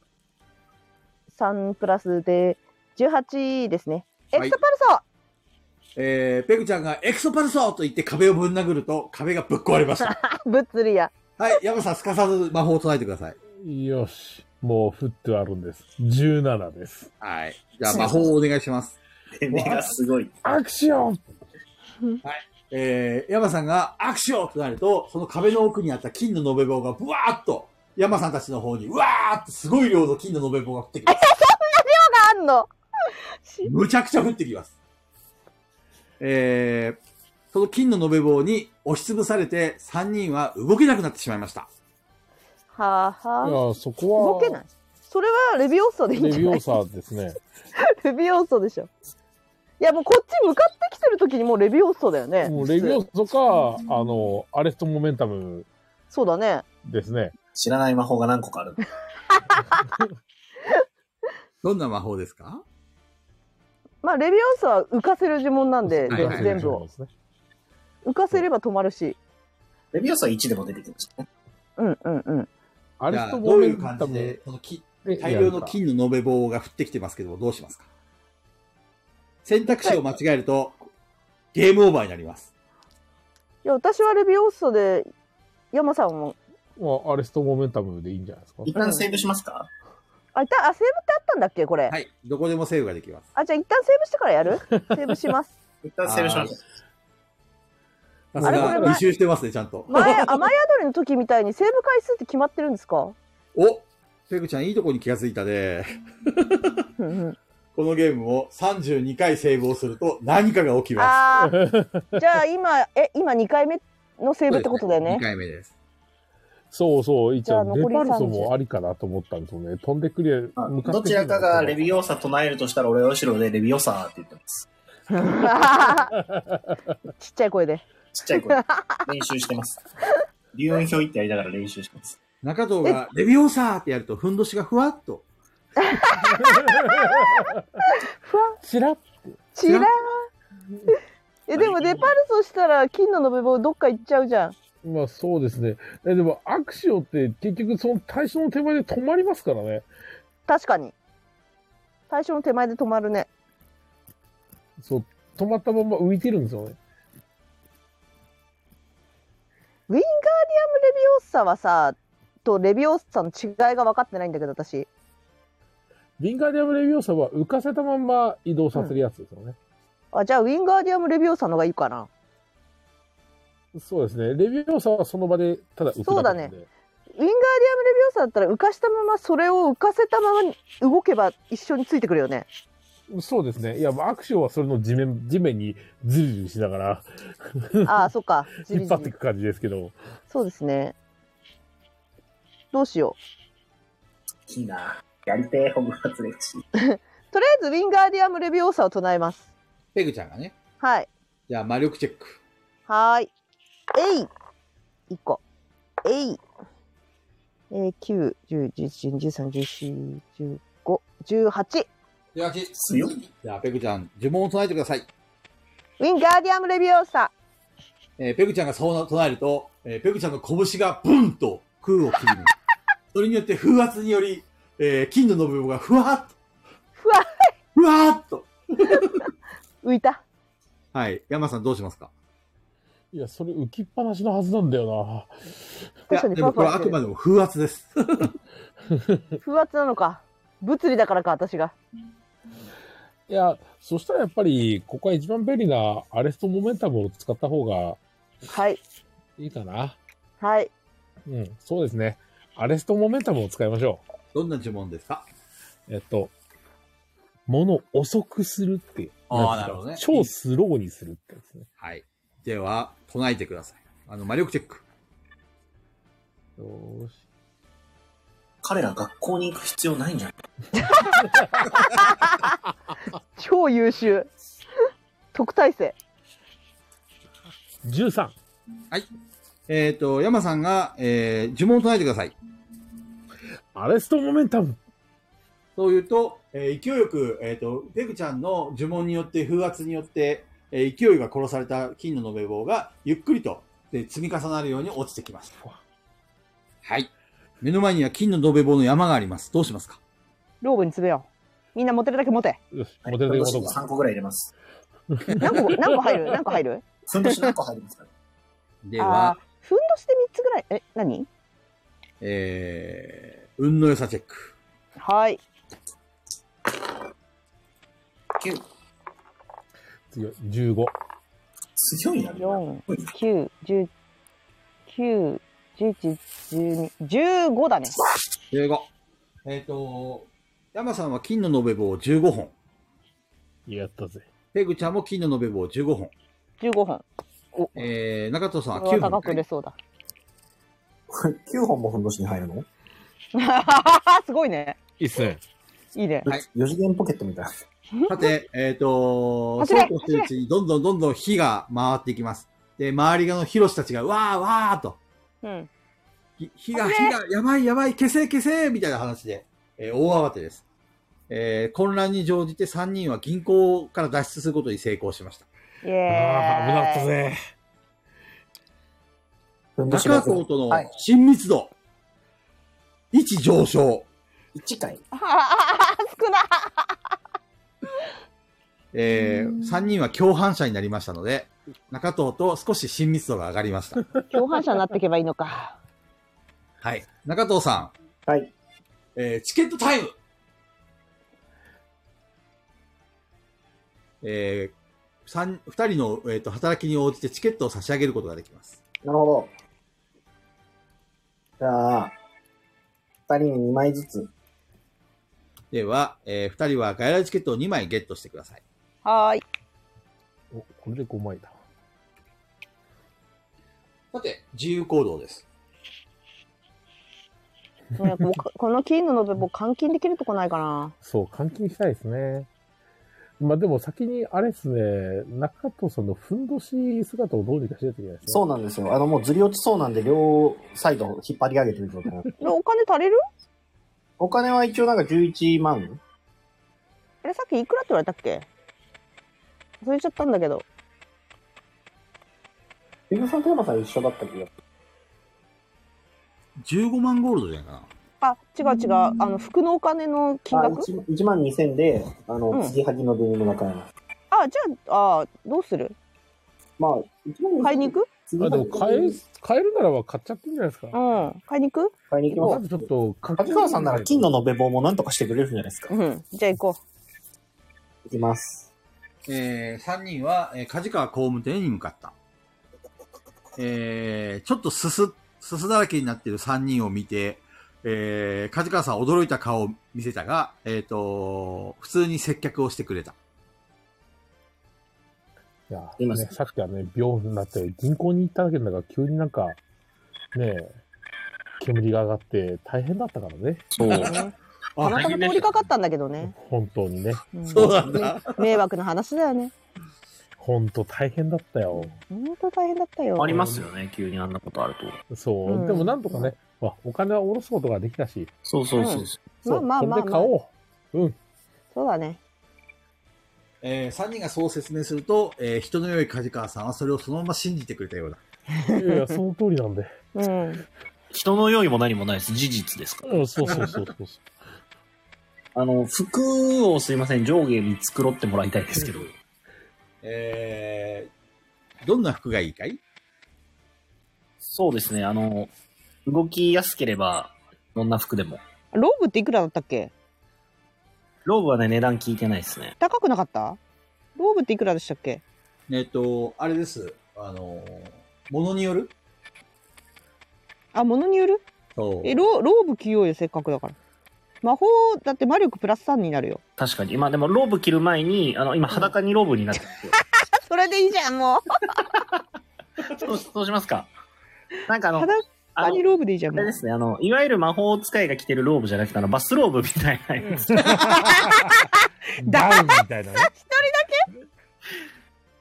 3プラスで18ですね。エ
はい
クストパルソ、
えー、ペグちゃんがエクソパルソーと言って壁をぶん殴ると、壁がぶっ壊れました。
物理や。
はい、山さん、すかさず魔法を唱えてください。
よし。もう振ってあるんです。17です。
はい。じゃあ、魔法をお願いします。
目がすごい。
アクション
えー、山さんが握手をとなると、その壁の奥にあった金の延べ棒が、ぶわーっと、山さんたちの方に、うわーっとすごい量の金の延べ棒が降ってきます。
あんの。
むちゃくちゃ降ってきます。えー、その金の延べ棒に押しつぶされて、3人は動けなくなってしまいました。
はいぁはぁ。
や、そこ
動
は、
けない。それはレビオーソでいいん
レ
じゃ
ビオ
な
ー
い
サーですね。
レビオーソでしょ。いやもうこっち向かってきしてる時にもうレビオストだよね。
もうレビオストか、あの、アレストモメンタム
そうだね。
ですね。
知らない魔法が何個かある。
どんな魔法ですか
まあ、レビオストは浮かせる呪文なんで、
はいはい
全部を。浮かせれば止まるし。
レビオスは1でも出てきましたね。
うんうんうん。
ア
じ
レ
ゃ
ス
あ
ト
ど
モ
う
メ
い
ン
う感
タ
じ
ム
で、
で
このき
やるか
大量の金の延べ棒が降ってきてますけど、どうしますか選択肢を間違えると、ゲームオーバーになります。
いや、私はレビオストで、山さんも、
まあアレストモメンタムでいいんじゃないですか。
一旦セーブしますか
あ、いた、あ、セーブってあったんだっけ、これ。
はい。どこでもセーブができます。
あ、じゃあ一旦セーブしてからやるセーブします。
一旦セーブしましょ
さ
あ
す
れこれ
が、
前
履修してますね、ちゃんと。
前、雨宿りの時みたいにセーブ回数って決まってるんですか
おペグちゃん、いいとこに気がついたね。
うんうん
このゲームを32回セーブをすると何かが起きま
ああ、じゃあ今、え、今2回目のセ
す。
ーブってことだよね
2。回目です。
そうそう、一応、
じゃ
レ
あ
パルト
残り30
もありかなと思ったんですよね。飛んでくりゃ、
うあ
向。かってくる
どちらかがレビオーサ唱えるとしたら、俺は後ろでレビオーサーって言ってます。
ちっちゃい声で。
ちっちゃい声で練習してます。流雲表ってやりながら練習してます。
中藤が、レビオーサーってやると、ふんどしがふわっと。
ふわ、
ちらっ
ちらー。え、でもデパルトしたら金の延べ棒どっか行っちゃうじゃん。
まあそうですね。え、でも、アクションって結局その対象の手前で止まりますからね。
確かに。最初の手前で止まるね。
そう、止まったまま浮いてるんですよね。
ウィンガーディアム・レビオッサはさ、とレビオッサの違いが分かってないんだけど、私。
リンガーディアムレビューサは浮かせたまんま移動させるやつですよね。
あ、じゃあウィンガーディアム・レビオッサの方がいいかな。
そうですね。レビューサはその場でただ浮く
そうだ
けな
ね
んで。
ウィンガーディアム・レビオッサだったら浮かしたまま、それを浮かせたまま動けば一緒についてくる よね。
そうですね。いや、まあアクションはそれの地面、地面にズリズリしながら
ああ、そっか。じ
引
り
っ
じ
張ってい
り。
く感じですけど。
そうですね。どうしよ
いいな。やりてえ、ホグワーツレッチ。
う。とりあえず、ウィンガーディアム・レビオッサを唱えます。
ペグちゃんがね。
はい。
じゃあ、魔力チェック。
はーい。えい !1 個。えいえー、9、10、11、12、13、14、15、18。
18
強い。
じゃあ、ペグちゃん、呪文を唱えてください。
ウィンガーディアム・レビオーサ。
えーペグちゃんがそうな唱えると、えーペグちゃんの拳がブンと空を切るの。それによって風圧により、えー金の延べ棒がふわっと。
ふわ
ふわっと。
浮いた。
はい。山さんどうしますか
いや、それ浮きっぱなしのはずなんだよ
いや、
確かに
で
ふ
も
わふ
これ
わ
あ
して
くま
る。
でも風圧です。
風圧なのか。物理だからか、私が。
な。いや、そしたらやっぱり、ここは一番便利なアレストモメンタムを使った方が
はい。
いいかな。
はい。
うん、そうですね。アレストモメンタムを使いましょ
どんな呪文ですか
う。えっと、物を遅くするっていう。
あー
ん
な
てい
る
う
ほ
か
どね
超スローにするってやつね。
はい。では、唱えてください。あの、魔力チェック。
よーし。
彼ら学校に行く必要ないんじゃない
超優秀。特待生。
13。
えっ、と、山さんが、えー、呪文を唱えてください。
アレストモメンタム。
そう言うと、えー勢いよく、えっ、と、ペグちゃんの呪文によって、風圧によって、えー勢いが殺された金の延べ棒が、ゆっくりと、で、積み重なるように落ちてきます。はい。目の前には金の延べ棒の山があります。どうしますか
ローブに詰めよう。みんな持てるだけ持て。
よし、モデル的ことか。
3個ぐらい入れます。
何個、何個入る何個入る
ふんどし何個入りますか
で
ああ
は
ー、、ふんどしで3つぐらい。え、何
えー、運の良さチェック。
はい。
?9。
次は15。
強いな。
4、9、10、9、11、12、15だね。
15。えっ、と、山さんは金の延べ棒15本。
やったぜ。
ペグちゃんも金の延べ棒15本。
15本。お、こ
えー、中藤さんは
れ
9
は高く売
本
れ。そうだ。
9本もふんどしに入るの
すごいね。
いいっすね。
いいね。
はい
四次元ポケットみたいな。
さて、えっ、と、
走
そ
れ
うこうしてるうちにどんどんどんどん火が回っていきます。で、周り側のヒロシたちが、わーわーと、
うん。
ひ火が、火が、やばいやばい、消せ消せみたいな話で、えー大慌てです。えー混乱に乗じて3人は銀行から脱出することに成功しました。
イ
ああ、危なか
エ
った
ーイ。
ぜ。
ふんどし
中
が
藤との
はい
親密度、1上昇。
1回。
ああ、 少な。
えー、3人は共犯者になりましたので、中藤と少し親密度が上がりま した。
共犯者になっていけばいいのか。
はい。中藤さん。
はい。
えー、チケットタイムえー、三、二人の、えー、と、働きに応じてチケットを差し上げることができます。
なるほど。じゃあ、二人に2枚ずつ。
では、えー、二人は外来チケットを2枚ゲットしてください。
はーい。
お、これで5枚だ。
さて、自由行動です。
ねもうかこ の金の延べ棒換金できるとこないかな。
そう、換金したいですね。まあでも先に、あれですね、中藤さんのふんどし姿をどうにかしないといけないですね。
そうなんですよ。あの、もうずり落ちそうなんで、両サイド引っ張り上げてる状態なんで。
でお金足りる
お金は一応なんか11万
あれさっきいくらって言われたっけ忘れちゃったんだけど。
ビグさんと山さん一緒だったけど。
15万ゴールドじゃないかな。
あ、違う違う。あの、服のお金の金
あ
額
1, 1万2000で、あの、
うん
継ぎはぎのデニムが買えます。
あ、じゃあ、あどうする
まあ、1万2000
買いに行く
継ぎ
あ、
は
で
ぎの
も買え、買えるならば買っちゃっていいんじゃないですか。
うん。買いに行く
買いに行
まず
きま
ちょっ
す。
と、か
立川さんなら金の延べ棒もなんとかしてくれるんじゃないですか。
うん。じゃあ行こ
行きます。
えー、3人は、えー、梶川工務店に向かった。えー、ちょっとすす、すすだらけになっている3人を見て、えー、梶川さんは驚いた顔を見せたが、えっ、と、普通に接客をしてくれた。
いや、
今
ね、さっきはね、病になって、銀行に行っただけだから、急になんか、ねえ、煙が上がって大変だったからね。
そう。
う。ねたまたま通りかかったんだけどね。
本当にね。
うん
そうなんだ。
迷惑な話だよね。
本当大変だったよ。
本当大変だったよ。
ありますよね、急にあんなことあると。
そう。
うん
でもなんとかね、まあお金は下ろすことができたし、
そうそうそうそう。
まあまあまあまあ
そうこれで買おう。うん。
そうだね。
えー、3人がそう説明すると、えー、人の良い梶川さんはそれをそのまま信じてくれたようだ。
いやいや、その通りなんで。
うん。
人の用意も何もないです。事実ですから。
うん、そうそうそう そう。
あの、服をすいません、上下に繕ってもらいたいですけど。
えー、どんな服がいいかい
そうですね、あの、動きやすければ、どんな服でも。
ローブっていくらだったっけ
ローブはね、値段聞いてないですね。
高くなかったローブっていくらでしたっけ
えっ、と、あれです。あのー、ものによる
あ、物による
そう
え、ロローブ着ようよ、せっかくだから。魔法、だって魔力プラス3になるよ。
確かに。まあでも、ローブ着る前に、あの、今、裸にローブになってますよ
それでいいじゃん、もう。
そうそうしますか。なんかあの、
裸
あの
にローブでいいじゃん、
あ
も
れ
う
で。すね、あの、いわゆる魔法使いが着てるローブじゃなくて、あの、バスローブみたいなやつ。
ダウンみたい なね。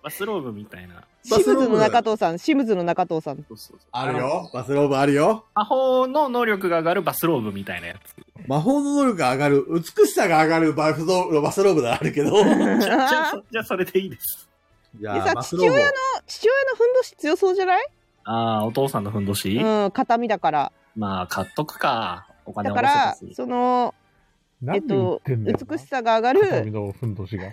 バスローブみたいな。
シムズの中藤さん、シムズの中藤さん。
そうそうそう
ある。よ。バスローブあるよ。
魔法の能力が上がるバスローブみたいなやつ。
魔法の能力が上がる、美しさが上がるバスローブ、バスローブがあるけど。
じゃあ、そじゃあそれでいいです。
じ
でさ
ローブを
父親のふんどし強そうじゃない
ああ、お父さんのふんどし、
うん、形見だから。
まあ、買っとくか。お金
だ
を
から
せた、し
その、えっ
何言っ
と、
てんだよな。
美しさが上が
畳
る、
のふんどしが。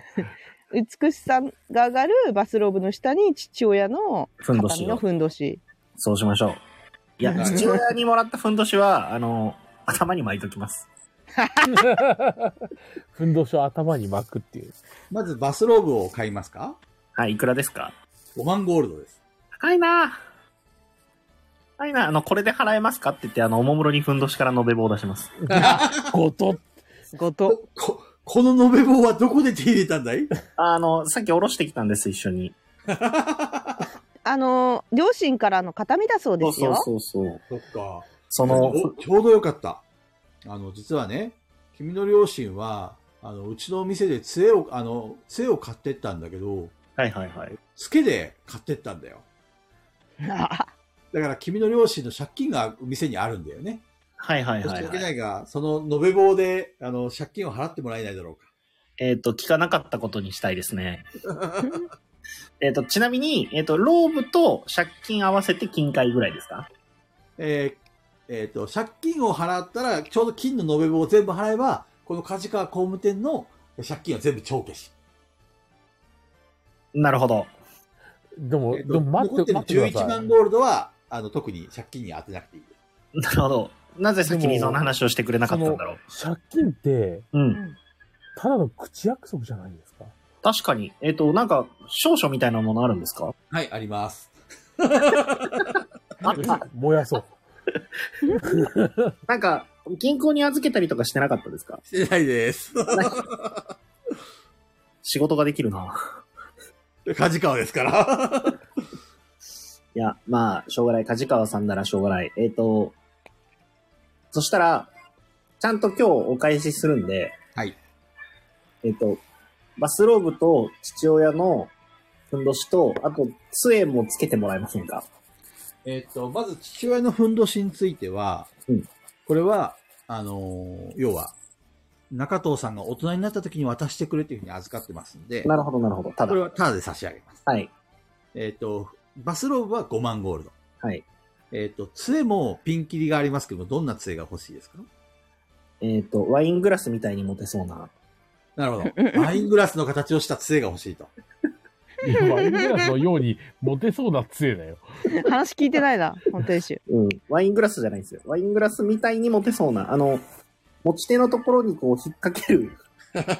美しさが上がるバスローブの下に父親の
ふんど
形見
し
の
を。
ふんどし。
そうしましょう。いや、父親にもらったふんどしは、あの、頭に巻いときます。
ふんどしを頭に巻くっていう。
まずバスローブを買いますか
はい、いくらですか
?5 万ゴールドです。
高いな高いなあの、これで払えますかって言って、あの、おもむろにふんどしから延べ棒を出します。
ごと
ごと。
こ、この延べ棒はどこで手入れたんだい
あの、さっきおろしてきたんです、一緒に。
あの、両親からの形見だそうですよ。
そうそう。
そっか。
そ
あの
の、
おちょうどよかった。あの、実はね、君の両親は、あの、うちの店で杖を、あの、杖を買ってったんだけど、
はいはいはい。
付けで買ってったんだよ。だから君の両親の借金が店にあるんだよね。
はいはい
申
は
し
い、
訳
は。
ないいが、その延べ棒で、あの、借金を払ってもらえないだろうか。
えっ、と、聞かなかったことにしたいで すね。えっと、ちなみに、えっ、と、ローブと借金合わせて金塊ぐらいですか
えーえーと、借金を払ったら、ちょうど金の延べ棒を全部払えば、この梶川工務店の借金は全部帳消し。
なるほど。
でも、
えー
で
と
も待って、
残っ
待
て
って
る
くだ
11
さい
万。ゴールドは、あの、特に借金に当てなくていい。
なるほど。なぜ先にその話をしてくれなかったんだろ
借金って、
う。うん。
ただの口約束じゃないですか。
確かに。えっ、と、なんか、証書みたいなものあるんですか
はい、あります。
燃やそう。
なんか、銀行に預けたりとかしてなかったですか
してないです。
仕事ができるな。
梶川ですから。
いや、まあ、しょうがない。梶川さんならしょうがない。えっ、と、そしたら、ちゃんと今日お返しするんで、
はい。
えっ、と、バスローブと父親のふんどしと、あと、杖もつけてもらえませんか
えっと、まず父親のふんどしについては、
うん
これは、あのー要は、中藤さんが大人になった時に渡してくれというふうに預かってますんで、
なるほど、なるほど。た
こ
だ
れ、はタダで差し上げます。
はい。
えっ、と、バスローブは5万ゴールド。
はい。
えっ、と、杖もピンキリがありますけども、どんな杖が欲しいですか
えっ、と、ワイングラスみたいに持てそうな。
なるほ ど。ワイングラスの形をした杖が欲 しいと。
いやワイングラスのようにモテそうな杖だよ。
話聞いてないな、本店主。
うん。ワイングラスじゃないんですよ。ワイングラスみたいに持てそうな。あの、持ち手のところにこう引っ掛け る。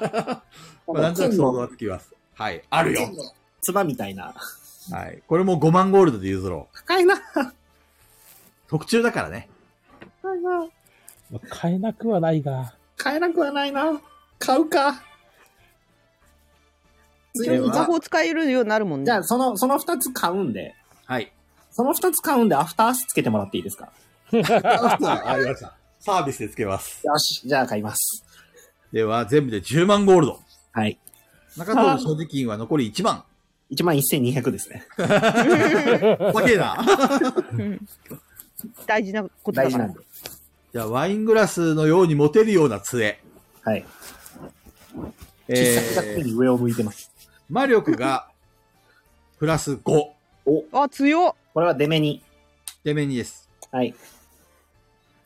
まあ、なんとなく
金
想像
の
がつきます。はい。あるよ。
つばみたいな。
はい。これも5万ゴールドで譲ろう。
高いな。
特注だからね。
高いな。
まあ買えなくはないが。
買えなくはないな。買うか。
では
魔法使えるようになるもん
じ
ね
ゃ。あ、その、その二つ買うんで、
はい。
その二つ買うんで、アフターアースつけてもらっていいですか
ありました。サービスでつけます。
よし、じゃあ買います。
では、全部で10万ゴールド。
はい。
中藤の 所持金は残り1万。
1万1200ですね。
わけえな。
うん大事なことだ
大
か
事な
ら
ん。で。
じゃあ、ワイングラスのように持てるような杖。
はい。切磋
え
琢
ー、
に上を向いてます。
魔力が、プラス5。
お、
あ、強っ。
これは出目に。
デメニです。
はい。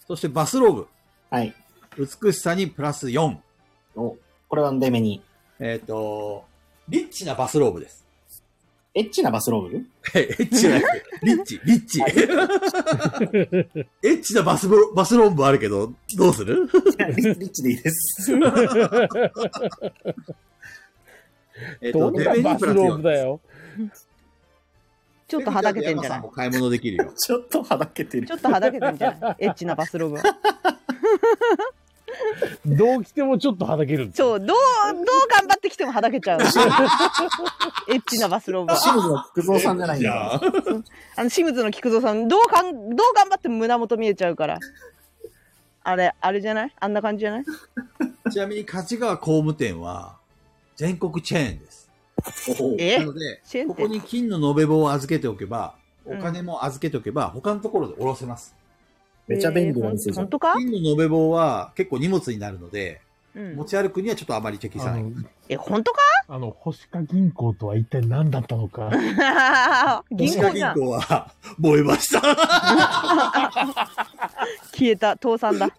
そして、バスローブ。
はい。
美しさにプラス4。
お、これは出目に。
えっ、と、リッチなバスローブです。
エッチなバスロー
は
ブ
い、 エッチじゃなくて、リッチ、リッチ。エッチなバスロバスローブあるけど、どうする
いやリリッチでいいです。
えっ
ど
と、
ん
デ
な
メニ
バ
プ
ス
ラス
ローブ
4。
だよ。
ちょっとはだけてんじ
山さ
ゃない
も買い物できるよ。
ちょっとはだけてる
ちょ。っとはだけてんじゃ ないエッチなバスローブは。
どう来てもちょっとはだける。
そう、どう、どう頑張ってきてもはだけち ゃう。エッチなバスローブは。
清水の福蔵さんじゃないん
じ
だ
ゃあ、
あの、清水の菊蔵さん、どうかん、どう頑張っても胸元見えちゃうから。あれ、あれじゃないあんな感じじゃない
ちなみに、勝川工務店は、全国チェーンです。
え
なので、
チェーン
こ
って
こに金の延べ棒を預けておけば、お
うん
金も預けておけば、他のところで下ろせます。
めちゃ便利な店
えー
じ
ほ
ゃ
ん本。
ん
当か
金の延べ棒は結構荷物になるので、
うん
持。ち歩くにはちょっとあまり適さ
あ
ない
の。、
え、本当
あの、星香銀行とは一体何だったのか。
か銀
星
行
銀
じゃん。
行は燃えました。
消えた、倒 産だ。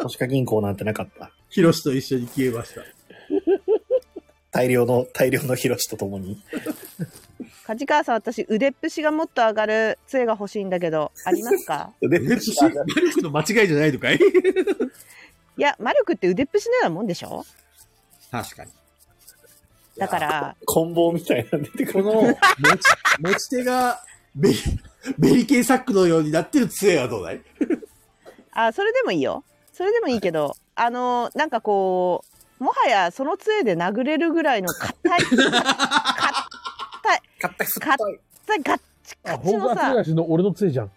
都市化銀行なんてなかった。
ヒロシと一緒に消えました。
大量の、大量のヒロシと共に。
梶川さん、私、腕っぷしがもっと上がる杖が欲しいんだけど、ありますか
で
魔力の間違いじゃないのかい
いや、魔力って腕っぷしのようなもんでしょ
確かに。
だから、
棍棒みたいなの出てく
こ
る。
の持ち、持ち手がベリ、ベリケイサックのようになってる杖はどうだい
あ、それでもいいよ。それでもいいけど、あの、なんかこう、もはやその杖で殴れるぐらいの 硬い、
買った人
硬い、ガッチ
あ、
カチ
本
の
川
さ、
剛の俺の杖じゃん。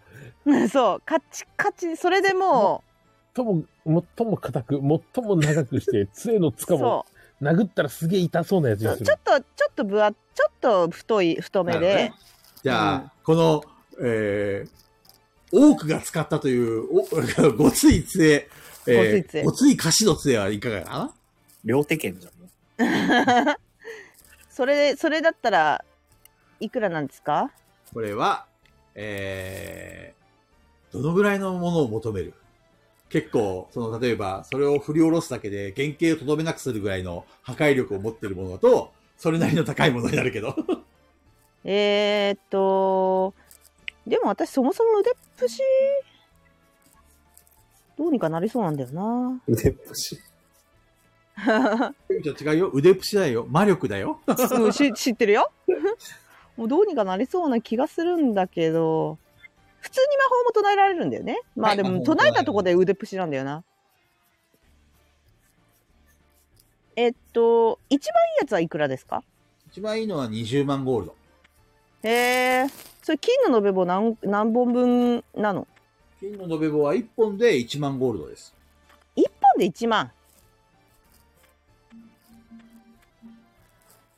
そう、カチカチ、それでもう、
最も、最も硬く、最も長くして、杖のつかも、
そう
殴ったらすげえ痛そうなやつ
そ
が
う
す
ちょ
る
っ。とちょっとぶわちょっと太い太め
なるほど
で
ねじゃあ、この、えー、多くが使ったという、お ごつい杖、え
ごつい杖
ー、ごつい貸しの杖はいかがかな
両手剣じゃん。
それそれだったらいくらなんですか
これは、えー、どのぐらいのものを求める結構、その、例えば、それを振り下ろすだけで原型をとどめなくするぐらいの破壊力を持っているものだと、それなりの高いものになるけど。
えー、っとでも私そもそも腕っぷしどうにかなりそうなんだよな
腕っぷし。
ちょっと違うよ。腕っぷしだよ。魔力だよ。
うんし 知ってるよもうどうにかなりそうな気がするんだけど普通に魔法も唱えられるんだよねま
は
あ
い
で
魔法
も
も
唱えたとこで腕っぷしなんだよなえっと一番いいやつはいくらですか
一番いいのは20万ゴールド。
へえそれ金の延べ棒何何本分なの
金の延べ棒は1本で1万ゴールドです。
一本で一万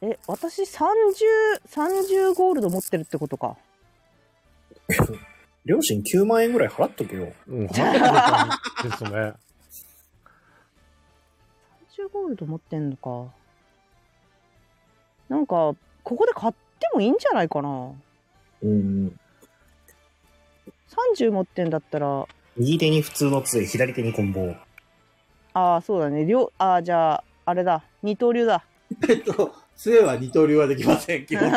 え私3030ゴールド持ってるってことか
両親9万円ぐらい払っとけよ。
うん、はぁですね。
30ゴールド持ってんのかなんかここで買ってもいいんじゃないかな
うん。
30持ってんだったら
右手に普通の杖、左手に棍棒。
ああそうだね両ああじゃああれだ二刀流 だ
えっと、杖は二刀流はできません。基本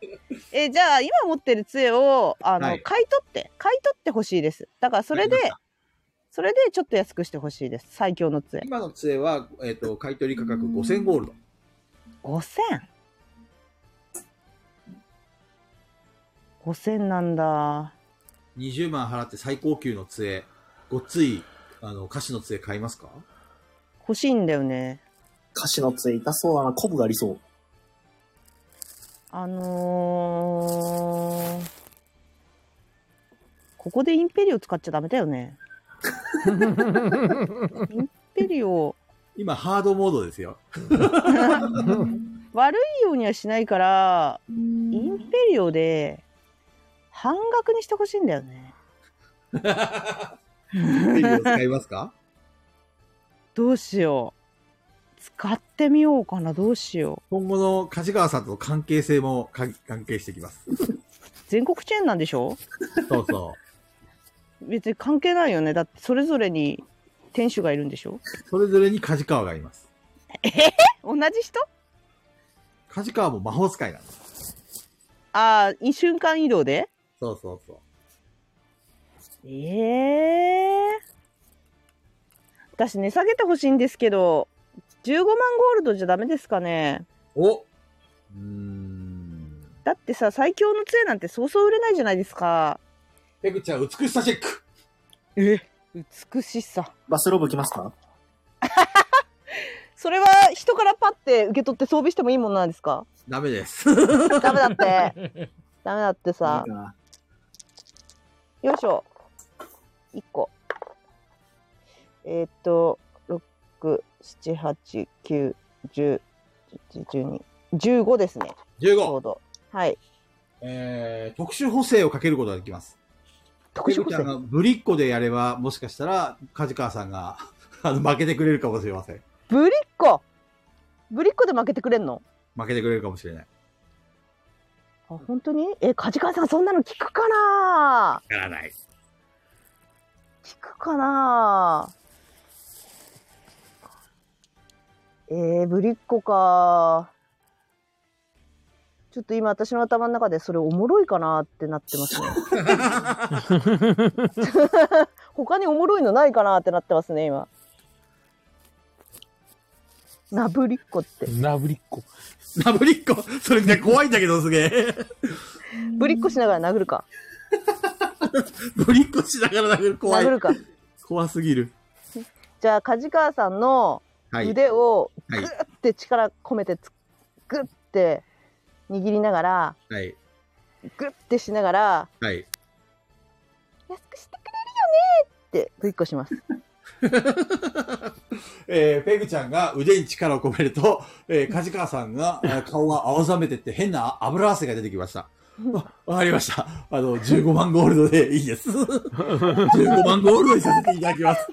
的に
えじゃあ今持ってる杖をあの、
はい
買い取って買い取ってほしいですだからそれで
わかりました
それでちょっと安くしてほしいです最強の杖
今の杖は、えっと、買い取り価格5000ゴールド。
5000 5000なんだ
20万払って最高級の杖、ごっつい、あの、菓子の杖買いますか
欲しいんだよね
歌詞の杖痛そうだな、コブがありそう。
あのー、ここでインペリオ使っちゃダメだよね。インペリオ
今、ハードモードですよ。
悪いようにはしないから、インペリオで半額にしてほしいんだよね。
ペリオ使いますか
どうしよう。使ってみようかな、どうしよう。
今後の梶川さんとの関係性もか関係してきます。
全国チェーンなんでしょ
そうそ
別に関係ないよね。だってそれぞれに店主がいるんでしょ
う。それぞれに梶川がいます。
同じ人
梶川も魔法使いなんです。
ああ、瞬間移動で
そうそうそう。
ええ私値下げてほしいんですけど15万ゴールドじゃダメですかね
おうーん。
だってさ最強の杖なんてそうそう売れないじゃないですか
ペグちゃん、美しさチェック
え美しさ
バスローブ来ますか
それは人からパッて受け取って装備してもいいものなんですか
ダメです。
ダメだって ダメだってさ
いいか
よいしょ1個えーっと678910111215ですねちょ
15
う。どはい
えー、特殊補正をかけることができます。
特
ペグ
殊補
ちゃん
正
がぶりっ子でやれば、もしかしたら、梶川さんが、あの、負けてくれるかもしれません。
ぶりっ子ぶりっ子で負けてくれんの
負けてくれるかもしれない。
あ本当にえ梶川さんそんなの聞くかな
やらない。
聞くかなえー、ぶりっ子かちょっと今私の頭の中でそれおもろいかなってなってますね 他におもろいのないかなってなってますね今なぶりっ子って
なぶりっこ。
なぶりっ子それみんな怖いんだけど、す げえ。
ぶりっこしながら殴るか
ぶりっ子しながら殴る怖い
殴。るか
怖すぎる。
じゃあ梶川さんの
はい。
腕を
は
グ
い
ッて力込めてつグッて握りながら
はい。
グッてしながら
はい。
安くしてくれるよねってぶりっこします
えーペグちゃんが腕に力を込めると、えー、梶川さんがえー顔が青ざめてって変な油汗が出てきました。わわかりました。あの、15万ゴールドでいい です。15万ゴールドにさせていただきます。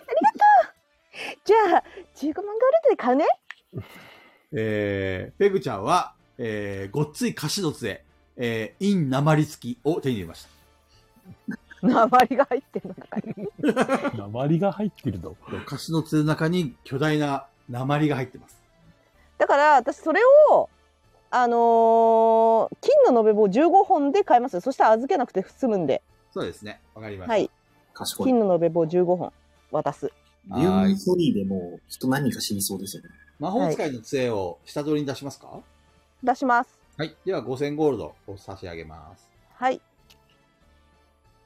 じゃあ、15万ゴールドで買うね。
えーペグちゃんは、えーごっつい歌詞の杖、えー、イン鉛付きを手に入れました。
鉛が入ってるのかい。
鉛が入ってるの。
歌詞の杖の中に巨大な鉛が入ってます。
だから、私それを、あのー金の延べ棒15本で買いますよ。そしたら預けなくて済むんで。
そうですね。わかりました。
はい。
賢い。
金の延べ棒15本渡す。
ビュンソリーでもう人何人か死にそうですよね。
魔法使いの杖を下取りに出しますかはい、
出します。
では5000ゴールドを差し上げます。
はい。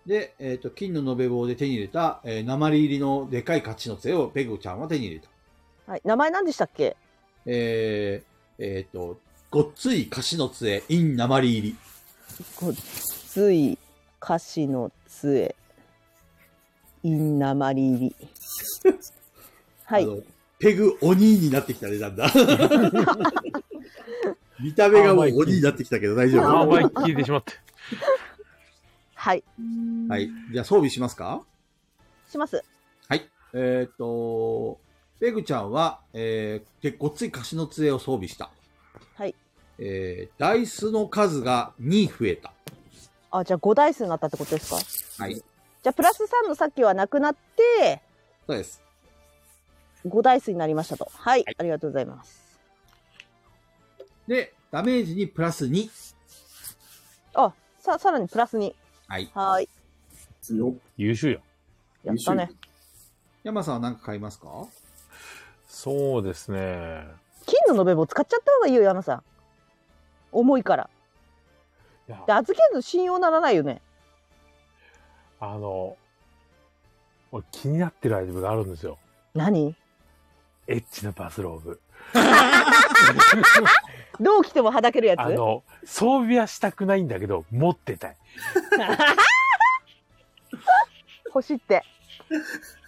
で、えっ、と、金の延べ棒で手に入れた、えー鉛入りのでかい勝ちの杖をペグちゃんは手に入れた。
はい。名前何でしたっけ
えー、えっ、と、ごっつい菓子の杖、イン鉛入り。
ごっつい菓子の杖。インナマリ入り。は
あ
い。
のペグ鬼になってきたね、だん だん。見た目がもう鬼になってきたけど大丈夫。
甘い聞いてしまって。
はい。
はい。じゃあ装備しますか
します。
はい。えっ、と、ペグちゃんは、えー、でごっつい菓子の杖を装備した。
はい。
えー、ダイスの数が2増えた。
あ、じゃあ5ダイスになったってことですか
はい。
じゃあプラス3のさっきはなくなって、
そうです。
5ダイスになりましたと。はい。ありがとうございます。
で、ダメージにプラス2。
あ、さ、さらにプラス2。
はい。
はーい。
強っ
優秀やん。
やったね。
山さんは何か買いますか
そうですね。
金の延べ棒使っちゃった方がいいよ、山さん。重いから。
いや
で、預けると信用ならないよね。
あの、俺気になってるアイテムがあるんですよ。
何
エッチなバスローブ。
どう着てもはだけるやつ
あの、装備はしたくないんだけど、持ってたい。
欲しいって。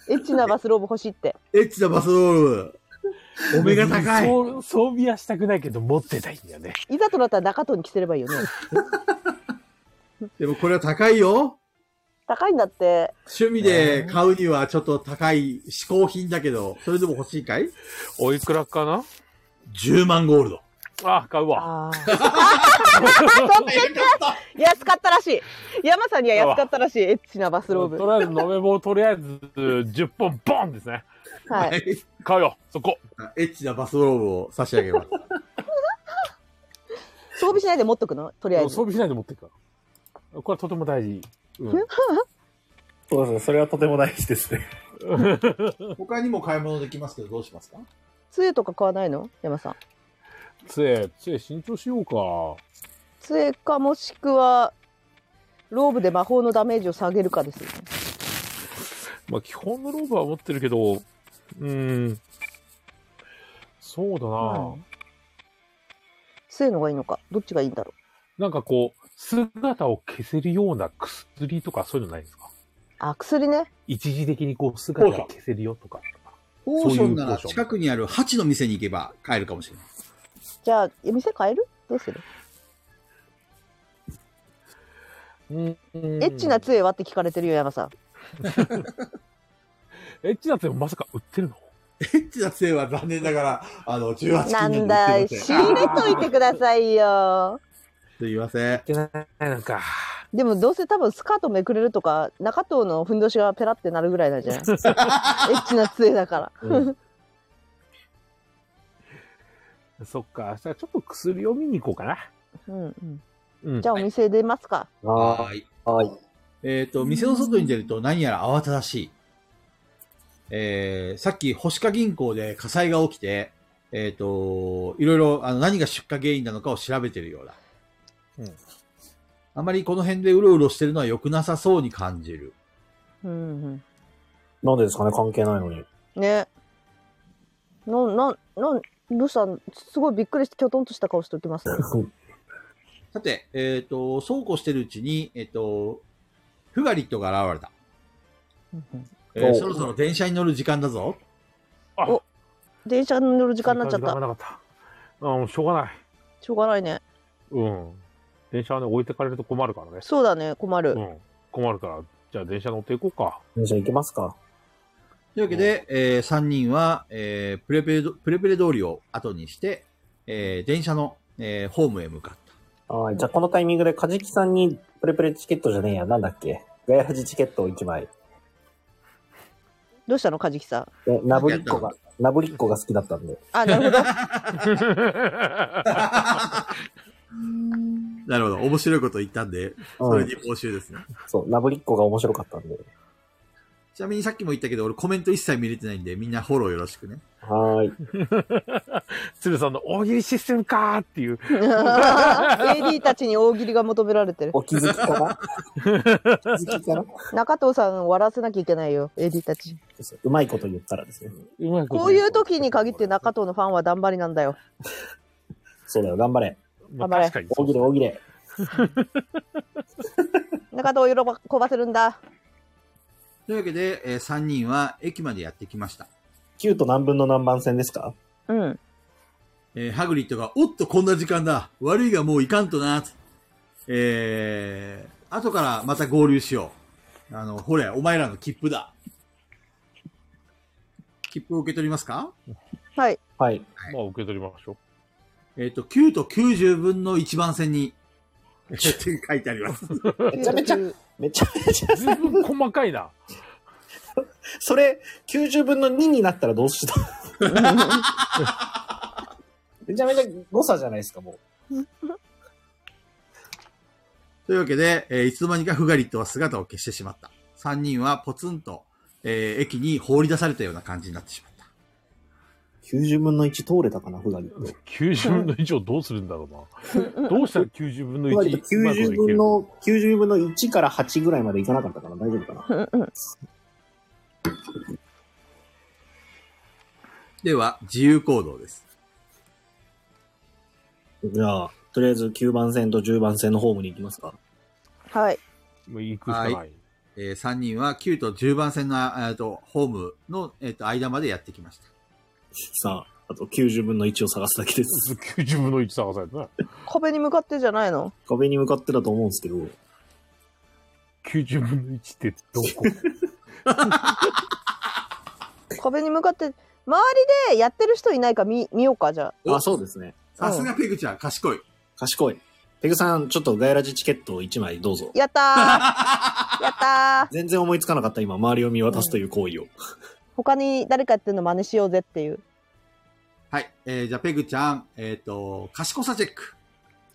エッチなバスローブ欲しいって。
エッチなバスロール。 お目が高い。
そう装備はしたくないけど、持ってたいんだよね。
いざとなったら中戸に着せればいいよ ね。
でもこれは高いよ。
高いんだって。
趣味で買うにはちょっと高い嗜好品だけど、それでも欲しいかい
おいくらかな
?10 万ゴールド。
あ、買うわ。
ああ。安かったらしい。山さんには安かったらしい。エッチなバスロー
と
ブ。
りあえず、飲め棒とりあえず、10本ボンですね。
はい。
買うよ、そこ。
エッチなバスローブを差し上げます。
装備しないで持っとくのとりあえ
装
ず。
備しないで持っていくから。これはとても大事。うん、
そうですね。それはとても大事ですね。
他にも買い物できますけど、どうしますか
杖とか買わないの山さん。
杖、杖慎重しようか。
杖かもしくは、ローブで魔法のダメージを下げるかですよね。
まあ、基本のローブは持ってるけど、うーん。そうだな、
うん杖の方がいいのか。どっちがいいんだろう。
なんかこう、姿を消せるような薬とかそういうのないですか
あ、薬ね。
一時的にこう姿が消せるよとか。
ポーションなら
そういうポーション
近くにある8の店に行けば買えるかもしれない。
じゃあ、店変えるどうする、
うん、
エッチな杖はって聞かれてるよ、山さん。
エッチなってまさか売ってるの
エ ッチなせいは残念ながら、あの、18金
なん
な
だ
んで売ってません、
仕入れといてくださいよ。
すいません。
売ってないのか。
でもどうせ多分スカートめくれるとか、中藤のふんどしがペラってなるぐらいなん じゃないエッチな杖だから。
そっか、明日ちょっと薬を見に行こうかな。
うんうん。
うん
じゃあお店出ますか。
はーい。
はい。
えっ、と、店の外に出ると何やら慌ただしい。えー、さっき、星下銀行で火災が起きて、えっ、と、いろいろ、あの、何が出火原因なのかを調べてるようだ。
うん
あまりこの辺でうろうろしてるのは良くなさそうに感じる。
うん
なんでですかね関係ないのに。
うん。ね。なん、なん、なん、どうしたんすごいびっくりして、きょとんとした顔しておきます。
さて、えっ、と、そうこうしてるうちに、えっ、と、フガリットが現れた。
うんうん
えーそろそろ電車に乗る時間だぞ。
電車に乗 る時間になっちゃっ
時間
た。
がなかった。うん、しょうがない。
しょうがないね。
うん。電車はね、置いてかれると困るからね。
そうだね、困る。
うん。困るから、じゃあ電車乗っていこうか。
電車行けますか
というわけで、え3人は、えープレペレドプレペレ通りを後にして、えー電車の、えーホームへ向かった。
はい。じゃあこのタイミングで、カジキさんにプレプレチケットじゃねえや。なんだっけガヤラジチケットを1枚。
どうしたの、カジキさん。
でナブリッコが、ナブリッコが好きだったんで。
あ、なるほど。
なるほど。面白いこと言ったんで、それ
うん
に。報酬ですね。
そう、ナブリッコが面白かったんで。
ちなみにさっきも言ったけど、俺コメント一切見れてないんで、みんなフォローよろしくね。
はーい。
鶴さんの大喜利システムかーっていう。
AD たちに大喜利が求められてる。
お気づきかなお気づきかな
中藤さん笑わせなきゃいけないよ、AD たち。
そううまいこと言ったらですね。
うまい
こういう時に限って中藤のファンは頑張りなんだよ。
そうだよ、頑張れ。
まあ
頑張れ
確かにそ
大
う
喜利、大喜利。
中藤を喜ばせるんだ。
というわけで、え3人は駅までやってきました。
9と何分の何番線ですか
うん。
えーハグリッドが、おっと、こんな時間だ。悪いがもういかんとな。えー、後からまた合流しよう。あの、ほれ、お前らの切符だ。切符を受け取りますか
はい。
はい。
まあ受け取りましょう。
えっ、と、9と90分の1番線に、えーって書いてあります。
めちゃめちゃ、めちゃめちゃ、
ずいぶん細かいな。
それ、90分の2になったらどう しためちゃめちゃ誤差じゃないですか、もう。
というわけで、えーいつの間にかフガリットは姿を消してしまった。3人はポツンと、えー駅に放り出されたような感じになってしまった。
90分の1通れたかな、ふがりって。
90分の1をどうするんだろうな。どうしたら90分の
ふがり
1
って90分の、90分の1から8ぐらいまでいかなかったかな、大丈夫かな。
うんうん
では、自由行動です。
じゃあ、とりあえず9番線と10番線のホームに行きますか。
はい。
もう行くしかない。
はえー3人は9と10番線の、あえーとホームの、えーと間までやってきました。
さあ、あと90分の1を探すだけです。
90分の1探されてね。
壁に向かってじゃないの
壁に向かってだと思うんですけど、
90分の1ってどこ
壁に向かって、周りでやってる人いないか見見ようか、じゃ
お
あ、そうですね。
さすがペグちゃん、賢い。
賢い。ペグさん、ちょっとガヤラジチケットを1枚どうぞ
あ。。やったーやったー
全然思いつかなかった今、周りを見渡すという行為を。
他に誰かやってるの真似しようぜっていう。
はい。えーじゃあペグちゃん、えっ、と、賢さチェック。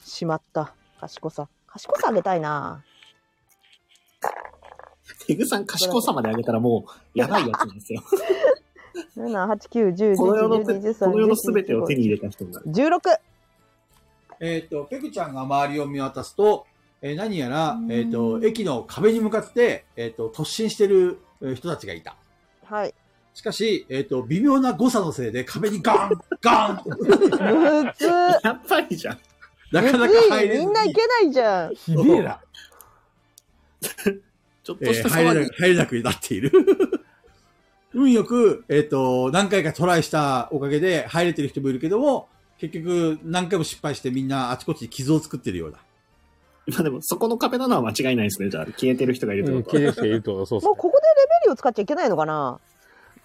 しまった。賢さ。賢さあげたいな
ペグさん、賢さまで上げたらもう、やばいやつなん ですよ。
7、8、9、10、
この世の
11、12、13、
この世の全てを手に入れた人になる。
16。
えっ、と、ペグちゃんが周りを見渡すと、えー何やら、えっ、と、駅の壁に向かって、えっ、と、突進してるえー人たちがいた。
はい。
しかし、えっ、と、微妙な誤差のせいで壁にガーン、ガーンと
むずー。
やっぱりじゃん。
な
む
かなか
ず
入
い
れず
み
に
んな行けないじゃ ん。
ひでえな。
ちょっ
え
とし
ー
た
入れ
騒
な
ぎ
く、。入れなくなっている。 運よく、えっ、と、何回かトライしたおかげで入れてる人もいるけども、結局何回も失敗してみんなあちこちに傷を作ってるようだ。
今でも、そこの壁なのは間違いないですね。じゃあ、消えてる人がいるって
うん、
こと
綺
は。
麗しているってことそう
もう
そ
ここでレベルを使っちゃいけないのかな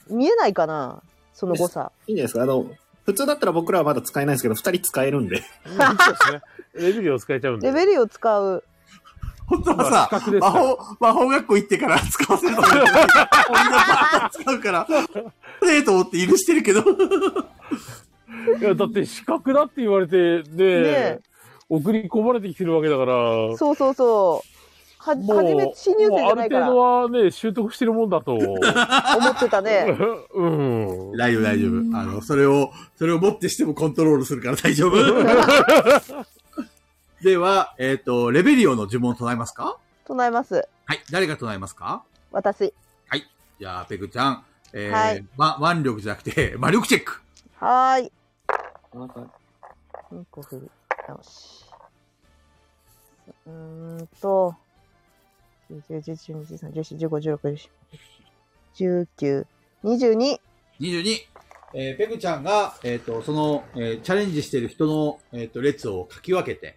見えないかなその誤差。
いいんじゃないですか。あの、普通だったら僕らはまだ使えないですけど、二人使える んで。
う。そうですね。レベルを使えちゃうんで。
レベルを使う。
本当
ま
は
あ
さ、
比較です
魔
から
法、魔法学校行ってから使わせると思ってた。こんなバーッと使うから、ねえと思って許してるけど。
いや、だって資格だって言われて、ね
ね
送り込まれてきてるわけだから、も
そうそうそう。は、
う、
初め、新入生じゃない
も
か
う
ら。
ある程度はね、習得してるもんだ と。
思ってたね。
うん。
大丈夫、大丈夫。あの、それを、それを持ってしてもコントロールするから大丈夫。
では、えっ、と、レベリオの呪文を唱えますか
唱えます。
はい。誰が唱えますか
私。
じゃあ、ペグちゃん、えー
はい
ま、腕力じゃなくて、 魔力チェック。
はーい。2個振り直し。うーんと、9、10、11、12、13、14、15、16、17、 19、22。
22、えーペグちゃんが、えっ、と、その、えーチャレンジしている人の、えっ、と、列をかき分けて、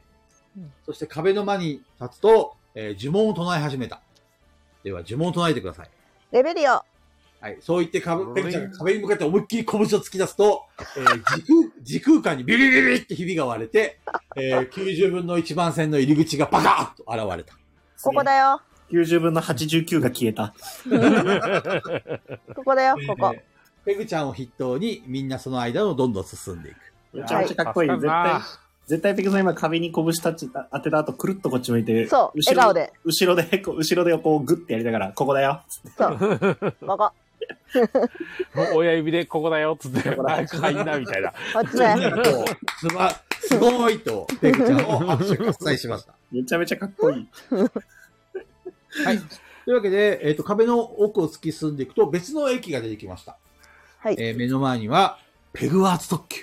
そして壁の間に立つと、えー呪文を唱え始めた。では、呪文を唱えてください。
レベリオ。
はい。そう言ってかぶ、ペグちゃんが壁に向かって思いっきり拳を突き出すと、えー時空、 時空間にビリビリビリってひびが割れて、えー90分の1番線の入り口がバカッと現れた。
ここだよ。
90分の89が消えた。
ここだよ、ここ
え。ーペグちゃんを筆頭に、みんなその間をどんどん進んでいく。
めちゃめちゃかっこいい。
助
絶
かる
対
な、
絶対ペグさん今壁に拳立ち当てた後、くるっとこっち向いて、
そう、
後
笑
ろ
顔で。
後ろで、こう後ろでこうグッてやりながら、ここだよ。
そう。ここ。こ
親指でここだよ、 つって、
こだ
早く入んな、みたいな。
っち
みんな
ね。
でこう、すば、すごいと、ペグちゃんを拍手喝采しました。
めちゃめちゃかっこいい。
はい。というわけで、えっ、と、壁の奥を突き進んでいくと、別の駅が出てきました。
はい
えー目の前には、ペグワーツ特急。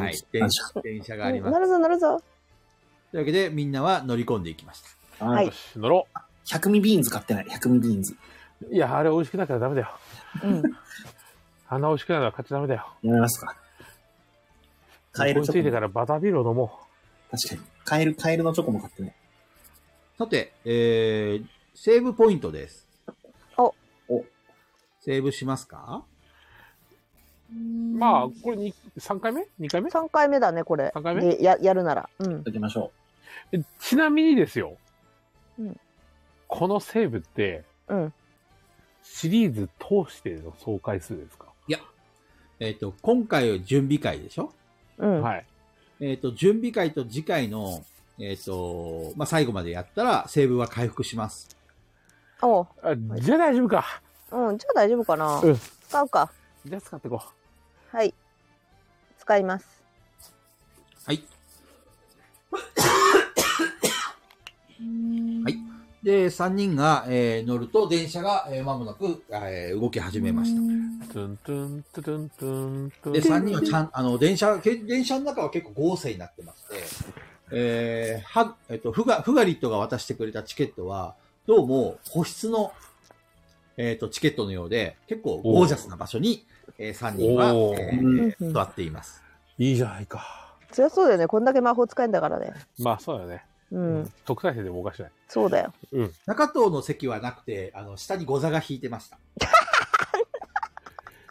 はい。電
電
車
車、
電車があります
な。るぞ、なるぞ。
というわけで、みんなは乗り込んでいきました。
はい
よし乗ろ
百味ビーンズ買ってない。百味ビーンズ。
う。いや、あれ美味しくなったらダメだよ。
うん。
あんな美味しくないのは勝ちダメだよ。
やめますか。カエル
追い
チ
ついて
ョコ。
からバタービールを飲も
確かに。カエル、カエルのチョコも買ってない。
さて、えー、セーブポイントです。
お
お。
セーブしますか
う。まあ、これに3回目 ?2 回目
3回目だね、これ。
三回目
でややるなら。うん。
ときましょ
えちなみにですよ、
うん
このセーブって、
うん
シリーズ通しての総回数ですか、
えっ、と、今回は準備会でしょ
うん。
はい。
えっ、と、準備会と次回の、えっ、と、まあ、最後までやったら、セーブは回復します。
おう
あじゃあ大丈夫か。
うん。じゃあ大丈夫かな。
うん
使うか。
じゃあ使っていこ
はい。使います。
はい。はい。で、3人が、えー乗ると、電車が、えー間もなく、えー動き始めました。
う。トゥントゥントゥトゥントゥントゥン。
で、3人はちゃん、あの、電車、け電車の中は結構豪勢になってまして、えーは、えっと、フガ、フガリットが渡してくれたチケットは、どうも、個室の、えっ、と、チケットのようで、結構ゴージャスな場所に、え3人は、
おー
え
う
ー
ん
座っています。
いいじゃないか。
強そうだよね。こんだけ魔法使えんだからね。
まあそうだよね。
うん。
特待生でもおかしない。
そうだよ。
中藤の席はなくて、あの、下にゴザが引いてました。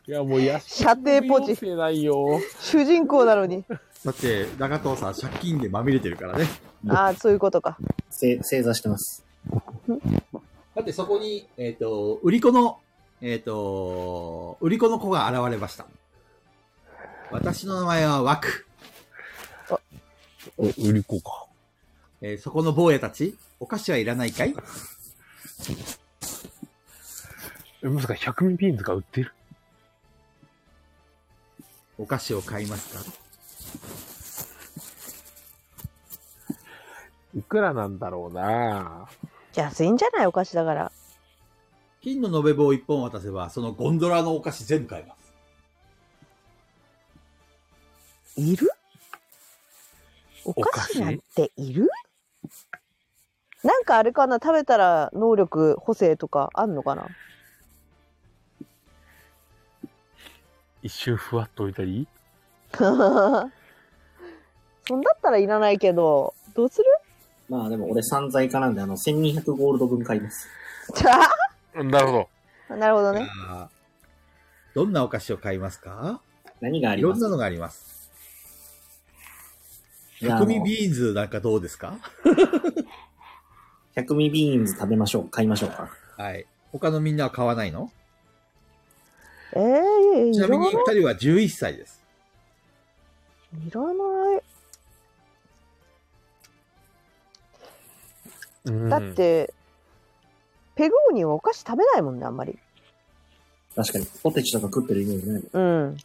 いや、もうや
射程ポジ。
せないよ。
主人公なのに。
だって、中藤さん、借金でまみれてるからね。
ああ、そういうことか。
う。せ正座してます。
だって、そこに、えっ、と、売り子の、えっ、と、売り子の子が現れました。私の名前はワク。
お売り子か。
えーそこの坊やたち、お菓子はいらないかい
えまさか100ミリビーンズが売ってる
お菓子を買いますか
いくらなんだろうな
安いんじゃないお菓子だから。
金の延べ棒一本渡せば、そのゴンドラのお菓子全部買います。
いるお
お
菓
菓
子
子
なんているなんかあれかな食べたら能力補正とかあんのかな
一瞬ふわっと置いたり
そんだったらいらないけど、どうする
まあでも俺散財家なんで、あの、1200ゴールド分買います。
じゃ
なるほど。
あ、 なるほどね。
あーどんなお菓子を買いますか
何があ
い
り
ろ
ま
ん
す
なのがあります。
いやあ
薬
の
味ビーンズなんかどうですか
百味ビーンズ食べましょう。買いましょうか。
はい。他のみんなは買わないの
ええい
ちなみ
らな
に
い
二。人は11歳です。
いらない。
うん
だっ。て、ペグーニはお菓子食べないもんね、あんまり。
確かに。ポテチとか食ってるイメージない。
うん。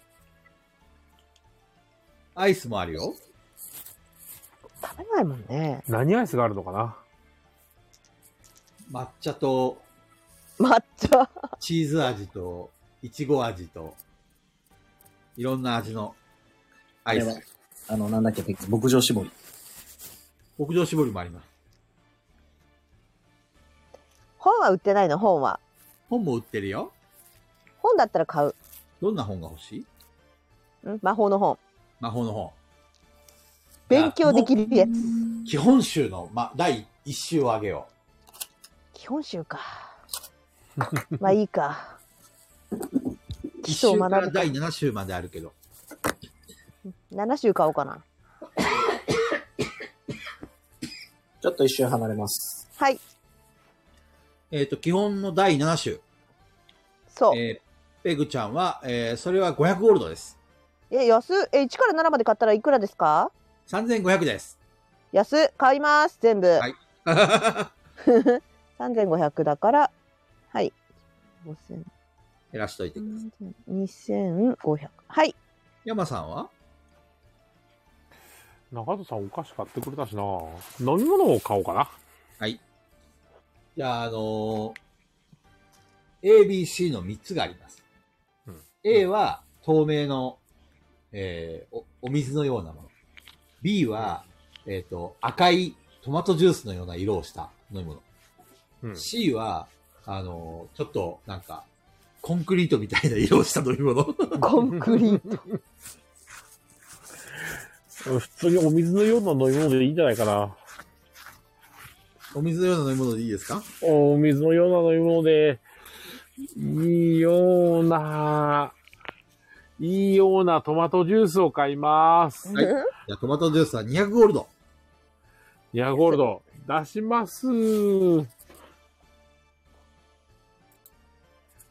アイスもあるよ。
食べないもんね。
何アイスがあるのかな
抹茶と
抹茶。
チーズ味といちご味といろんな味のアイ
あれは
ス。
あの、なんだっけ、牧場絞り。
牧場絞りもあります。
本は売ってないの、本は。
本も売ってるよ。
本だったら買う。
どんな本が欲しい
うん、魔法の本。
魔法の本。
勉強できるやつ。
基本集の、ま、第1集をあげよ
基本集か。 まあいいか。
う。1
基礎を
集か
学
ら
ぶか
第7集まであるけど。
7週買おうかな。
ちょっと一瞬離れます。
はい、
えっ、と、基本の第7集。
そう。
えーペグちゃんは、えーそれは500ゴールドです。
え、安っえ、1から7まで買ったらいくらですか
3500です。
安っ買います、全部。
はい減
3500だから、はい。5000
らしといてください。
2500。はい。
山さんは
中戸さんお菓子買ってくれたしな飲み物を買おうかな。
じゃあ、あのー ABC の3つがあります。
うん
A は透明の、えーお、お水のようなもの。B は、えっ、と、赤いトマトジュースのような色をした飲み物。
うん。
C は、あのーちょっと、なんか、コンクリートみたいな色をした飲み物。
コンクリート。
普通にお水のような飲み物でいいんじゃないかな。
お水のような飲み物でいいですか
お水のような飲み物で、いいような、
いいようなトマトジュースを買います。
はいじゃあ、トマトジュースは200ゴールド。
いや、ゴールド、出します。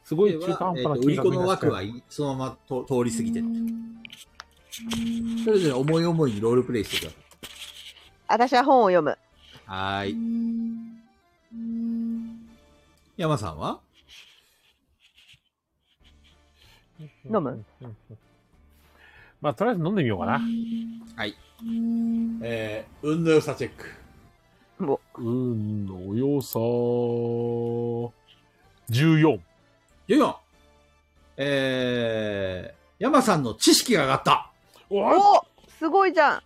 すごい中途半端な
売り
金額
子
に
の
なっちゃ
枠
う
はそのままと通り過ぎてる。それぞれ思い思いにロールプレイしてください。
私は本を読む。
はーい。山さんは
飲む
まあ、とりあえず飲んでみようかな。
えー、運の良さチェック。
運の良さ、14。
14! えー、山さんの知識が上がった。
お
おすごいじゃん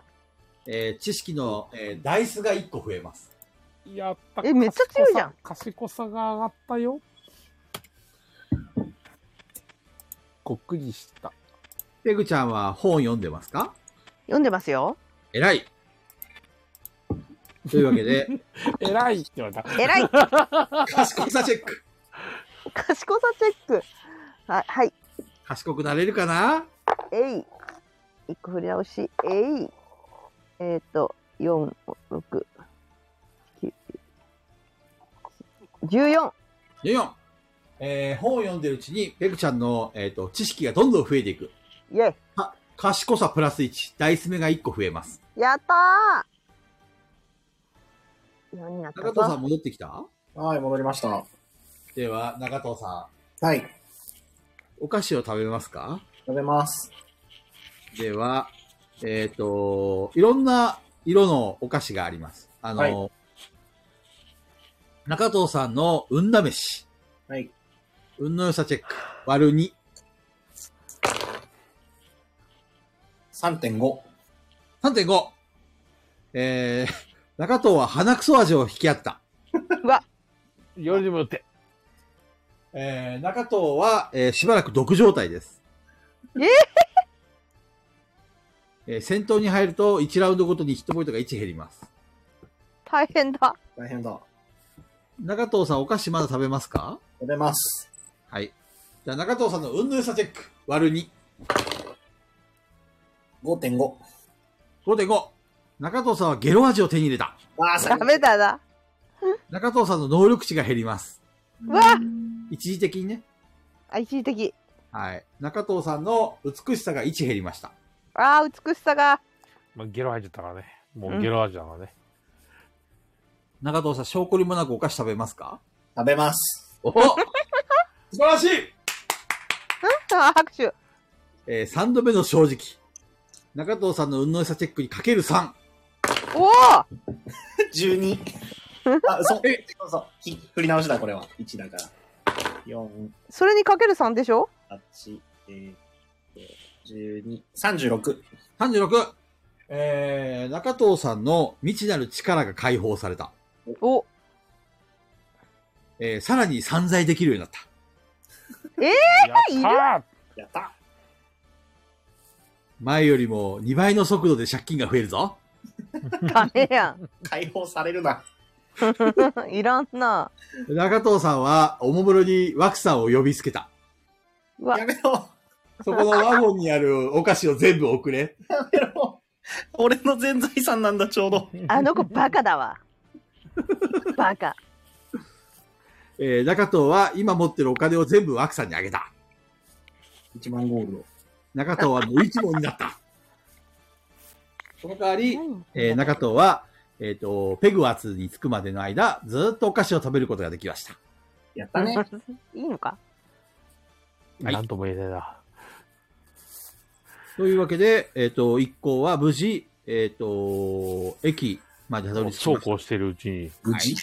えー、知識の、えーダイスが1個増えます。
やった
えめっちゃ強いじゃん
賢さ賢さが上がったよ。こっくりした。
ペグちゃんは本読んでますか
読んでますよ。
偉い。というわけで、
偉いって言われた。
えら い
賢さチェック。
賢さチェックははい。
賢くなれるかな
えい。一個振り直し。えい。えっ、ー、と、4、6、9、14。
?14! えー、本を読んでるうちに、ペグちゃんの、えー、と知識がどんどん増えていく。
イェ
か賢さプラス1、ダイス目が1個増えます。
イ。やったー !4 になっ
中
た
藤さん
ぞ。
戻ってきた
はい、戻りました。
では、中藤さ
はい、
ん、お菓子を食べますか
食べます。
では、えっ、と、いろんな色のお菓子があります。あの、
はい
中藤さんの運試し、
はい。
運の良さチェック、割る2、
3.5。
3.5。えー、 中藤は鼻くそ味を引き合った。
よりにもよって。
えー、中藤は、えーしばらく毒状態です。
えー
えー戦闘に入ると1ラウンドごとにヒットポイントが1減ります。
大変だ。
大変だ。
中藤さん、お菓子まだ食べますか
食べます。
はい。じゃあ、中藤さんの運の良さチェック、割る2。
5.5。
5.5。中藤さんはゲロ味を手に入れた。
ああ、
ダメだな。
中藤さんの能力値が減ります。
うわ
一時的にね。
あ、一時的。
はい。中藤さんの美しさが1減りました。
ああ、美しさが。
まあ、ゲロ入っちゃったからね。もうゲロ味だからね。
中藤さん、証拠りもなくお菓子食べますか
食べます。
お素晴らしい
あー拍手。
えー、3度目の正直。中藤さんの運の良さチェックにかける3。
おお
12。あ、 そう。そうそう。ひ振り直しだ、これは。1だから。4、
それにかける3でしょ
8、えーと、12、36。
36! えー、中藤さんの未知なる力が解放された。
お
えー、さらに散財できるようになった。
やったー
やった
前よりも2倍の速度で借金が増えるぞ。
ダメやん。
解放されるな。
いらん な。
中藤さんは、おもむろに枠さんを呼びつけた。
うわ
や、めろ
そこのワゴンにあるお菓子を全部送れ。
やめろ俺の全財産なんだ、ちょうど。
あの子バカ だわ。バカ。
えー、中藤は今持ってるお金を全部枠さんにあげた。
1万ゴールド。
中藤は無一文になった。その代わり、えー中藤は、えっ、と、ペグワーツに着くまでの間、ずーっとお菓子を食べることができました。
やったね。
いいのか
はい
なんとも言えないな。
というわけで、えっ、と、一行は無事、えっ、と、駅までたどり着き
そう
ました。
こうしてるうちに、
無事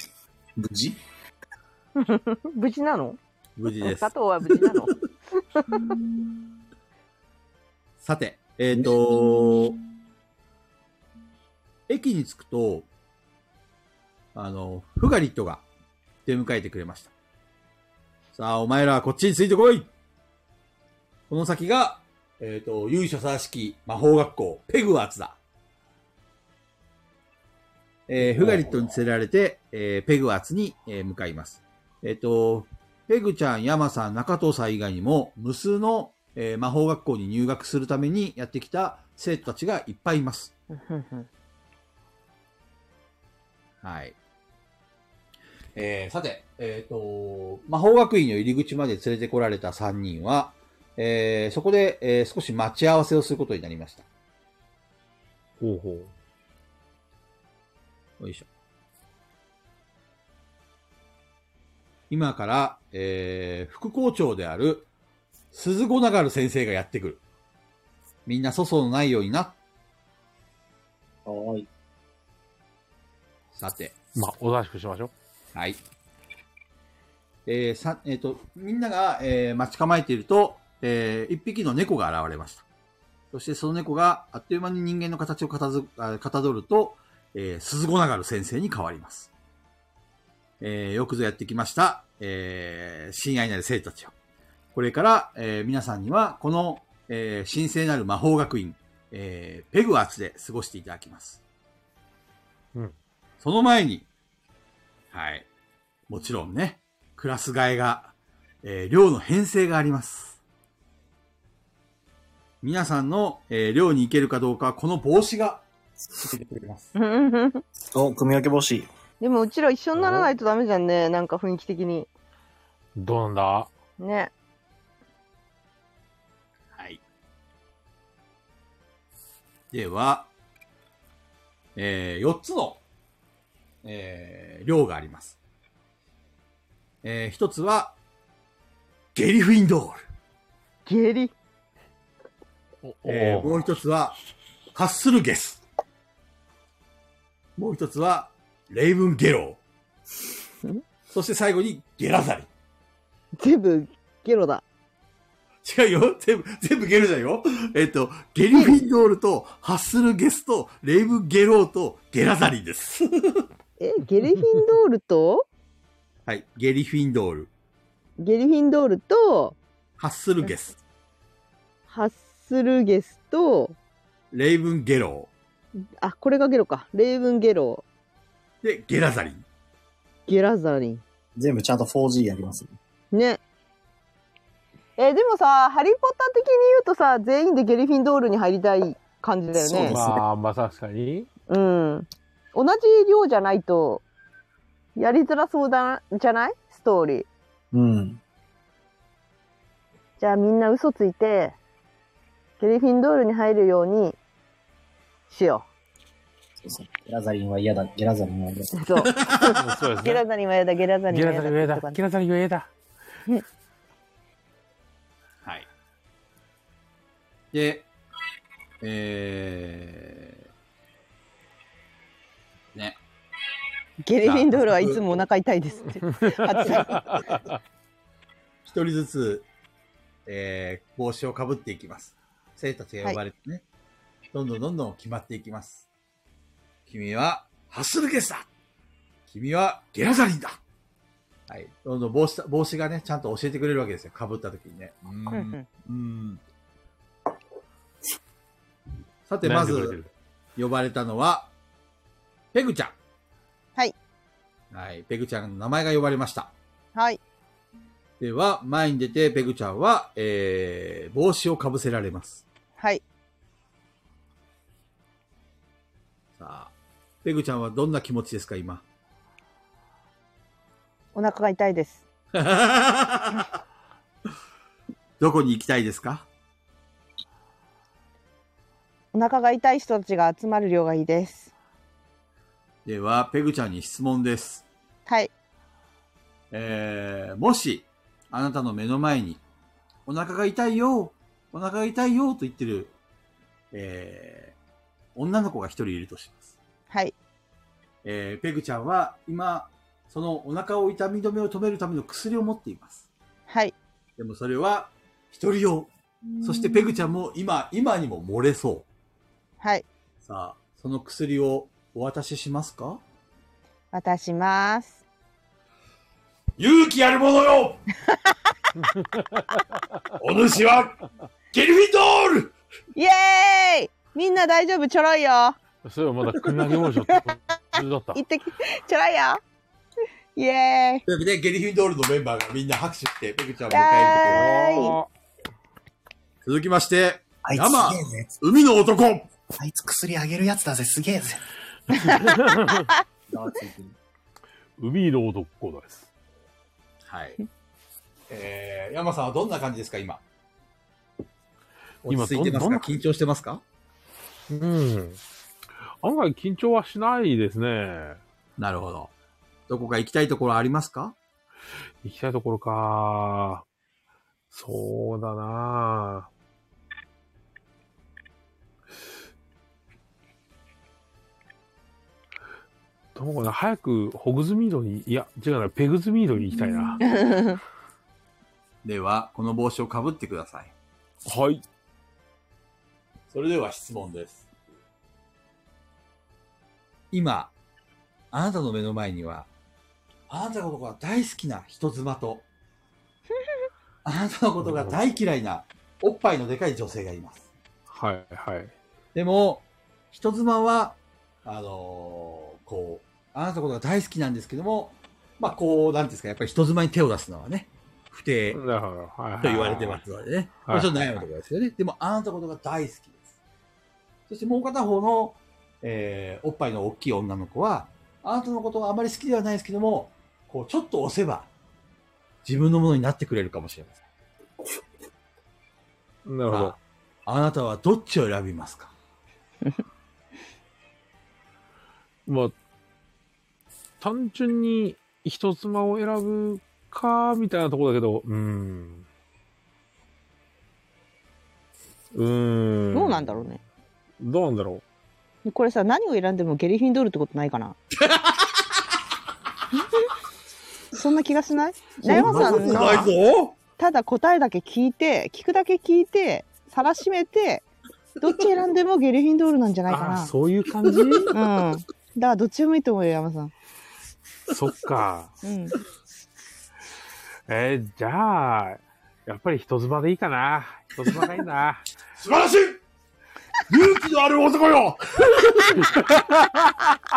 無事
無事なの
無事です
佐。藤は無事なの
さて、えっ、と、駅に着くと、あの、フガリットが出迎えてくれました。さあ、お前らこっちについてこいこの先が、えっ、と、由緒正しき魔法学校、ペグワーツだ。えーフガリットに連れられて、えーペグワーツに、えー向かいます。えっ、と、ペグちゃん、ヤマさん、中藤さん以外にも、無数の、えー魔法学校に入学するためにやってきた生徒たちがいっぱいいます。はい。えーさて、えっ、と、魔法学院の入り口まで連れてこられた3人は、えーそこで、えー少し待ち合わせをすることになりました。
ほうほう。
よいしょ。今から、えー副校長である、鈴子流先生がやってくる。みんな粗相のないようにな。
はーい。
さて、
まあ、おとなしくしましょう。
はい。えーさ、えっ、と、みんなが、えー待ち構えていると、えー一匹の猫が現れました。そしてその猫があっという間に人間の形をかたずあかたどると、えー鈴子流先生に変わります。えーよくぞやってきました、えー親愛なる生徒たちよ。これから、えー皆さんには、この、えー神聖なる魔法学院、えーペグワーツで過ごしていただきます。
うん
その前に、はい。もちろんね、クラス替えが、えー寮の編成があります。皆さんの、えー寮に行けるかどうかは、この帽子が、つけてくれます。
お、組み分け帽子。
でもうちら一緒にならないとダメじゃんね。なんか雰囲気的に。
どうなんだ
ね。
はい。では、えー、4つの、えー、量があります。えー、1つは、ゲリフィンドール。
下痢。
お
えーもう一つは、ハッスルゲス。もう一つは、レイブンゲロー
ん。
そして最後に、ゲラザリ。
全部ゲロだ。
違うよ。全部、全部ゲロじゃんよ。えっと、ゲリフィンドールと、ハッスルゲスと、レイブンゲローと、ゲラザリです。
え、ゲリフィンドール と、
はい。ゲリフィンドール、
ゲリフィンドールと、
ハッスルゲス、
ハッスルゲスと、
レイブンゲロ
あ、これがゲロか。レイブンゲロ、
ー、で、ゲラザリン。
ゲラザリン。
全部ちゃんと 4G やります。
ね。えでもさ、ハリーポッター的に言うとさ、全員でゲリフィンドールに入りたい感じだよ
そうで
ね
す。
まあ、まあ確かに。
うん。同じ量じゃないと、やりづらそうだな、じゃないストーリー。
うん。
じゃあみんな嘘ついて、ゲリフィンドールに入るようにしよ
そうそう。ゲラザリンは嫌だ。ゲラザリンは嫌だ。
う。 そう。
そうです
ゲ
ね
ラ。ザリンは嫌だ、ゲラザリ
ゲ
ン
ラ
は
ザ
嫌
リ
だ。
上だ。ゲラザリ上だ。
はい。で、えー、ね。
ゲリフィンドールはいつもお腹痛いで すって。初さん
一人ずつ、えー、帽子をかぶっていきます。生徒たちが呼ばれてね、どんどんどんどん決まっていきます。君は、ハッスルゲスだ君は、ゲラザリンだはい。どんどん帽子た、帽子がね、ちゃんと教えてくれるわけですよ。被った時にね。
う。
うんん
うん。さて、
悩
ま
んでくれ
ず、
てる
呼ばれたのは、ペグちゃん。
はい。
はい。ペグちゃんの名前が呼ばれました。
はい。
では、前に出て、ペグちゃんは、えー、帽子をかぶせられます。
はい。
さあ、ペグちゃんはどんな気持ちですか、今。
お腹が痛いです。
どこに行きたいですか
お腹が痛い人たちが集まる量がいいです。
では、ペグちゃんに質問です。
はい。
えー、もし、あなたの目の前に、お腹が痛いよ、お腹が痛いよと言ってる、えー、女の子が一人いるとします。
はい。
えー、ペグちゃんは今、そのお腹を痛み止めを止めるための薬を持っています。
はい。
でもそれは、一人用。そしてペグちゃんも今、今にも漏れそ
はい。
う。さあ、その薬をお渡ししますか
渡します。
勇気ある者 よお主は、ゲルフィンドール
イエーイみんな大丈夫、ちょろいよ。
それはまだくんなげ文書って途中だった
行ってき、 ちょろいよ。イエーイ
というわけで、ゲルフィンドールのメンバーがみんな拍手して、ペグちゃんを迎える
イエー
あ
イ
ところ。続きまして、
あいつ
山
すげえぜ。
海の男
あいつ薬あげるやつだぜ。すげえぜ。
海の男です。
はい。えー、山さんはどんな感じですか、今。
今
落ち着いてます
どん
か
な
緊張してますか
うん。案外緊張はしないですね。
なるほど。どこか行きたいところありますか
行きたいところか。そうだなどうかな早くホグズミードに、いや、違うな、ペグズミードに行きたいな。
では、この帽子をかぶってください。
はい。
それでは質問です。今、あなたの目の前には、あなたのことが大好きな人妻 と、あなたのことが大嫌いなおっぱいのでかい女性がいます。
はい、はい。
でも、人妻は、あのーこう、あなたのことが大好きなんですけども、まあ、こう、なんていうんですか、やっぱり人妻に手を出すのはね、不定
なるほど。はい、はい。
と言われてますのでね。
はい
これちょっと悩むところですよね。でも、あなたのことが大好きです。そしてもう片方の、えー、おっぱいの大きい女の子は、あなたのことはあまり好きではないですけども、こう、ちょっと押せば、自分のものになってくれるかもしれません。
なるほど
さ。ああなたはどっちを選びますか
まあ、単純に人妻を選ぶか、みたいなところだけど、うーん。うーん。
どうなんだろうね。
どうなんだろ
これさ、何を選んでもゲリフィンドールってことない かなそんな気がしない悩まさん
ない
の、
ぞ
ただ答えだけ聞いて、聞くだけ聞いて、さらしめて、どっち選んでもゲリフィンドールなんじゃ
う。
ないか
ああ
な
ー、。そういう感じ
うん。だからどっちでもいいと思うよ、山さん。
そっか。
うん。
えーじゃあ、やっぱり人妻でいいかな。人妻がいい な。
素晴らしい勇気のある男 よ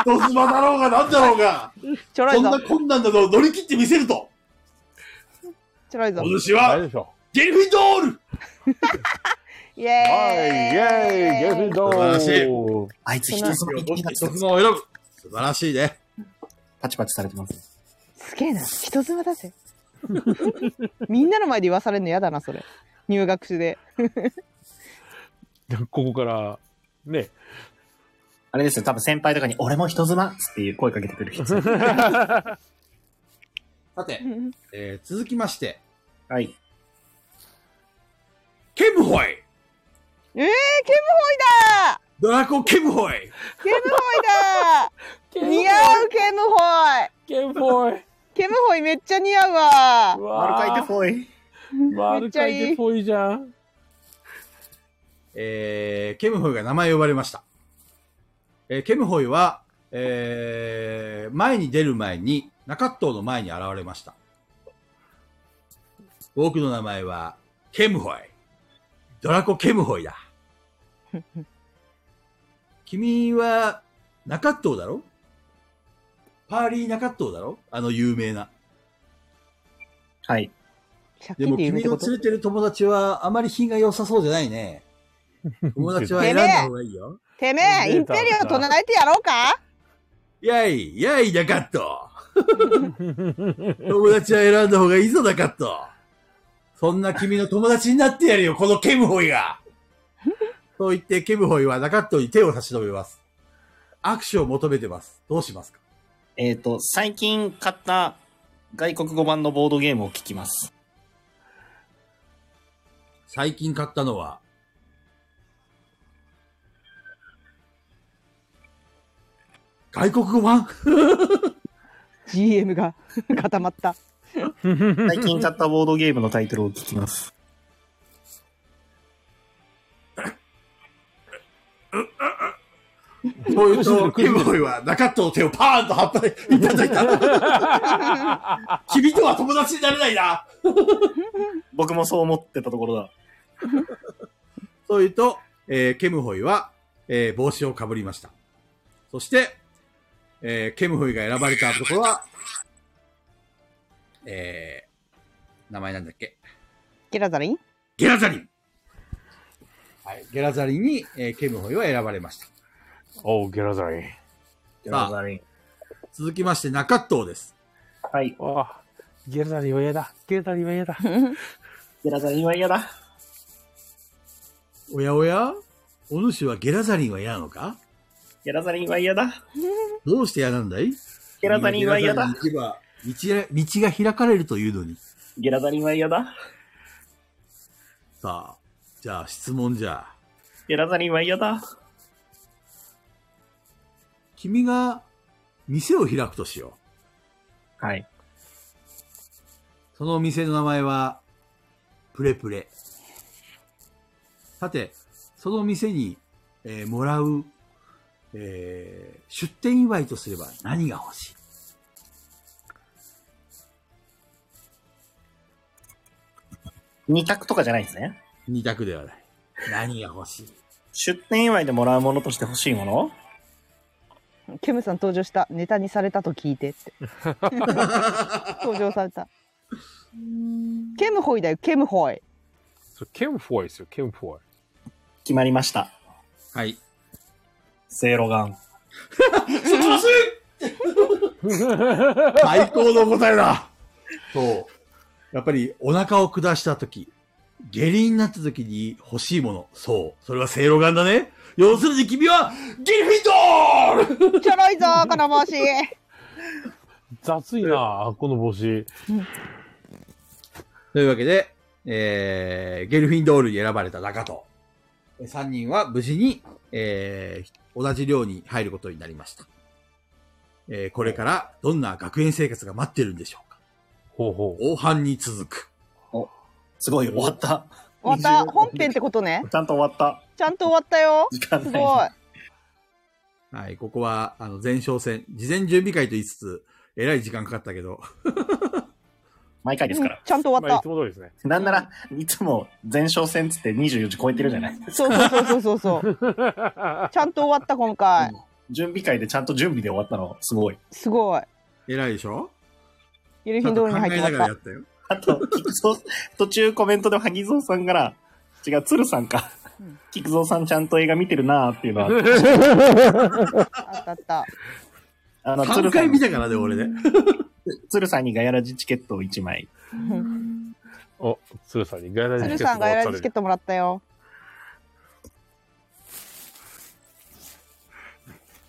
人妻だろうが何だろうが、
ちょろ
そ
い
ん
ぞ
な。困難などを乗り切ってみせると、
ちょろいぞ
お。主
大丈夫
は、
でしょ
ゲルフィンドール
イエ
う。はい、
ーイ。
イェーイ、ゲルド
素晴らしい
ー
あいつ人妻に逃げ出し
人
たぜ
妻を選ぶ素晴らしいね。
パチパチされてます。
すげえな。人妻だぜ。 みんなの前で言わされるの嫌だな、それ。入学しで。
ここから、ね。
あれですよ。多分先輩とかに、俺も人妻っつっていう声かけてくる 人。
さて、えー続きまして、
はい。
ケムホイ
えー、ケムホイだ
ドラコ・ケムホイ
ケムホイだ似合うケムホイ
ゲームボーイ。
ケムホイめっちゃ似合うわ
う
丸
わ
書いて
ー
ぽい。
丸書いてぽいじゃん。
えーケムホイが名前呼ばれました。えーケムホイは、えー前に出る前に、中東の前に現れました。僕の名前は、ケムホイ。ドラコ・ケムホイだ。君は、中東だろパーリー中東だろあの有名な。
はい。
借
で
金
も
で言うっ
君
て
の
こと
連れてる友達はあまり品が良さそうじゃないね。友達は選んだ方がいいよ。
てめえ、インペリオ唱えてやろうか
やい、やい、中東。友達は選んだ方がいいぞ、中東。そんな君の友達になってやるよ、このケムホイが。そう言って、ケムホイは中東に手を差し伸べます。握手を求めてます。どうしますか
えっ、と、最近買った外国語版のボードゲームを聞き ます。
最近買ったのは、外国語版
GM が 固まった。
最近買ったボードゲームのタイトルを聞きます。
そういうと、ケムホイは中東の手をパーンと張ったいただい た。君とは友達になれないな。
僕もそう思ってたところだ。
そう言うと、えーケムホイは、えー帽子をかぶりました。そして、えーケムホイが選ばれたところは、えー名前なんだっけ
ゲラザリン
ゲラザリンはい、ゲラザリンに、えーケムホイは選ばれました。
おう、ゲラザリン。
あ続きまして、中東です。
はい。
わあ、ゲラザリンは嫌だ。ゲラザリンは嫌だ。
ゲラザリンは嫌だ。
おやおやお主はゲラザリンは嫌なのか
ゲラザリンは嫌だ。
どうして嫌なんだい
ゲラザリンは嫌だ。
君がゲラザリンに行けば道が道が開かれるというのに。
ゲラザリンは嫌だ。
さあ、じゃあ質問じゃ。
ゲラザリンは嫌だ。
君が店を開くとしよ
はい。
う。そのお店の名前は、プレプレ。さて、その店に、えーもらう、えー出店祝いとすれば何が欲しい
二択とかじゃないんですね。
二択ではない。何が欲しい
出店祝いでもらうものとして欲しいもの
ケムさん登場した。ネタにされたと聞いてって。登場された。ケムホイだよ、ケムホイ。
それケンフォイですよ、ケンフォイ。
決まりました。
はい。
セイロガン。
最高の答えだそう。やっぱりお腹を下した時、下痢になった時に欲しいもの。そう。それはせいろがんだね。要するに君は、ギルフィンドール
ちょろいぞ、この帽子。
雑いな、この帽子。
というわけで、えー、ゲルフィンドールに選ばれた中と、3人は無事に、えー、同じ寮に入ることになりました。えー、これからどんな学園生活が待ってるんでしょうか
ほうほう。
後半に続く。
すごい、終わった。
また本編ってことね。
ちゃんと終わった。
ちゃんと終わったよ。
時間
す
ない。
ごい。
はい、ここは、あの、前哨戦、事前準備会と言いつつ、えらい時間かかったけど、
毎回ですから。
ちゃんと終
まあ、
わ
い
っ
つも通りですね。
なんなら、いつも前哨戦っつって24時超えてるじゃない。
た。そうそうそうそうそう。ちゃんと終わった、今回。
準備会でちゃんと準備で終わったの、すごい。
すごい。
えらいでしょ
ゆる
ちゃ
ひ
ん
ん
と
通
考
り
え
に入
なが
って終
ら
わ
や
っ
ったよ。
あと、菊蔵、途中コメントで萩蔵さんから、違う、鶴さんか
うん。
菊蔵さんちゃんと映画見てるなーっていうのは、
た。あったあった。
あの、
3
鶴さ
回
ん
見、たからね、俺 ね。
鶴さんにガヤラジチケットを1枚。
お、 鶴さんにガイラジ
鶴
チケ
さ
ット
んが
が渡
やら
さ
れ
れ
チケッ
る。
トもらったよ。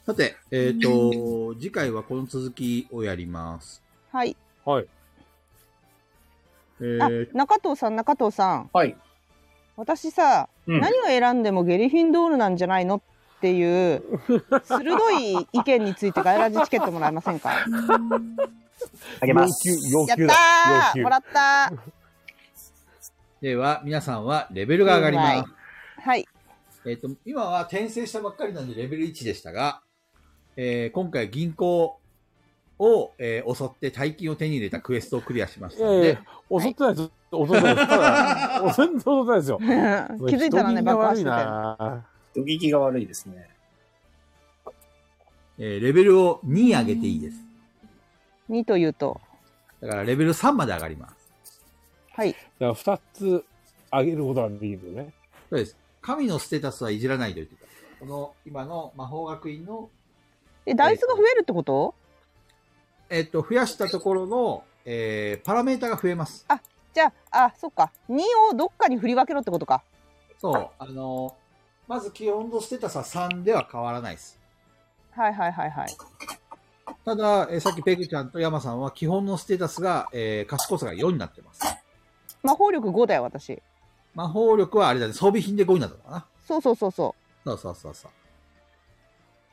さて、えっ、と、次回はこの続きをやります。
はい。
はい。
え
あ
ー、、
中藤さん、中藤さん。
はい。
私さ、
うん
何を選んでもゲリフィンドールなんじゃないのっていう、鋭い意見についてガイラジチケットもらえませんか
あげます。
要
やっ
求、要求
た
だ。
ー
要求
もら。った
では、皆さんはレベルが上がり
う
ま
まはい。
す。えっ、と、今は転生したばっかりなんでレベル1でしたが、えー今回銀行を、えー襲って大金を手に入れたクエストをクリアしまし
い
た
や
の
い
で、
や、襲ってないです。襲ってないです。ただ、襲って襲ってないですよ。
気づいたら
人聞きが
ね、爆破
悪
し
い
てたよ。
な
ドギキが悪いですね。
えーレベルを2上げていいです。
2というと。
だからレベル3まで上がります。
はい。
だから2つ上げることができるよね。
そうです。神のステータスはいじらないと言ってた。この、今の魔法学院の、
え、ダイスが増えるってこと
えっと、増やしたところの、えーパラメータが増えます。
じゃあ、あ、そっか。2をどっかに振り分けろってことか。
そう。あのーまず基本のステータスは3では変わらないです。
はいはいはいはい。
ただ、えーさっきペグちゃんとヤマさんは基本のステータスが、えー賢さが4になってます。
魔法力5だよ、私。
魔法力はあれだね、装備品で5になったのかな。
そうそうそうそ
そうそうそうそう。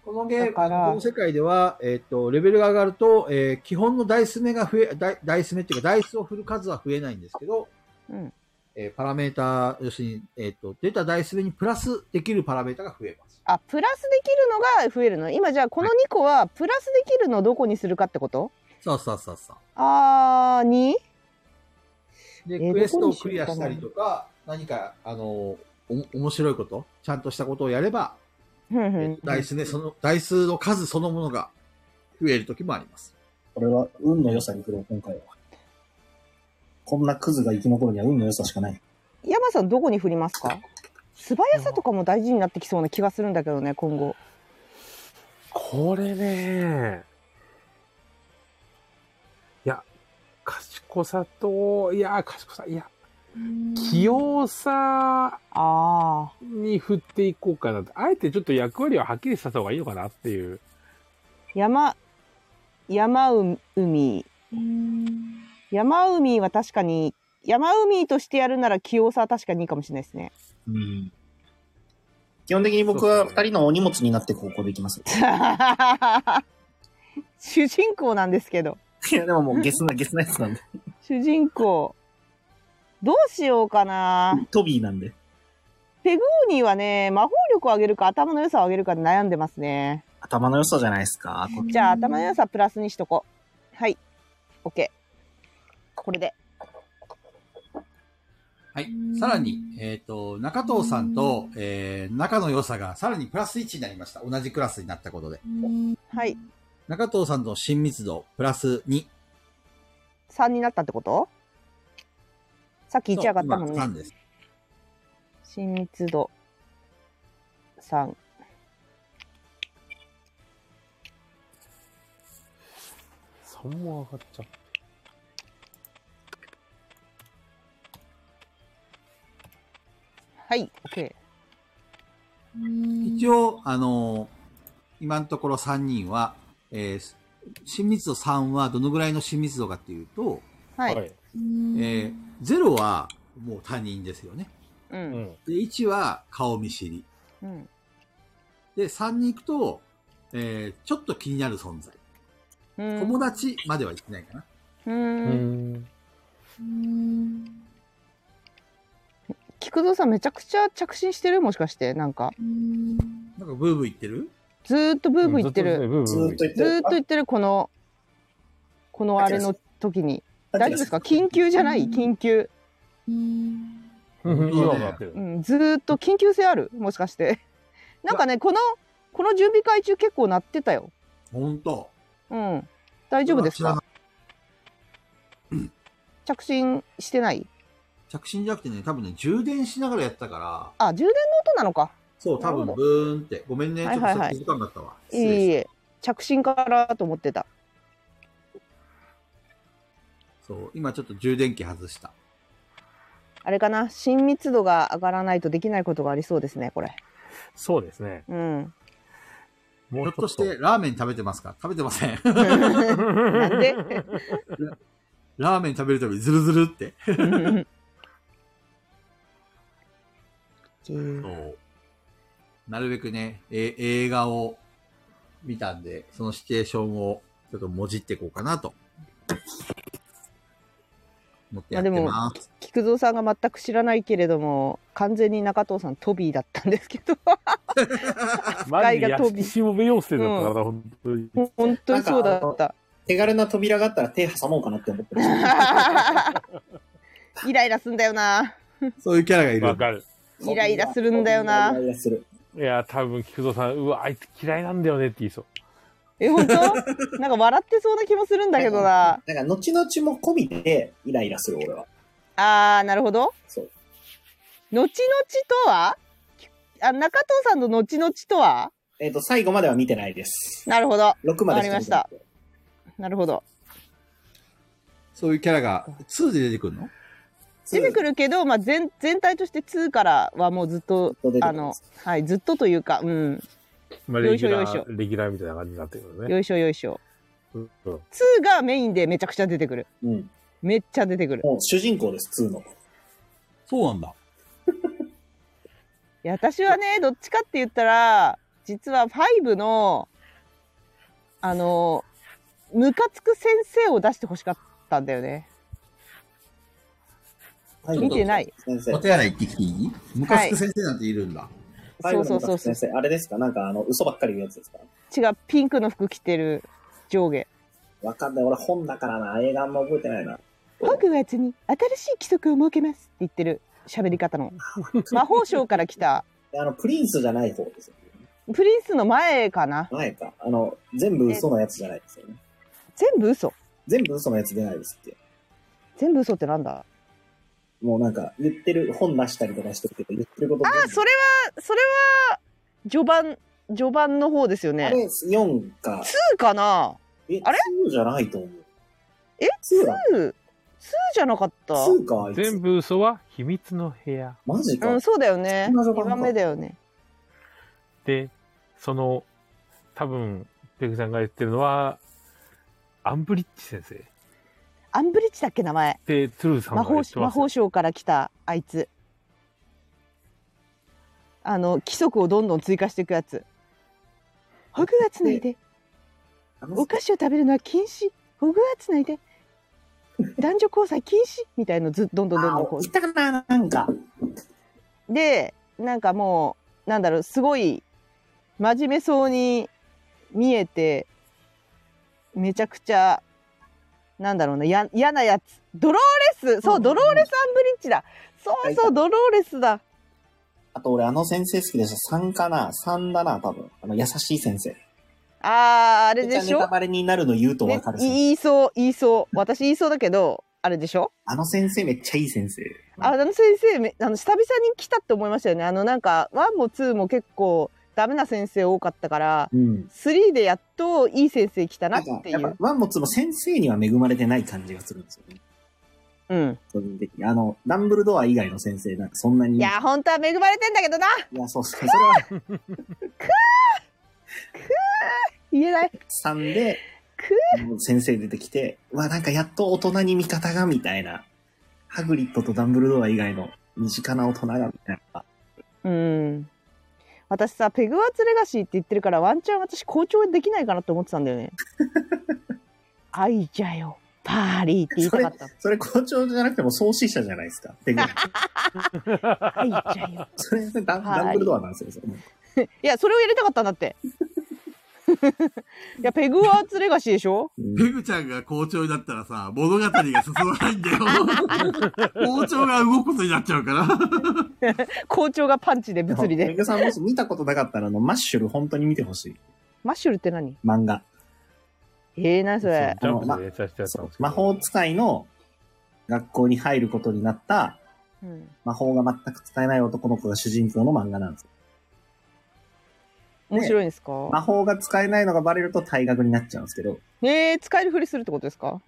このゲーム、
だから
この世界では、えっ、と、レベルが上がると、えー基本のダイス目が増え、ダイダイス目っていうか、ダイスを振る数は増えないんですけど、
うん
えーパラメータ、要するに、えっ、と、出たダイス目にプラスできるパラメータが増えます。
う。あ、プラスできるのが増えるの。今じゃあ、この2個は、プラスできるのをどこにするかってこと
そうそうそうそう。
あー、2?
で、
えー
クエスト
どこ
を
にしよう
クリアしたりとか、何か、あの、お面白いこと、ちゃんとしたことをやれば、
ふんふ
えー
ん
と。ダイスね、その、ダイスの数そのものが増える時もあります。
これは運の良さに来るわ今回は。こんなクズが生き残るには運の良さしかない。
山さん、どこに振りますか素早さとかも大事になってきそうな気がするんだけどね、今後。
これねいや、賢さと、いや、賢さ、いや、器用さ
あ
に振っていこうかなと。あえてちょっと役割をはっきりさせた方がいいのかなっていう。
ー、山、山う海。山海は確かに、山海としてやるなら器用さは確かにいいかもしれないですね。
うん。基本的に僕は二人のお荷物になってここで行きます。
主人公なんですけど。
いや、でももうゲスな、ゲスなやつなんで。
主人公。どうしようかな。
トビーなんで。
ポニーはね、魔法力を上げるか頭の良さを上げるかで悩んでますね。
頭の良さじゃないですか。こ
じゃあ頭の良さプラスにしとこう。はい。OK。これで。
はい。さらに、えっ、と、中藤さんと、えー、仲の良さがさらにプラス1になりました。同じクラスになったことで。
はい。
中藤さんとの親密度、プラス2。
3になったってことさっき1上がったもんね
3。です。
親密度3。
3も上がっちゃった。
はい。OK。
一応、あのー今のところ3人は、えー、親密度3はどのぐらいの親密度かっていうと、
はい。
はい。
えー、0はもう他人ですよね。
う。
うんん。
で、1は顔見知り。
うん。
で、3に行くと、えー、ちょっと気になる存在。
うん
友達までは行ってないかな。
うん
うん。
菊蔵さんめちゃくちゃ着信してるもしかして。なんか。
なんかブーブー言ってる
ずーっとブーブー言ってる。
うん
ず
ず
ーっ
っと
と言っ
ね
て
ず
る
ーっと言ってるこのこのあれの時に
あ
大丈夫ですか緊急じゃない緊急、
ブーブー言ってる。今上がってる
う。ん、ずーっと緊急性あるもしかしてなんかねこのこの準備会中結構鳴ってたよ
ほんと。
うん大丈夫です
知らな
か着信してない
着信じゃなくてね、多分ね、充電しながらやったから、
あ充電の音なのか
そう、多分
なる
ブ
ほ
ーンって。ごめんね、ちょ
は
っ
い
と
はい
さ
は
っ
い
き時間だったわ。
いえい
失礼し
え着信からと思ってた
たそう、今ちょっと充電器外した。
あれかな親密度が上がらないとできないことがありそうですねこれ
そうですね。
うん
も
ひょっとし
ちょ
て、ラーメン食べてますか食べてません。
なんで
ラーメン食べるたびズルズルって。そう。なるべくね、え映画を見たんで、そのシチュエーションをちょっともじっていこうかなと。持ってやってます。
菊蔵さんが全く知らないけれども完全に中藤さんトビーだったんですけ ど
マジでやしもべようせだったから、本当に。
本当にそうだ
なん
った
手軽な扉があったら手挟もうかなって思ってま し
イライラすんだよな。
そういうキャラがい
わ
る。
かる。
た。
イライラするんだよな
イライラする。
いや、多分、菊蔵さん、うわ、あいつ嫌いなんだよねって言いそう。
え、本当なんか笑ってそうな気もするんだけどな。
なんか、後々も込みでイライラする、俺は。
あー、なるほど。
そう。
後々とはあ、中藤さんの後々とは
えっ、と、最後までは見てないです。
なるほど。
6までか見てな
わか
くて
なるほど。
そういうキャラが2で出てくるの
出てくるけど、まあ、全全体として2からはもうずっと
ずっと出て、くる
あの、はい、ずっとというか、うん、
まあ、
よ
レ
いし
ギ
ょ
ュ
よ
ラ
いしょ
ー、レギュラーみたいな感じになってるよね。
よいしょよいしょ。
うんうん
2がメインでめちゃくちゃ出てくる。
うん。
めっちゃ出てくる。
もう主人公です、2の。
そうなんだ。
いや私はねどっちかって言ったら実は5のあのムカつく先生を出してほしかったんだよね
はい
見てない
先生
お。手洗い行ってきていい昔の先生なんているんだ。
そうそうそうそう
先生、あれですかなんか、あの、嘘ばっかり言うやつですか
違うピンクの服着てる上下
わかんない。俺本だからな。映画あんま覚えてないな。
僕はに新しい規則を設けますって言ってる喋り方の魔法省から来た
であの、プリンスじゃない方ですよ。
プリンスの前かな
前か。あの、全部嘘のやつじゃないですよね。
全部嘘
全部嘘のやつ出ないですって。
全部嘘ってなんだ
もうなんか、言ってる、本出したりとかしてるけど、言ってること全部
あそれはそれは序盤序盤の方ですよ
あ
ね
れ、4か。
2かな
え、
あれ
?2 じゃないと思う。
え
?2 だ。
2じゃなかった
2か、あいつ。
全部嘘は秘密の部屋。
マジか。
うん、そうだよね。
そんな序
2
盤か
番目だよね。
で、その、多分、ペグさんが言ってるのは、アンブリッジ先生。
アンブリッジだっけ名前。
で、トゥルーさん
魔
が言
法
って
魔
ます
法
よ。
省から来たあいつ。あの規則をどんどん追加していくやつ。ホグワーツ内で
あの
お菓子を食べるのは禁止。ホグワーツ内で男女交際禁止みたいのずどんどんどんどんこ
あいたかな、なんか。
う。で、なんかもうなんだろうすごい真面目そうに見えてめちゃくちゃなんだろうなや嫌なやつドローレスそう、
うん
ドローレスアンブリッジだそう
は
そう
い
ドローレスだ
あと俺、あの先生好きでした。3かな ?3 だな、多分。あの、優しい先生。
あーあれ
めち
で
ゃ
し
ネタ
ょ、
バレになるの言うとわ
ね
かる、先生
言いそう言いそう私言いそうだけどあれでしょ
あの先生めっちゃいい先生。
ああの先生めあの久々に来たって思いましたよねあのなんか1も2も結構ダメな先生多かったから
うん。
3でやっといい先生来たな
な
っ
んか、
てい
やっ
う
ぱ、ワンモツも先生には恵まれてない感じがするんですよね。
うん
個人的に。あの、ダンブルドア以外の先生、なんかそんなに。
いや本当は恵まれてんだけどない
やそうそう。それは
言えない
3で、もう先生出てきて、うわ、なんかやっと大人に味方が、みたいな。ハグリッドとダンブルドア以外の身近な大人が、みたいな。
うん。私さ、ペグワーツレガシーって言ってるから、ワンチャン私校長できないかなと思ってたんだよね。愛じゃよ、パーリーって言いたかった。
それ校長じゃなくても創始者じゃないですか。ペグ
愛じゃよ。
それダン
はい
ダンブルドアなんですよ。それ
いや、それをやりたかったんだって。いや、ペグワーツレガシーでしょ
ペグちゃんが校長になったらさ、物語が進まないんだよ。校長が動くことになっちゃうから。
校長がパンチで物理
ペ
で。
グさんもし見たことなかったら、あの、マッシュル本当に見てほしい。
マッシュルって何
漫画。
えー、何それ。
そうジャンプで連載してやったんですけど
魔法使いの学校に入ることになった
うん、
魔法が全く使えない男の子が主人公の漫画なんですよ。
面白いんです
魔
か
法が使えないのがバレると退学になっちゃうんですけど、
えー、使えるふりするってことですか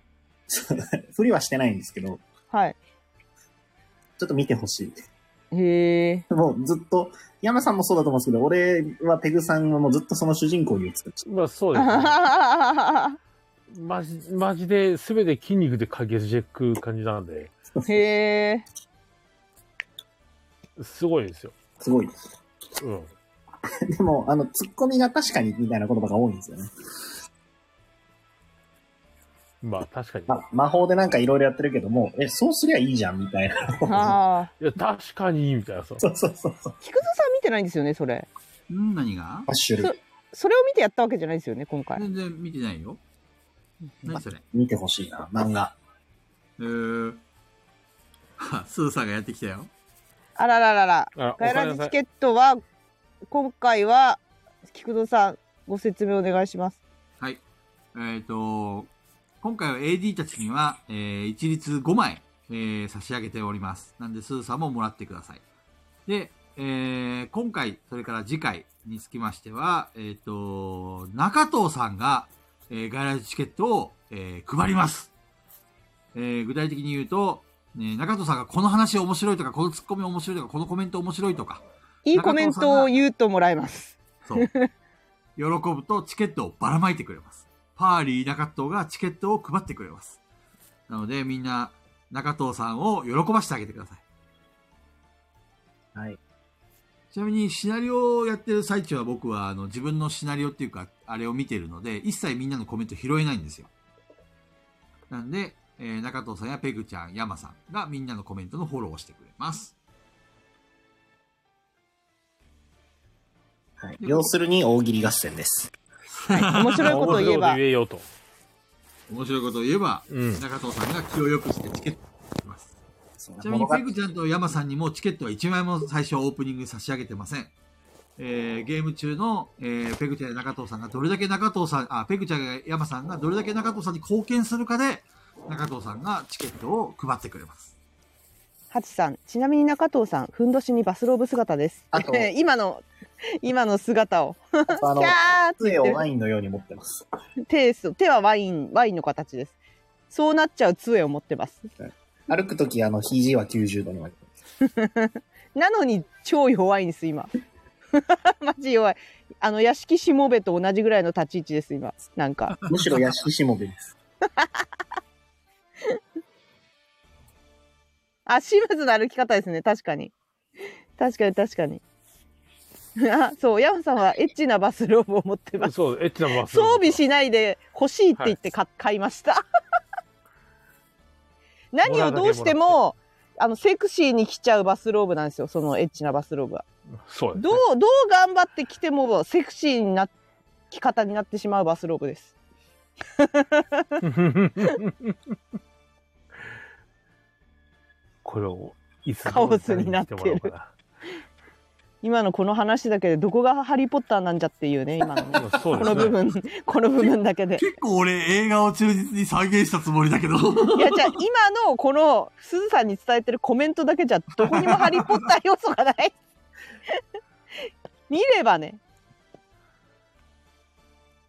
ふりはしてないんですけど、
はい。
ちょっと見てほし
へえ
い。 もうずっと、山さんもそうだと思うんですけど、俺はペグさんはもうずっとその主人公に映って
まあ、そうです、ね。
ー。
マジ、マジで、すべて筋肉で影していく感じなんで、
へえ。
すごいですよ。
すごい。
うん。
でも、あの、ツッコミが確かにみたいな言葉が多いんですよね。
まあ、確かに。
ま、魔法でなんかいろいろやってるけども、え、そうすりゃいいじゃんみたいな。
あ あ。
いや、確かに、みたいな、そう。
そうそうそうそう。
菊蔵さん見てないんですよね、それ。
うん、何が
マッシュル。
それを見てやったわけじゃないですよね今回
全然見てないよ。何それ
見てほしいな、漫画。
えー。あスーさんがやってきたよ。
あらららら。
あお
ガヤ
かえり
ラ
な
ジ
さ
チ
い。
ケットは今回は菊蔵さんご説明お願いします。
はい。えっ、と、今回は AD たちには、えー一律5枚、えー差し上げております。なんで、スーさんももらってください。で、えー今回、それから次回につきましては、えっ、と、中藤さんが、えー外来チケットを、えー配ります。えー具体的に言うと、ね中藤さんがこの話面白いとか、このツッコミ面白いとか、このコメント面白いとか、
いいコメントを言うともらえます。
そう。喜ぶとチケットをばらまいてくれます。パーリー中藤がチケットを配ってくれます。なのでみんな中藤さんを喜ばしてあげてください。
はい。
ちなみにシナリオをやってる最中は僕はあの自分のシナリオっていうかあれを見てるので一切みんなのコメント拾えないんですよ。なんで、えー中藤さんやペグちゃん、ヤマさんがみんなのコメントのフォローをしてくれます。
はい、要するに大喜利合戦です。
面白いことを言
面白い
え
こと
ば
言えよと。
面白いことを言えば、
うん
中藤さんが気を良くしてチケットを配ります。
そん
ち
な
なみ
物
に、
語
ペグちゃんとヤマさんにもチケットは1枚も最初オープニングに差し上げてません。えーゲーム中の、えーペグちゃんや中藤さんがどれだけ中藤さん、あ、ペグちゃんやヤマさんがどれだけ中藤さんに貢献するかで、中藤さんがチケットを配ってくれます。
ハチさん、ちなみに中藤さん、ふんどしにバスローブ姿です。
あと
今の、今の姿を。
あ
キ
の
ャ、ーって
杖
言っ
を
て
ワインのように持ってます。
る手です。手はワイン、ワインの形です。そうなっちゃう杖を持ってます。
歩くとき、あの、肘は90度に曲げてます。
なのに、超弱いんです、今。 マジ弱い。あの、屋敷しもべと同じぐらいの立ち位置です、今。なんか。
むしろ屋敷しもべです。
あ、シムズの歩き方ですね、確かに。確かに、確かに。あ、そう、ヤマさんはエッチなバスローブを持ってます。
そう、エッチなバス。
装備しないで欲しいって言って買,、買いました何をどうしてもあのセクシーに着ちゃうバスローブなんですよそのエッチなバスローブは
そうですね
どうどう頑張って着てもセクシーにな着方になってしまうバスローブです
これをいつ
カオスになってる
どうにかしてもら
今のこの話だけでどこがハリー・ポッターなんじゃっていうね今のね
おうかな。そ
この
うで
部
すね。
分この部分だけで
結構俺映画を忠実に再現したつもりだけど。
いやじゃあ今のこのすずさんに伝えてるコメントだけじゃどこにもハリー・ポッター要素がない 見ればね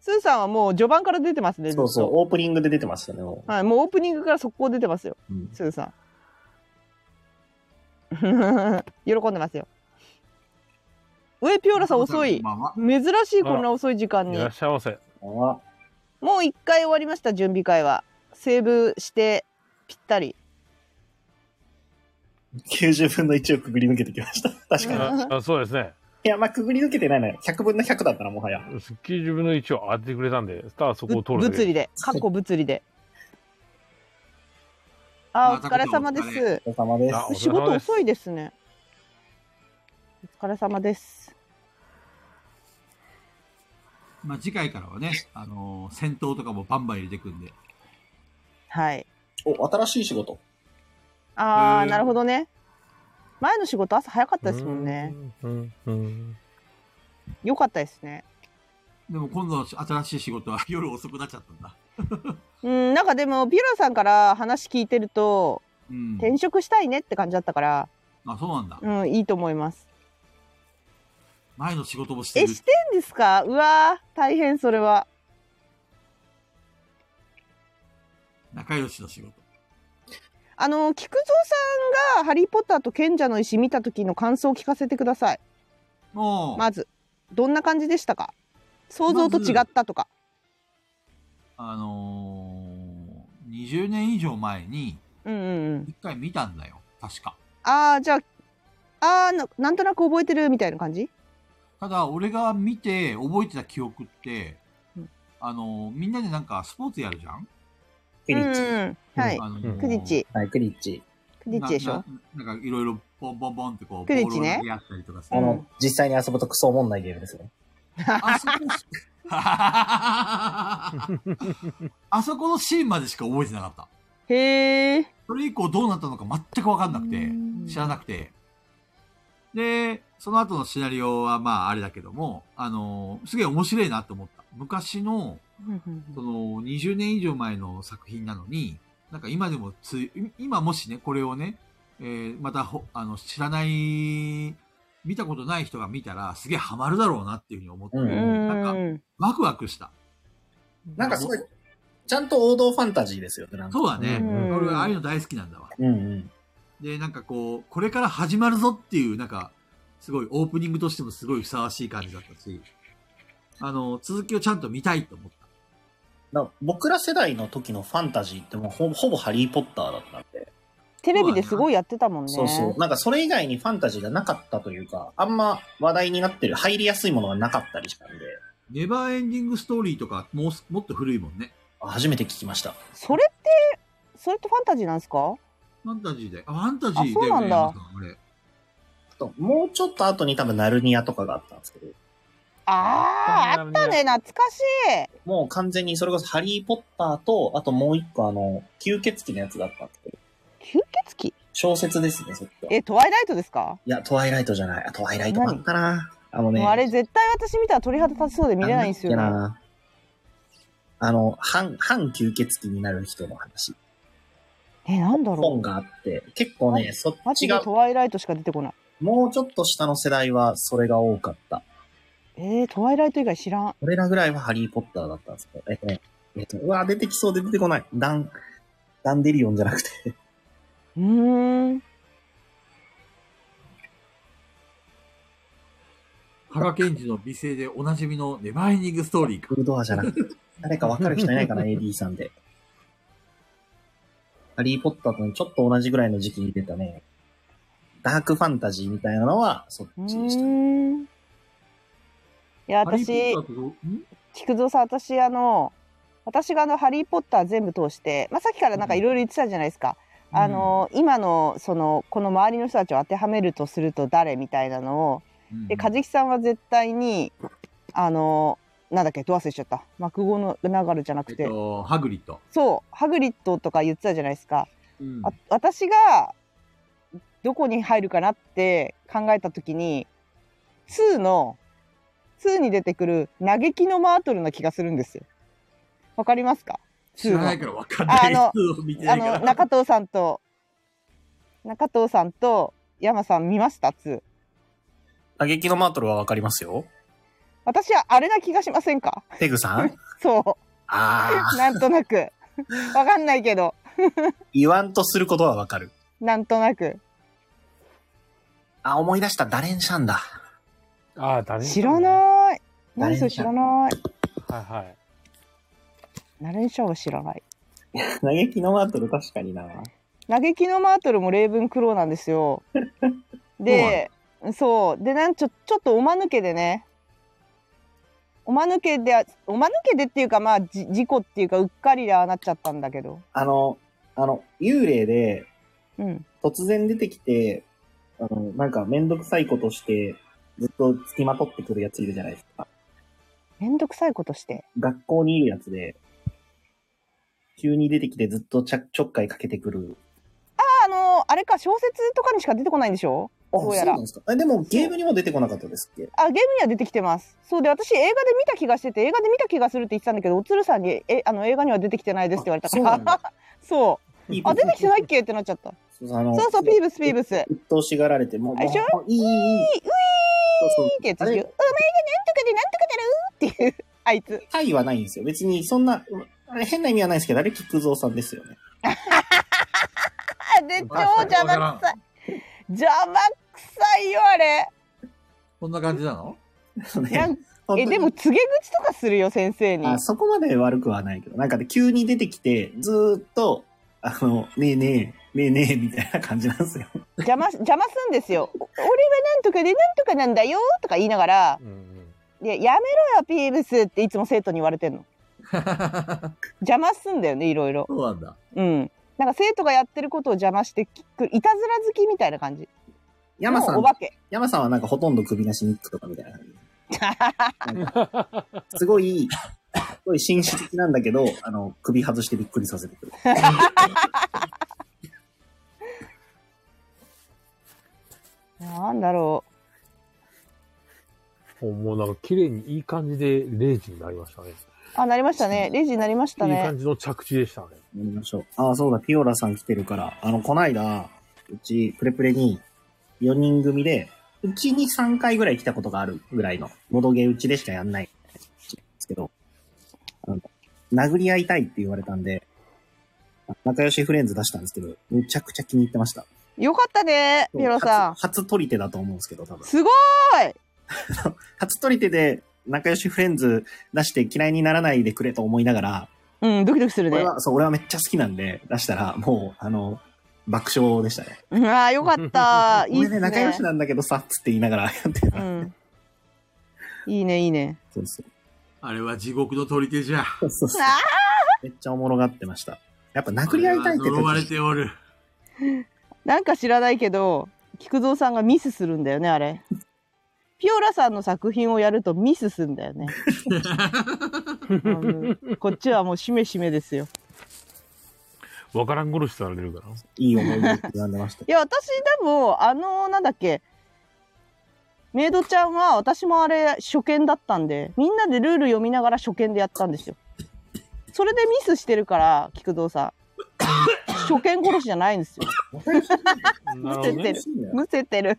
すずさんはもう序盤から出てますねずっ と
そうそう、オープニングで出てましたね。もう
はい、もうオープニングから速攻出てますよ
うん
すずさん喜んでますよ上ピオラさん遅い
まあまあ
珍しいこんな遅い時間
い
に
らっしゃいませ。
あ
もう一回終わりました準備会はセーブしてぴったり
90分の1をくぐり抜けてきま した。確かに。い
ああそうですね。
や、まあ、くぐり抜けてないのよ。100分の100だったらもはや。
90分の1を当ててくれたんで、スターはそこを
ぶ
通るだけ
物理で、かっこ物理で。あ、お
また
疲れ様で
お
す。
お疲れ様です。
あお疲れ様です
仕事遅いですね。お疲れ様です。
まあ次回からはね、あのー戦闘とかもバンバン入れていくんで。
はい。
お、新しい仕事。
あ
う
ー、
ん
なるほどね。前の仕事朝早かったですもんね。
うん。うん。
よかったですね。
でも今度の新しい仕事は夜遅くなっちゃったんだ。
うん、なんかでも、ピュラさんから話聞いてると、
うん。
転職したいねって感じだったから、
あ、そうなんだ。
うん、いいと思います。
前の仕事もして
え、
る。
してんですかうわー、大変それは。
仲良しの仕事。
あの菊蔵さんが「ハリー・ポッターと賢者の石」見た時の感想を聞かせてください
もう、
まずどんな感じでしたか想像と違ったとか、
あのー、20年以上前に
うんうんうん
一回見たんだよ。確か。
ああじゃああーななんとなく覚えてるみたいな感じ
ただ、俺が見て覚えてた記憶って、あのー、みんなでなんかスポーツやるじゃん
クリッチ。
うんうん、はい
あの
うん
ー
クリッチ
はい、クリッチ。
クリッチでしょ
なななんかいろいろボンボンボンってこう、
クリッチね
ボールをやったりとかさ
あ。の、実際に遊ぶとクソおもんないゲームですね。
あそこ、あそこのシーンまでしか覚えてなかった。
へえ。
それ以降どうなったのか全くわかんなくて、知らなくて。で、その後のシナリオはまああれだけども、あのすげえ面白いなと思った。昔の、その20年以上前の作品なのに、なんか今でもつ、今もしね、これをね、えーまたほ、あの、知らない、見たことない人が見たら、すげえハマるだろうなっていうふうに思って、
うん
なんか、ワクワクした。
なんかすごい、ちゃんと王道ファンタジーですよね、なんか。
そうだね。
うん
俺、ああいうの大好きなんだわ。
うんうん。
で、なんかこう、これから始まるぞっていう、なんか、すごいオープニングとしてもすごいふさわしい感じだったし、あの、続きをちゃんと見たいと思った。
だから僕ら世代の時のファンタジーってもうほほぼハリー・ポッターだったんで。
テレビですごいやってたもんね。
そうそう。なんかそれ以外にファンタジーがなかったというか、あんま話題になってる、入りやすいものがなかったりしたんで、
ネバーエンディングストーリーとか、もうす、もっと古いもんね。
あ初めて聞きました。
それって、それってファンタジーなんですか
ファンタジーで。あ、ファンタジーだ
あそう
よ
な
ね、
んだ
山さんあれ。
あともうちょっと後に多分ナルニアとかがあったんですけど、
ああ、あったね、懐かしい。
もう完全にそれこそハリー・ポッターと、あともう一個あの、吸血鬼のやつがあったんですけど、
吸血鬼
小説ですね、そっちは。い
え、トワイライトですか、
や、トワイライトじゃない。あトワイライトもあったな。あのね。
もうあれ絶対私見たら鳥肌立ちそうで見れないんですよ
な
ね。
だっけなあの、半、半吸血鬼になる人の話。
え、なんだろ
本があって、結構ね、そっ
うマ
ち
ジで
が
トワイライトしか出てこない。
もうちょっと下の世代はそれが多かった。
えー、トワイライト以外知らん。
俺らぐらいはハリー・ポッターだったんですけど、えっとね、えっと、うわ、出てきそうで出てこない。ダン、ダンデリオンじゃなくて。
うーん。
ハガケンジの美声でおなじみのネバーエンディングストーリーか
ブ。ルドアじゃなく て。誰かわかる人いないかな、AD さんで。ハリー・ポッターとちょっと同じぐらいの時期に出たね、ダークファンタジーみたいなのは、そっ
う
ちでした。
ーん。いや、
ハリー
私
ポッ、ターとん
菊蔵さん、私、あの、私があの、ハリー・ポッター全部通して、まあ、さっきからなんかいろいろ言ってたじゃないですか。あの、今の、その、この周りの人たちを当てはめるとすると誰みたいなのを、
うん
で、カジキさんは絶対に、あの、なんだっけ、ど忘れしちゃった。マクゴの流れじゃな
え
く、
ってと、ハグリッド。
そう、ハグリッドとか言ってたじゃないですか。
うん
あ私がどこに入るかなって考えた時に2の2に出てくる嘆きのマートルな気がするんですよ。わかりますか
知
2
らな
の
いからわかんない。
あの
普通見てな
あ
いから
の中藤さんと中藤さんと山さん見ました2
打撃のマートルはわかりますよ。
私はあれな気がしませんか
ペグさん
そ
あ
う
あ、
なんとなくわかんないけど
言わんとすることはわかる。
なんとなく
あ、思い出した、ダレンシャン だ。
ああ、誰
知らない
ナレ
何
ンシ
それ知
ョン
らない
はいはい。
ナレンションは知らない
嘆きのマートル確かにな。
嘆きのマートルもレイブンクローなんです よ。で、そう。で、なんちょ、ちょっとおまぬけでね。おまぬけで、おまぬけでっていうか、まあ、じ事故っていうか、うっかりでああなっちゃったんだけど。
あの、あの、幽霊で
うん。
突然出てきて、あの、なんかめんどくさいことして、ずっと付きまとってくるやついるじゃないですか。
めんどくさいことして。
学校にいるやつで、急に出てきてずっとちゃちょっかいかけてくる。
ああの、あれか、小説とかにしか出てこないんでしょ
あ、
どうやら
そうなんですか。え、でもゲームにも出てこなかったですっけ
あ、ゲームには出てきてます。そうで、私映画で見た気がしてて、映画で見た気がするって言ってたんだけど、おつるさんに、え、あの、映画には出てきてないですって言われた
あそうなん
か
だ
ら。 そう。
ピー
あ、
ブ
出て
ス
きてないっけってなっちゃった。
そうあの
そうそう、ピーブス、ピーブス。
うっとうしがられて、もう、
あれでしょ
もういい、いい、いい。そう
ってやつ
そ
で
う。あ
すよ。お前がなん
れ、
とかでなんとかだろうっていう、あいつ。
タイはないんですよ。別に、そんな、うんあれ変な意味はないですけど、あれ、菊蔵さんですよね。
あ、で、超邪魔くさい。邪魔くさいよ、あれ。
こんな感じなの
なん
ね 本当
え、
に
でも、告げ口とかするよ、先生に。
あ、そこまで悪くはないけど、なんかで、急に出てきて、ずーっと、あの、ねえねえ、ねえねえ、みたいな感じなんですよ。
邪魔、邪魔すんですよ。お俺はなんとかで、なんとかなんだよ、とか言いながら、
うんうん。
で、やめろよ、ピーブスっていつも生徒に言われてんの。邪魔すんだよね、いろいろ。
そうなんだ。
うん。なんか生徒がやってることを邪魔してくる、いたずら好きみたいな感じ。
山
で
さ
も
ん
お、化け。
山さんはなんかほとんど首なしニックとかみたいな感じ。すごい、すごい紳士的なんだけど、あの、首外してびっくりさせてくる。
なんだろ
もうなんか綺麗にいい感じで0時になりましたね。
う。あ、なりましたね。レジになりました
いい
ね
感。じの着地でしたね。
やりましょう。ああ、そうだ、ピオラさん来てるから。あの、こないだ、うち、プレプレに、4人組で、うちに3回ぐらい来たことがあるぐらいの、ボドゲうちでしかやんない。ですけど、あの、殴り合いたいって言われたんで、仲良しフレンズ出したんですけど、めちゃくちゃ気に入ってました。
よかったね、ピエロさん。
初初取り手だと思うんですけど、多分。
すごーい
初取り手で、仲良しフレンズ出して嫌いにならないでくれと思いながら、
うん、ドキドキする
俺
ね。
は、そう、俺はめっちゃ好きなんで、出したら、もう、あの、爆笑でしたね。
うんあーよかった。いい
俺
っすね。
ね、仲良しなんだけどさ、つって言いながらやってた。
うん。いいね、いい ね。
そうそう
あれは地獄の取り手じゃ。
そうそうそう
あ
めっちゃおもろがってました。やっぱ殴り合いたいって
呪われ
時
ておる。
なんか知らないけど、菊蔵さんがミスするんだよね、あれ。ピオラさんの作品をやるとミスするんだよ ね。うんこっちはもうしめしめですよ。
わからん殺しされ るから。
いい思い出って並んでました
い。や、私でも、あの、なんだっけ、メイドちゃんは私もあれ初見だったんで、みんなでルール読みながら初見でやったんですよ。それでミスしてるから、菊蔵さん。初見殺しじゃないんですよ。
な
るほどねむせてる。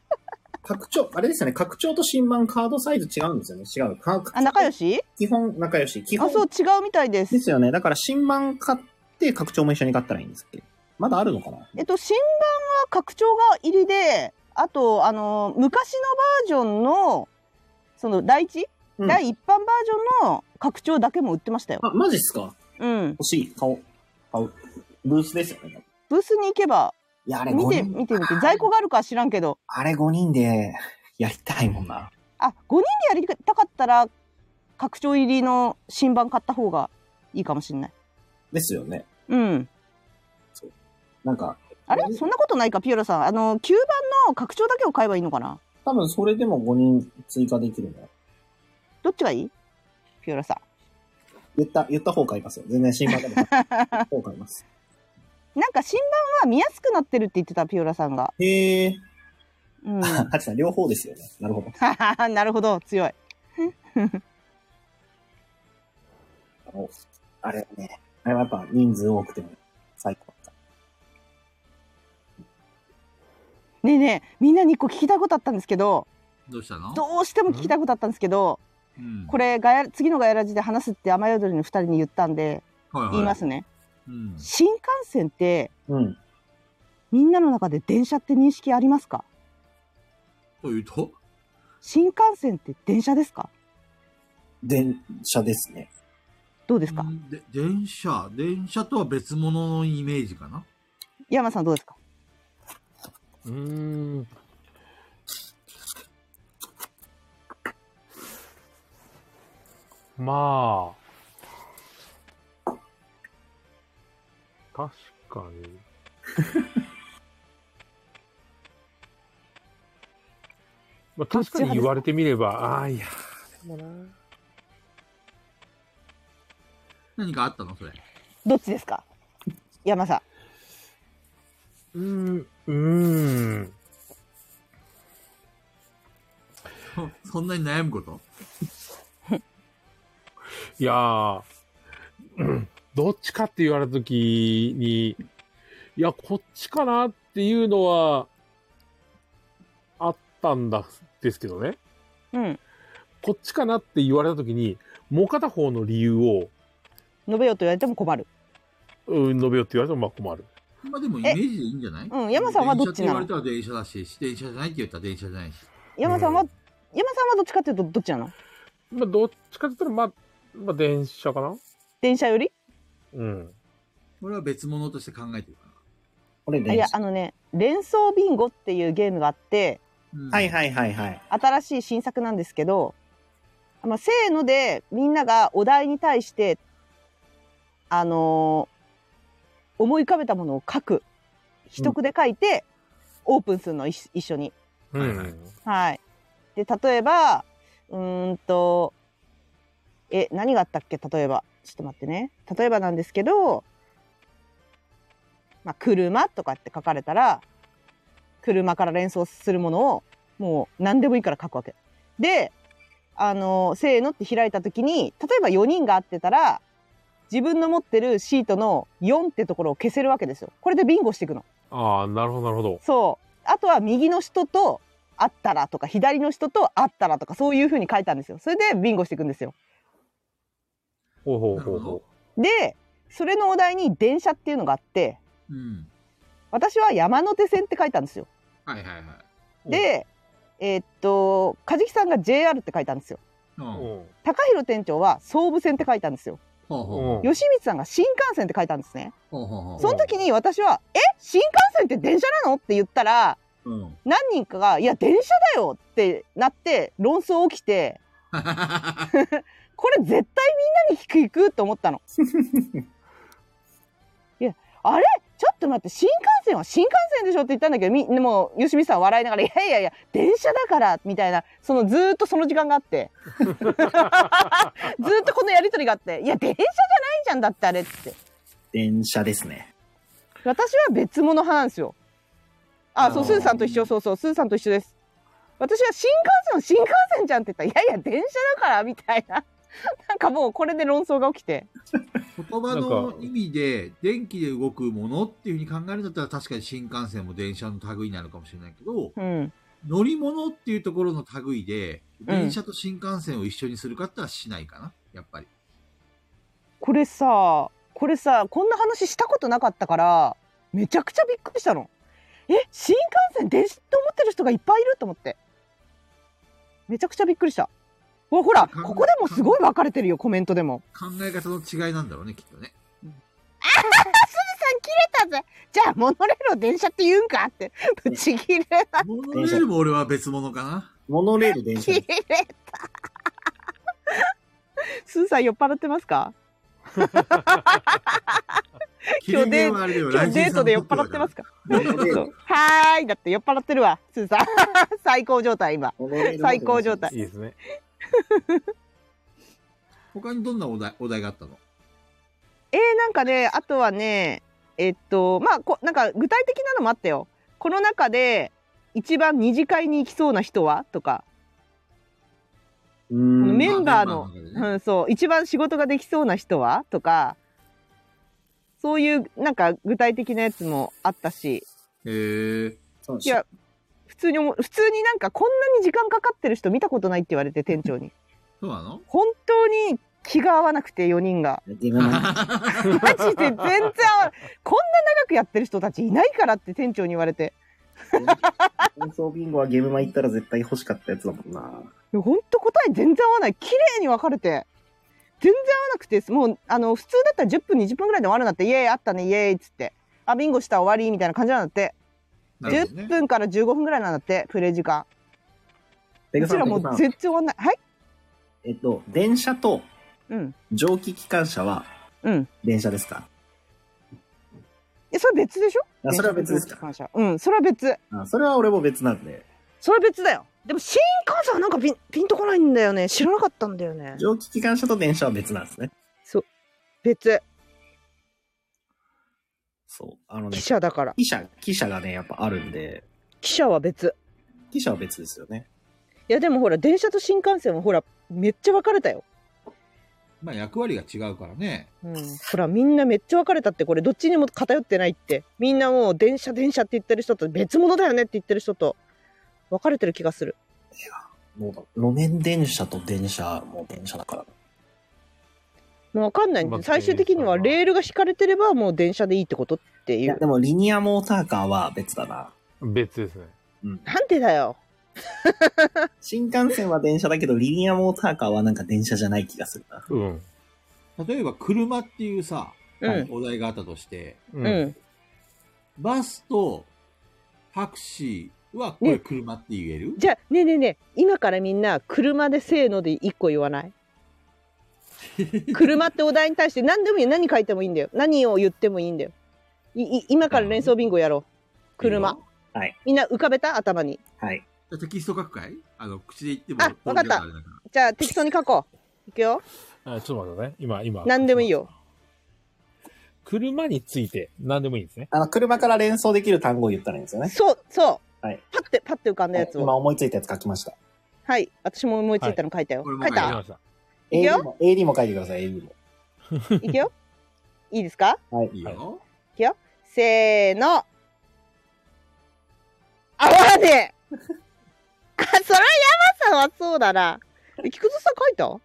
拡張、あれですよね、拡張と新版カードサイズ違うんですよね。違う。か
あ、仲良し
基本仲良し。基
あ、
本
そう、違うみたいです
で。すよね。だから新版買って、拡張も一緒に買ったらいいんですっけまだあるのかな
えっと、新版は拡張が入りで、あと、あの、昔のバージョンの、その、第一、
うん
第一般バージョンの拡張だけも売ってましたよ。
あ、マジっすか
うん。
欲しい。買おう。買う。ブースですよね。
ブースに行けば、
いや、あれ
見
5
て、
人、
見て、見て。在庫があるかは知らんけど。
あれ5人で やりたいもんな。
あ、5人でやりたかったら、拡張入りの新版買った方がいいかもしれない。
ですよね。
うん。
なんか、
あれ
うん
そんなことないか、ピオラさん。あの、9番の拡張だけを買えばいいのかな
多分それでも5人追加できるね。
どっちがいいピオラさん。
言った、言った方買いますよ。全然新版 でも。言った方買います。
なんか新版は見やすくなってるって言ってた、ピオラさんが。
へ え。
うん。
ハチさん、両方ですよね。なるほど。
なるほど、強い。
あの、あれね。あれはやっぱ人数多くても最高だった。
ねえねえ、みんなに一個聞きたいことあったんですけど、
どうしたの
どうしても聞きたいことあったんですけど、
うん
これガヤ、次のガヤラジで話すって雨宿りの二人に言ったんで、
はいはい
言いますね。
うん
新幹線って、
うん。
みんなの中で電車って認識ありますか
というと
新幹線って電車ですか
電車ですね。
どうですか、
うんで電車電車とは別物のイメージかな
山さんどうですか
うーん。まあ。確かに。 まあ、確かに言われてみれば、ああー、いや、
何かあったのそれ
どっちですか山さん。
うーん、うーん。
そそんなに悩むこと
いやー、うんどっちかって言われたときに、いや、こっちかなっていうのは、あったんだ、ですけどね。
うん。
こっちかなって言われたときに、もう片方の理由を、
述べようと言われても困る。
うん、述べようって言われてもまあ困る。
まあでもイメージでいいんじゃない
うん山さんはどっちな
電車って言わ
の
れたら電車だし電車じゃないって言ったら電車じゃないし
山さんは、
うん
山さんはどっちかっていうとどっちなの
まあ、どっちかって言ったら、まあ、まあ、電車かな
電車より
うん。
俺は別物として考えてるか
これ
い
電
や
車
あ。のね連想ビンゴっていうゲームがあって
ら、うん
はいはいはいはい。
新しい新作なんですけど、まあ、せーのでみんながお題に対してあのー思い浮かべたものを書く秘匿で書いて、オープンするの一緒一緒に。
う
はいはい
ん。
はい、で例えばうーんと、え、何があったっけ例えば。ちょっと待ってね。例えばなんですけど、まあ、車とかって書かれたら、車から連想するものを、もう何でもいいから書くわけ。で、あの、せーのって開いた時に、例えば4人が合ってたら、自分の持ってるシートの4ってところを消せるわけですよ。これでビンゴしていくの。
ああ、なるほど、なるほど。
そう。あとは右の人と会ったらとか、左の人と会ったらとか、そういうふうに書いたんですよ。それでビンゴしていくんですよ。
ほうほうほうほ
で、それのお題に電車っていうのがあって、
うん。
私は山手線って書いたんですよ。
はいはいはい。
で、えーっと、梶木さんが JR って書いたんですよ。
うん。
う。
ほう
高弘店長は総武線って書いたんですよ。
ほう。
うん。
吉光さんが新幹線って書いたんですね。
ほうほうほう。
その時に私は、え新幹線って電車なのって言ったら、
うん。
何人かが、いや、電車だよってなって、論争起きて、 これ絶対みんなに聞く聞くと思った の。いや、あれちょっと待って、新幹線は新幹線でしょって言ったんだけど、み、でも、吉見さん笑いながら、いやいやいや、電車だから、みたいな、そのずーっとその時間があ って、ずーっとこのやりとりがあって、いや、電車じゃないじゃんだってあれって。
電車ですね。
私は別物派なんですよ。あ、そう、スーさんと一緒、そうそう、スーさんと一緒です。私は新幹線、新幹線じゃんって言ったら、いやいや、電車だから、みたいな。なんかもうこれで論争が起きて。
言葉の意味で電気で動くものっていうふうに考えるんだったら確かに新幹線も電車の類なのかもしれないけど、
うん。
乗り物っていうところの類で、電車と新幹線を一緒にするかって言ったらしないかな、やっぱり。
これさ、これさ、こんな話したことなかったから、めちゃくちゃびっくりしたの。え、新幹線、電車って思ってる人がいっぱいいると思って。めちゃくちゃびっくりした。わほら、ここでもすごい分かれてるよ、コメントでも。
考え方の違いなんだろうね、きっとね。
切れたぜじゃあモノレールを電車って言うんかってぶち切れた
モノレールも俺は別物かな。
モノレール 電車
切れたスーさん酔っ払ってますか
切れ毛はあれだよ、
今日デートで酔っ払ってますかはーいだって酔っ払ってるわスーさん 最高状態今
モノレール
最高状態
いいですね。
他にどんなお題お題があったの
えー、なんかねあとはねえっとまあこなんか具体的なのもあったよこの中で一番二次会に行きそうな人はとか、
う
この
ん。
メンバーの
まあメンバーの中でね
うん、そう一番仕事ができそうな人はとかそういうなんか具体的なやつもあったし
へえ
そう
いや普通に思う普通になんかこんなに時間かかってる人見たことないって言われて店 長に
そうなの
本当に気が合わなくて4人が
ゲー ム マ
マジで全然合わないこんな長くやってる人たちいないからって店長に言われて
ンソービンゴはゲームマン行ったら絶対欲しかったやつだもんな。
いやほんと答え全然合わない綺麗に分かれて全然合わなくてもうあの普通だったら10分20分ぐらいで終わるんだって「イエーイあったねイエーイ」っつって「あビンゴした終わり」みたいな感じなんだって、
なるほどね。
10分から15分ぐらいなんだってプレイ時間
ペ
う
グ
ち
さ
ら
ん、ペ
も
グ
う
さん
全然終わんないはい
えっと、電車と
うん
蒸気機関車は
うん
電車ですか
えそれ別でしょ
あそれは別ですか
感謝うんそれは別
あそれは俺も別なんで。
それは別だよでも新幹線はなんかピンピンとこないんだよね知らなかったんだよね
蒸気機関車と電車は別なんですね。
別
そう。あのね
汽、車だから
汽車、汽車がね、やっぱあるんで、
汽車は別
汽車は別ですよね。
いやでもほら電車と新幹線はほらめっちゃ分かれたよ
まあ役割が違うからね。
うん、ほらみんなめっちゃ分かれたってこれどっちにも偏ってないってみんなもう電車電車って言ってる人と別物だよねって言ってる人と分かれてる気がする
もう、路面電車と電車、もう電車だから。
もう分かんない
まあ
最終的にはレールが引かれてればもう電車でいいってことって
い
い
や、
う
でもリニアモーターカーは別だな。
別ですね。
うん。
なんでだよ
新幹線は電車だけど、リニアモーターカーはなんか電車じゃない気がするな。
うん。
例えば車っていうさ、
うん
お題があったとして、
う
うん、
バスとタクシーはこれ車って言える、
じゃあねえねえねえ今からみんな車でせーので一個言わ ない車ってお題に対して何でもいいよ何書いてもいいんだよ何を言ってもいいんだよいい今から連想ビンゴやろう車
はい。
みんな浮かべた頭に
はい。
じゃあテキスト書くかいあの、口で言っても、
あわかった
ポンジョンさんあれだら
じゃあ適当に書こう。いくよ。
あちょっと待ってね。今、今。
何でもいいよ。
車について何でもいいんですね。
あの、車から連想できる単語を言ったらいいんですよね。
そう、そう。
はい
パッて、パッて浮かんだやつ
今
を。
思いついたやつ書きました。
はい。私も思いついたの書いたよ。
はい
書い
わかり
た
ました。
いくよ
AD も、AD も書いてください、AD も。
いくよ。いいですか
はい。
いいよ。
せーの。合わねえあ、そら山さんはそうだな。え菊蔵さん書いた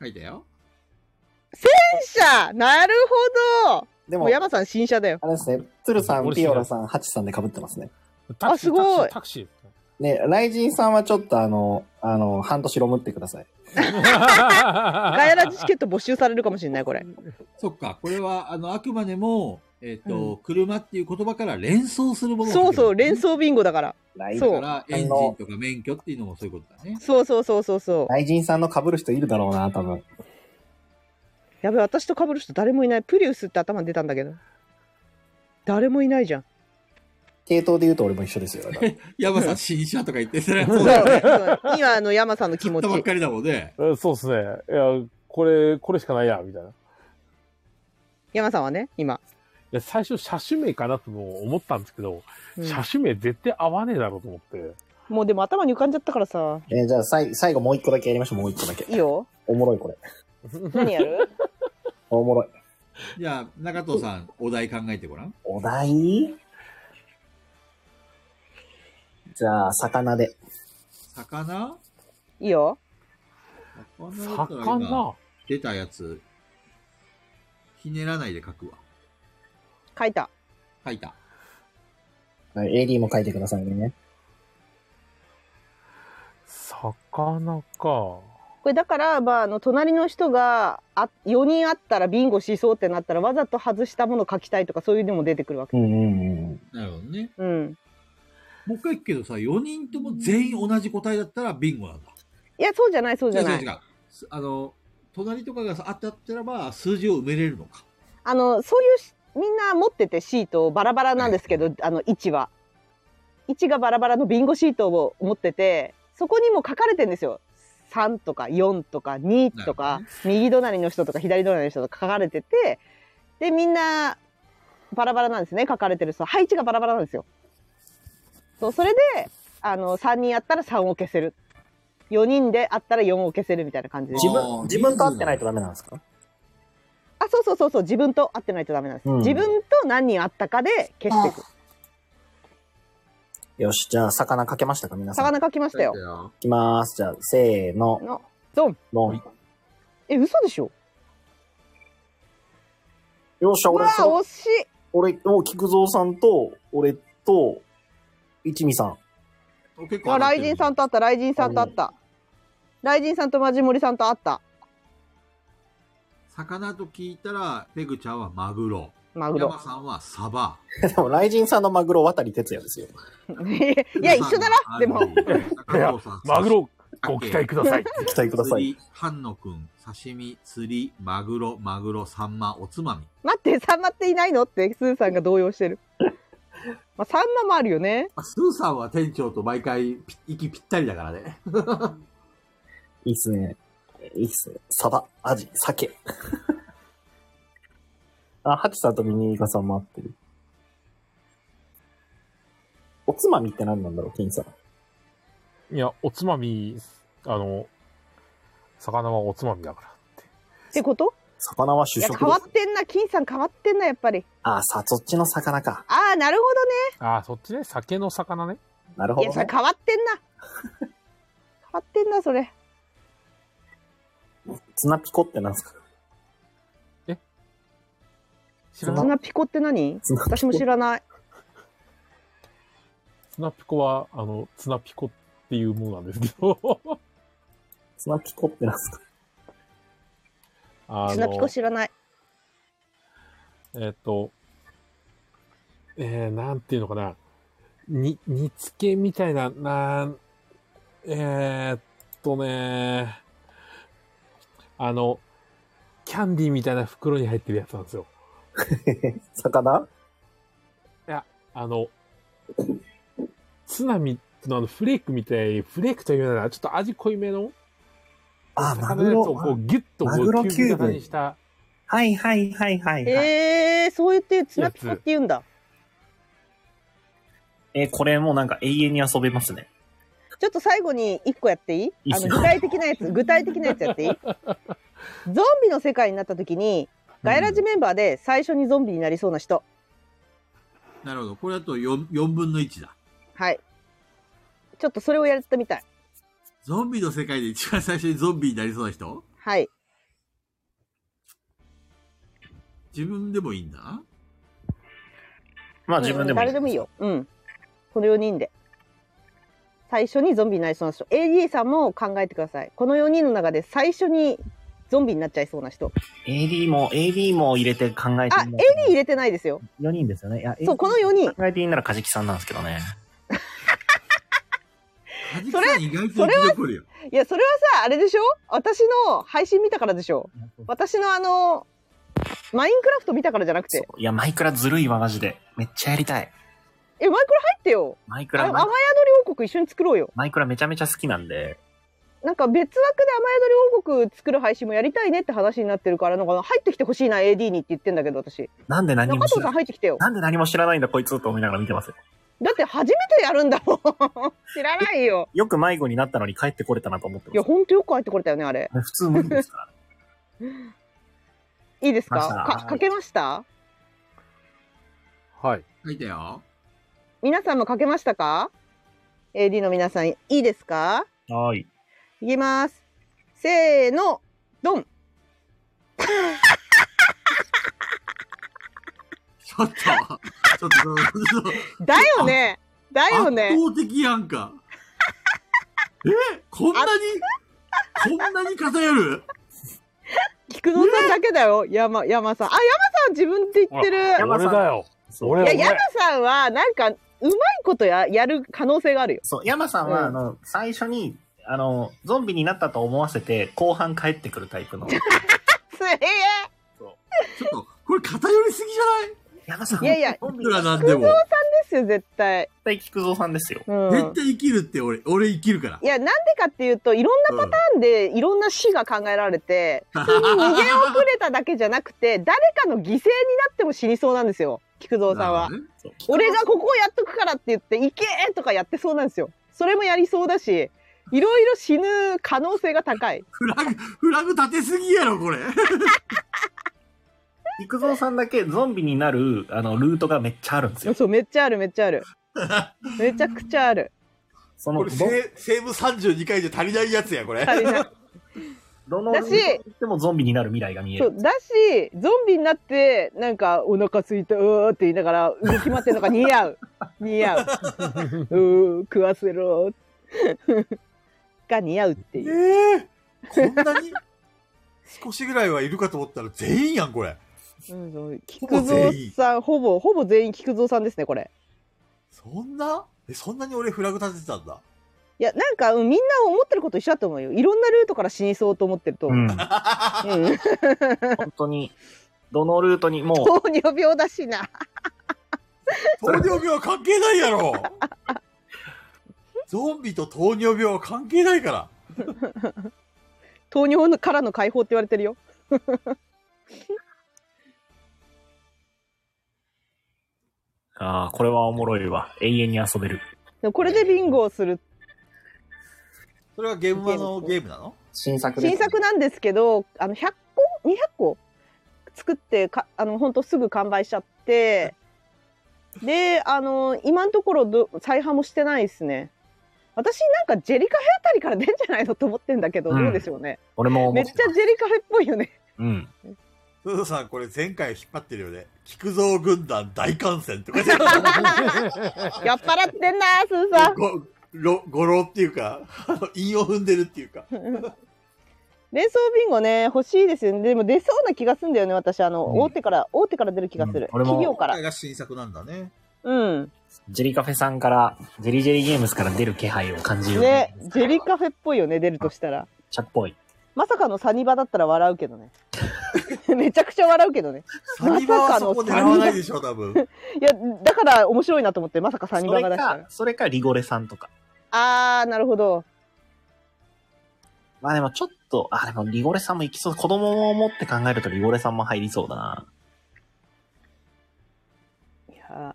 書いたよ。
新車なるほど
で
も
も
う、山さん新車だよ。
あれですね、鶴さん、
俺
ピオラさん、ハチさんで被ってますね。
タクシー
あすごい
タクシータクシー
ね、ライジンさんはちょっとあの、あの、半年ロムってください。
ガヤラジチケット募集されるかもしれない、これ。
そっか、これは、あの、あくまでも、えっ、と、車っていう言葉から連想するもの
そうそう、連
想。
想ビンゴだから。
ライジ
そ
ン
う
だから、エンジンとか免許っていうのもそういうことだね。
そうそうそうそうそう。
ライジンさんの被る人いるだろうな、多分。
やべえ、私と被る人誰もいない。プリウスって頭に出たんだけど。誰もいないじゃん。
系統で言うと俺も一緒ですよ。だ から
山さん、新車とか言ってたら、
そう
そうだよね。
そう今あの山さんの気
買
持
っ
ち
た。ばっかりだもんね。
うんそうですね。いや、これ、これしかないや、みたいな。い
山さんはね、今。
いや最初車種名かなとも思ったんですけど、
うん
車種名絶対合わねえだろうと思って。
もうでも頭に浮かんじゃったからさ。
えーじゃあ、さい最後もう一個だけやりましょう、もう一個だけ。
いいよ。
おもろい、これ。
何やる
おもろい。
じゃあ、中藤さん、お題考えてごらん。
お題じゃあ、魚で。
魚
いいよ。
魚だったら今
魚
出たやつ、ひねらないで書くわ。
書いた。
書いた。
はい、AD も書いてくださいね。
魚か。
これだから、まあ、あの、隣の人が、あ、4人あったらビンゴしそうってなったら、わざと外したもの書きたいとか、そういうのも出てくるわけ。
うんうんうん。
なるほどね。
うん。
もう一回聞くけどさ、4人とも全員同じ答えだったらビンゴなんだ。
いや、そうじゃない、そうじゃ
違
な
う違う
い。
違う。すあの、隣とかがさあったったらば、数字を埋めれるのか。
あの、そういうし、みんな持っててシート、バラバラなんですけど、あの、位置は。位置がバラバラのビンゴシートを持ってて、そこにも書かれてんですよ。3とか4とか2と
な
か
る、
右隣の人とか左隣の人とか書かれてて、で、みんな、バラバラなんですね、書かれてる人。配置がバラバラなんですよ。そう、それで、あの、3人あったら3を消せる。4人であったら4を消せるみたいな感じで
自
あー
分、自分と合ってないとダメなんですか
あ、そうそうそうそう、自分と会ってないとダメなんです。
うん
自分と何人会ったかで消していく。
よし、じゃあ、魚かけましたか、皆さん。い
魚書きましたよ。
きます。じゃあ、せーの、
の、ドン。
ドン。
え、嘘でしょ
よっしゃ、
うわ
俺、
ー、
そう
惜しい。
俺、もう、菊蔵さんと、俺と、一味さん。
結構
あ、雷神さ
ん。
んと会った、雷神さんと会った。雷神さんとマジモリさんと会った。
魚と聞いたら、ペグちゃんはマグロ。
マグロ
山。さんはサバ。
でも、雷神さんのマグロ、渡哲也ですよ。
いや、一緒だな。でも、
中藤さん。
マグロ
鮭
ご期待ください。
期待くださ
釣
い。
り、半野くん、刺身、釣り、マグロ、マグロ、サンマ、おつまみ。
待って、サンマっていないのって、スーさんが動揺してる。まあ、サンマもあるよね。
あスーさんは店長と毎回ぴ息ぴったりだからね。
いいっすね。いいっすね。サバ、アジ、鮭。 あ、ハチさんとミニイカさんも合ってる。おつまみって何なんだろう、金さん。
いや、おつまみ、あの、魚はおつまみだから。
ってこと
魚はい主
や、
食
変わってんな。金さん変わってんな、やっぱり。
あ、さ、そっちの魚か。
ああ、なるほどね。
ああ、そっちね、酒の魚ね。
なる
い
ほ
や、
ど
それ
ね。
変わってんな。変わってんな、それ。
ツナピコってなんすか
知
う
ら
ん
な
ツ
い
ナピコって何
ツナピコ
私も知らない。
ツナピコは、あの、ツナピコっていうものなんですけど。
ツナピコってなんすか
あ
ツナピ
の
コ、知らない。
えっと、えー、なんていうのかな。に、煮付けみたいな、なん、えー、っとね、あの、キャンディーみたいな袋に入ってるやつなんですよ。
魚
あの、津波、のあのフレークみたいに、フレークというなら、ちょっと味濃いめの、
あ、マ
魚
グ
のやつ
ロ
を。こうギュッとこ
マグロ
う、
キューブ
キューブ型にした、
はいはいはいはい、はい。
えー、そう言ってツナピカって言うんだ。
えーこれもうなんか永遠に遊べますね。
ちょっと最後に一個やっていい
いいっ
あ
す
の
よ
具体的なや つ、具体的なやつやっていいゾンビの世界になった時に、ガイラジメンバーで最初にゾンビになりそうな人。
なるほど。これだと 4, 4分の1だ。
はい。ちょっとそれをやってみたい。
ゾンビの世界で一番最初にゾンビになりそうな人
はい。
自分でもいいんだ。
まあ自分でもいい
誰でもいいよ。うん。この4人で。最初にゾンビになりそうな人。AD さんも考えてください。この4人の中で最初にゾンビになっちゃいそうな人。
AD も、AD も入れて考えて
あ、AD 入れてないですよ。
4人ですよね。いや、
そう、この4人。
考えていいならカジキさんなんですけどね。
カジキさん意外と生き残るよ。
いや、それはさ、あれでしょ私の配信見たからでしょ私のあの、マインクラフト見たからじゃなくて。
いや、マイクラずるいわ、マジで。めっちゃやりたい。
え、マイクラ入ってよ。
マイク
あ
ラ、
の、雨宿り王国一緒に作ろうよ。
マイクラめちゃめちゃ好きなんで。
なんか別枠で雨宿り王国作る配信もやりたいねって話になってるから、なんか入ってきてほしいな、AD にって言ってんだけど、私。
なんで何
中
も知
藤さ
ら
ん入ってきてよ。
なんで何も知らないんだ、こいつと思いながら見てますよ。
だって初めてやるんだもん。 知らないよ。
よく迷子になったのに帰ってこれたなと思って
いや、
ます。
ほんとよく入ってこれたよね、あれ。
普通無理ですからね。
いいですか
ました
か、かけました
はい。
書いたよ。
皆さんもかけましたか ?AD の皆さん、いいですか
はーい。
いきます。せーの、ドン。
ちょっと、ちょっと、ちょっとちょっと
だよね。だよ
圧
ね。
倒的やんか。えこんなに、こんなに偏る
菊蔵さんだけだよ。山、山さん。あ、山さん自分で言ってる。
ほ山さん
俺だよ。
そう
俺、
いや、
俺。
山さんは、なんか、うまいことや、やる可能性があるよ。
そう、山さんは、あの、最初に、あの、ゾンビになったと思わせて、後半帰ってくるタイプ の。
すげえ
ちょっと、これ偏りすぎじ
山さん、
いやいや
ゾンビ
ゃないいくらなん
菊
で
蔵
も。
さんですよ、絶対。
絶対菊蔵さんですよ。
うん
絶。対生きるって俺、俺生きるから
い。や、なんでかっていうと、いろんなパターンで、いろんな死が考えられ て、普通に逃げ遅れただけじゃなくて、誰かの犠牲になっても死にそうなんですよ、菊蔵さんは
な。るほどね
俺がここをやっとくからって言って、行けーとかやってそうなんですよ。それもやりそうだし、いろいろ死ぬ可能性が高い。
フラグ、フラグ立てすぎやろ、これ。
菊蔵さんだけゾンビになる、あの、ルートがめっちゃあるんですよ。
そう、めっちゃある、めっちゃあ る。めちゃくちゃある。
そ
こ
の、
れ、
ど、
セセーブ32回じゃ足り ないやつや、これ。
足りない。
どの
だ
ル
し
ートに行ってもゾンビになる未来が見え
そ
る。
うだし、ゾンビになって、なんか、お腹すいた、うーって言いながら、動き回ってるのが似合う。似合う。うー、食わせろ。 が似合うって
え
いう。
えこんなに少しぐらいはいるかと思ったら全員やん、これ。
うんそう菊
ぼ全員
蔵さん、ほぼ、ほぼ全員菊蔵さんですね、これ。
そんなえ、そんなに俺フラグ立ててたんだ。
いや、なんか、うんみんな思ってること一緒だと思うよ。いろんなルートから死にそうと思ってると
う
思う。
ん。
うん。
本当に、どのルートにもう、
糖尿病だしな。
糖尿病は関係ないやろゾンビと糖尿病は関係ないから。
糖尿からの解放って言われてるよ。
ああ、これはおもろいわ。永遠に遊べる。
でもこれでビンゴをする。
それはゲームマのゲームなの
新作
新作なんですけど、あの100個、200個作ってか、あの本当すぐ完売しちゃって、で、あの今のところど再販もしてないですね。私なんかジェリカフェあたりから出んじゃないのと思ってんだけど、
うん
どうでしょうね。
俺も
め
思
っ
っ
ちゃ
て
ジ
た
ェリカフェっぽいよね。
うん。
ふうさん、これ前回引っ張ってるよね。菊蔵軍団大感染とかじゃ
酔っ払ってんなー、すーさん。
ご、ろ、語呂っていうか、 あの韻を踏んでるっていうか。
連想ビンゴね、欲しいですよね。でも出そうな気がするんだよね、私。あの、
うん
大手から、大手から出る気がする。
うん俺も
企業か
今
ら
回。が新作なんだね。
うん。
ジェリカフェさんから、ジェリジェリゲームズから出る気配を感じる。
ね、ジェリカフェっぽいよね、出るとしたら。
茶っぽい。
まさかのサニバだったら笑うけどね。 めちゃくちゃ笑うけどね。
サニバはそこ狙わないでしょ、多分。
いや、だから面白いなと思って、まさかサニ
そ
バ
れ
が出した、。
からそれかリゴレさんとか。
あー、なるほど。
まあでもちょっと、あ、でもリゴレさんも行きそう。子供を持って考えるとリゴレさんも入りそうだな。
いや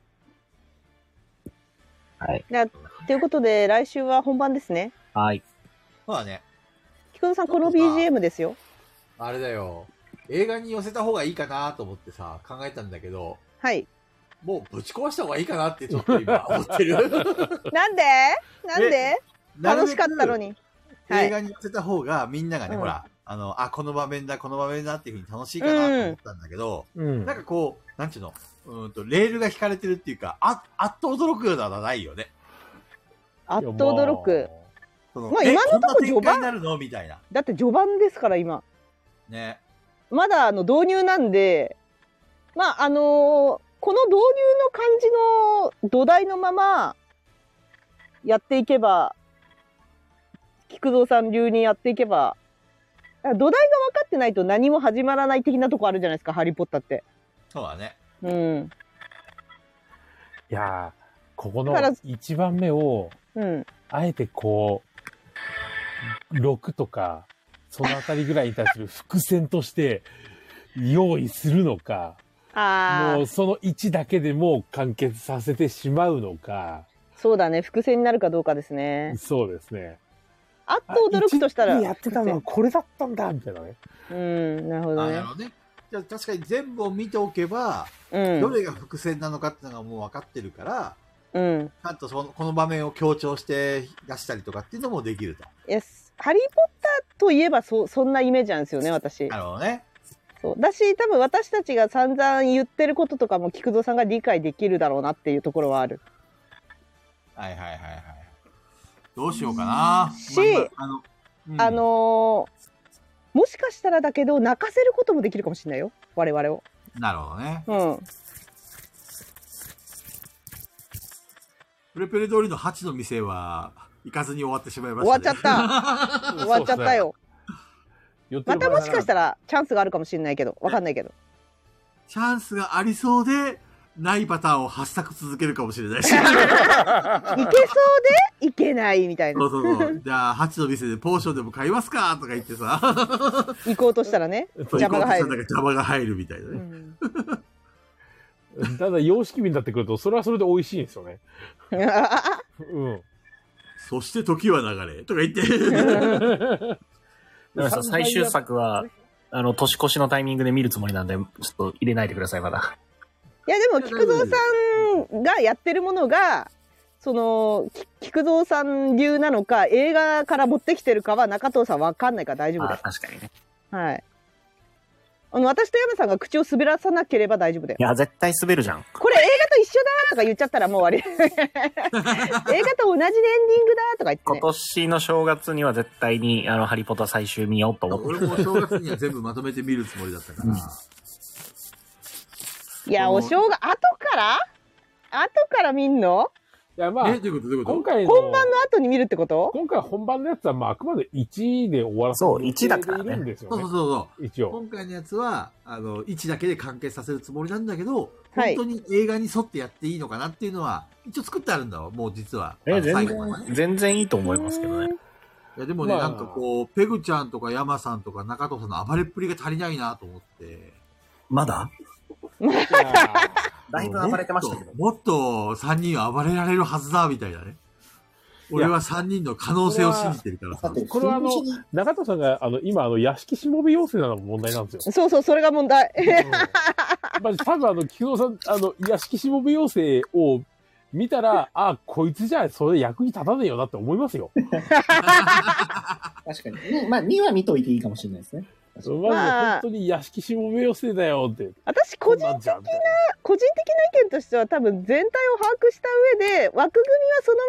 はい。
ーということで、来週は本番ですね。
はい。
そうだね。
菊蔵さん、この BGM ですよ。
あれだよ。映画に寄せた方がいいかなと思ってさ、考えたんだけど、
はい。
もうぶち壊した方がいいかなってちょっと 今思ってる。
なんでなんで楽しかったのに。はい
映画に寄せた方がみんながね、
うん
ほら、あの、あ、この場面だ、この場面だっていうふうに楽しいかなと思ったんだけど、
うん
なんかこう、なんちゅうの、うーんと、レールが引かれてるっていうか、あ、あっと驚くようなのはないよね。
あっと驚く。。
その
まあ
え
今のとこ
んな展開になるのみたいな。
だって序盤ですから、今。
ね。
まだあの導入なんで、まああのこの導入の感じの土台のままやっていけば、菊蔵さん流にやっていけば、だから土台が分かってないと何も始まらない的なとこあるじゃないですか、ハリー・ポッターって。
そうだね。
うん。
いやー、ここの
だから
1番目を、
うん。
あえてこう、6とか、そのあたりぐらいに対する伏線として用意するのか、
あ
も
あ
う、その1だけでもう完結させてしまうのか、
そうだね。伏線になるかどうかですね。
そうですね。
あっと驚くとした
あ
ら
一日にやってたのはこれだったんだみたいなね。
伏線うん、なるほ
あ
ど
な
ね
る。ほどね。じゃあ確かに全部を見ておけば、
うん。
どれが伏線なのかっていうのがもう分かってるから、
うん。
ちゃんとそのこの場面を強調して出したりとかっていうのもできると。
いやすハリー・ポッターといえばそそんなイメージなんですよね私
なるほどね。
そうだし多分私たちが散々言ってることとかも菊蔵さんが理解できるだろうなっていうところはある
はいはいはいはい。どうしようかな。
し
まあ今あの、うん
あのーもしかしたらだけど泣かせることもできるかもしれないよ我々を
なるほどね。
うん
プレペレ通りの8の店は、行かずに終わってしまいま
終わ
した、
っちゃっ
ち
た終わっちゃったよ
そうですね。
またもしかした
ら。
らチャンスがあるかもしれないけどわかんないけど
ゃ った。チャンスがありそうで、ないパターンを発作続けるかもしれないし。
いけそうでいけないみたい
そ
な
うそうそう。じゃあ、8の店でポーションでも買いますかとか言ってさ。
行こうとしたらね、
そう
邪魔が入る
行こうとしたらなんか邪魔が入るみたいな
う
ね。
ん、
ただ、様式美になってくると、それはそれで美味しいんですよね。 うん。
そして時は流れとか言って。
だからさ、最終作は、あの、年越しのタイミングで見るつもりなんで、ちょっと入れないでください、まだ。
いやでも菊蔵さんがやってるものがそのき菊蔵さん流なのか映画から持ってきてるかは中藤さんわかんないから大丈夫
あ
だ
確かにね。
よ。はい。あの私と山さんが口を滑らさなければ大丈夫だよ
い。や、絶対滑るじゃん。
これ映画と一緒だとか言っちゃったらもう終わり。 映画と同じエンディングだとか言って
今
ね。
年の正月には絶対に、あの、ハリポタ最終見ようと思って。
俺も正月には全部まとめて見るつもりだったから。
いやお正月後から後から見んの
いや、まあ
え、、どういうことどういうこ
今
と
回の、
本番の後に見るってこと
今回本番のやつは、まあ、あくまで1で終わらせ
そう
予定
1だからね
でいるんですよ
そう
ね
そう。そうそう。
一応。
今回のやつは、あの、位置だけで完結させるつもりなんだけど、
はい
本当に映画に沿ってやっていいのかなっていうのは、一応作ってあるんだわ、もう実は。あ
え、
の
全
最後までね
然、全然いいと思いますけどね。
いや、でもね、
まあ
なんかこう、ペグちゃんとか山さんとか中藤さんの暴れっぷりが足りないなと思って。
まだ
いやー
だいぶ暴れてましたけど。
もっと3人は暴れられるはずだ、みたいなね。俺は3人の可能性を信じてるからさ。
これはあの、中田さんが、あの、今、あの、屋敷しもべ要請なのも問題なんですよ。
そうそうそれが問題。
まあ、多分あの、木野さん、あの、屋敷しもべ要請を見たら、あ、こいつじゃ、それ役に立たねえよなって思いますよ。
確かに。ねまあ、2は見といていいかもしれないですね。
マジで本当に屋敷しもべ要請だよって。
私個人
こんなんじゃんみたいな
個人的な意見としては多分全体を把握した上で枠組みはそのま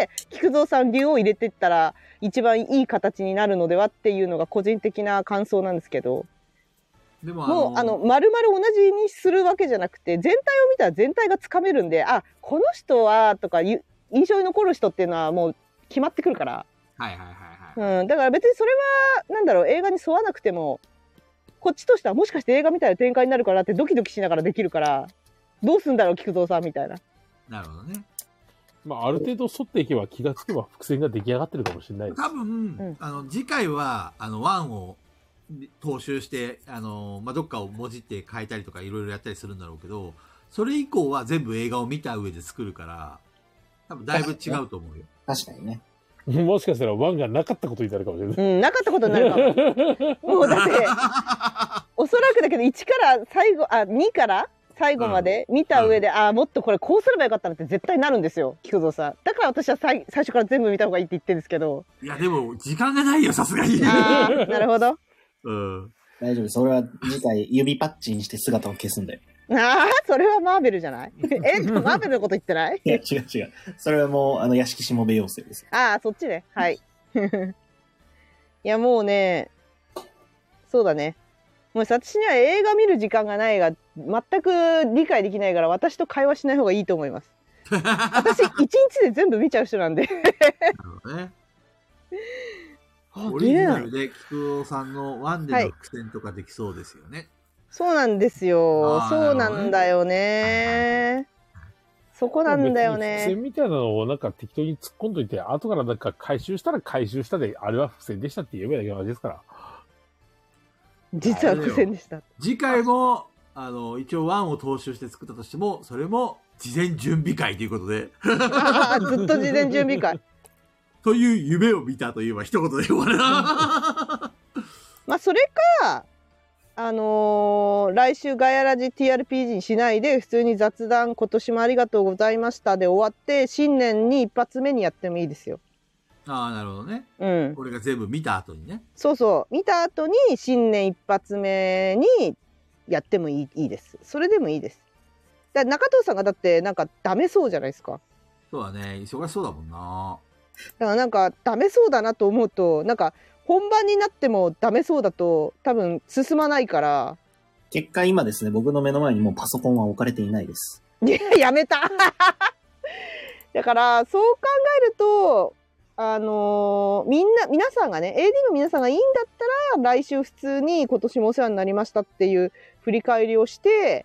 まで菊蔵さん流を入れてったら一番いい形になるのではっていうのが個人的な感想なんですけど
でも
もうあの丸々同じにするわけじゃなくて全体を見たら全体がつかめるんであこの人はとかいう印象に残る人っていうのはもう決まってくるから、
はいはいはいはい。
うん、だから別にそれはなんだろう映画に沿わなくてもこっちとしてはもしかして映画みたいな展開になるかなってドキドキしながらできるからどうすんだろう菊蔵さんみたいな。
なるほどね。
まあ、ある程度沿っていけば気がつけば伏線が出来上がってるかもしれないです。
多分、
ん
あの、次回は、あの、1を踏襲して、あの、まあ、どっかをもじって変えたりとかいろいろやったりするんだろうけど、それ以降は全部映画を見た上で作るから、多分だいぶ違うと思うよ。
確かにね。
もしかしたらワンがなかったことになるかもしれない。
うん、なかったことになるかも。もうだって、おそらくだけど、1から最後、あ、2から最後まで見た上で、あーもっとこれこうすればよかったなって絶対なるんですよ、菊蔵さん。だから私は最最初から全部見た方がいいって言ってるんですけど。
いや、でも、時間がないよ、さすがに。
ああ、なるほど。あ
うん。
大丈夫。それは次回指パッチンして姿を消すんだよ。
あ、それはマーベルじゃない え、でもマーベルのこと言ってない
いや、違う違う。それはもう、あの、屋敷しもべ要請です。
ああ、そっちね。はい。い や、もうね、そうだね。もう私には映画見る時間がないが、全く理解できないから、私と会話しない方がいいと思います。私、一日で全部見ちゃう人なんで。
なるほどね。
あ
オリ
見
ジ
れ
ナ
ない
ルで、菊尾さんのワンでの苦戦とかできそうですよね。
そうなんですよ
あ。ー
そうなんだよね。そこなんだよ
伏
ね。
線みたいなのをなんか適当に突っ込んどいて、後からなんか回収したら回収したで、あれは伏線でしたって言えばいいだけの話ですから。
実は苦戦でした。
次回も、あの、一応ワンを踏襲して作ったとしても、それも事前準備会ということで、
あーずっと事前準備会。
という夢を見たといえば一言で終 わるな。
まあそれかあのー来週ガヤラジ TRPG にしないで普通に雑談今年もありがとうございましたで終わって新年に一発目にやってもいいですよ。
ああ、なるほどね。
うん、
俺が全部見た後にね。
そうそう見た後に新年一発目にやってもいいいいです。それでもいいです。だ中藤さんがだってなんかダメそうじゃないですか。
そうだね。忙しそうだもんな。
だからなんかダメそうだなと思うとなんか本番になってもダメそうだと多分進まないから。
結果今ですね、僕の目の前にもうパソコンは置かれていないです。
いややめただからそう考えるとあのーみんな皆さんがね AD の皆さんがいいんだったら来週普通に今年もお世話になりましたっていう振り返りをして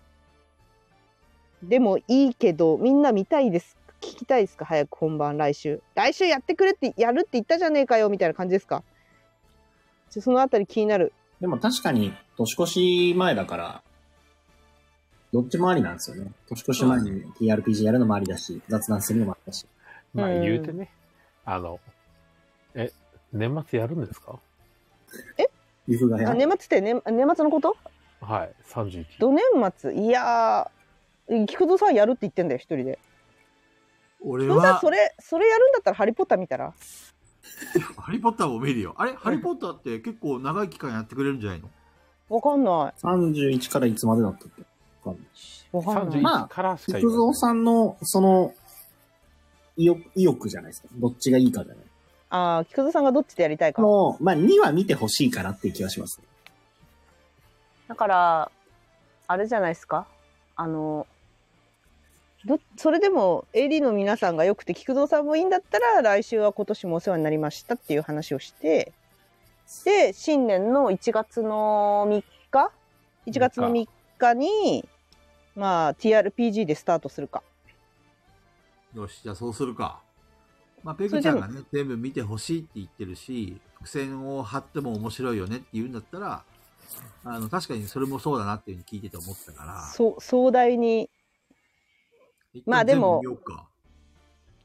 でもいいけどみんな見たいです聞きたいですか早く本番来週来週やってくれってやるって言ったじゃねえかよみたいな感じですかちょそのあたり気になる
でも確かに、年越し前だから、どっちもありなんですよね。年越し前に TRPG やるのもありだし、雑談するのもありだし。
まあ
うん
言うてね、あの、え、年末やるんですか
ゆふが
あ
や。
年末って年年末のこと
はい、31。
ど年末いやー菊蔵さんやるって言ってんだよ一人で
俺
菊蔵さん
は
そ、れそれやるんだったら「ハリー・ポッター」見たら
ハリーポッターも見るよ。あれハリーポッターって結構長い期間やってくれるんじゃないの
わかんな
31からいつまでだったっけわかんない
いわかんない、
まあ
31からしか
菊蔵
ん。
さんの、その、意欲意欲じゃないですか。どっちがいいかじゃない。
あー菊蔵さんがどっちでやりたいか
もう、まあ、2は見てほしいかなっていう気がします。
だからあれじゃないですかあのどそれでも AD の皆さんがよくて菊蔵さんもいいんだったら来週は今年もお世話になりましたっていう話をしてで新年の1月の3日1月の3日にまあ TRPG でスタートするか
よし、じゃあそうするか。まあ、ペグちゃんがね、全部見てほしいって言ってるし、伏線を張っても面白いよねって言うんだったら、あの、確かにそれもそうだなっていうふうに聞いてて思ったから、
そう壮大に
一
まあ
旦全部
でも
見ようか。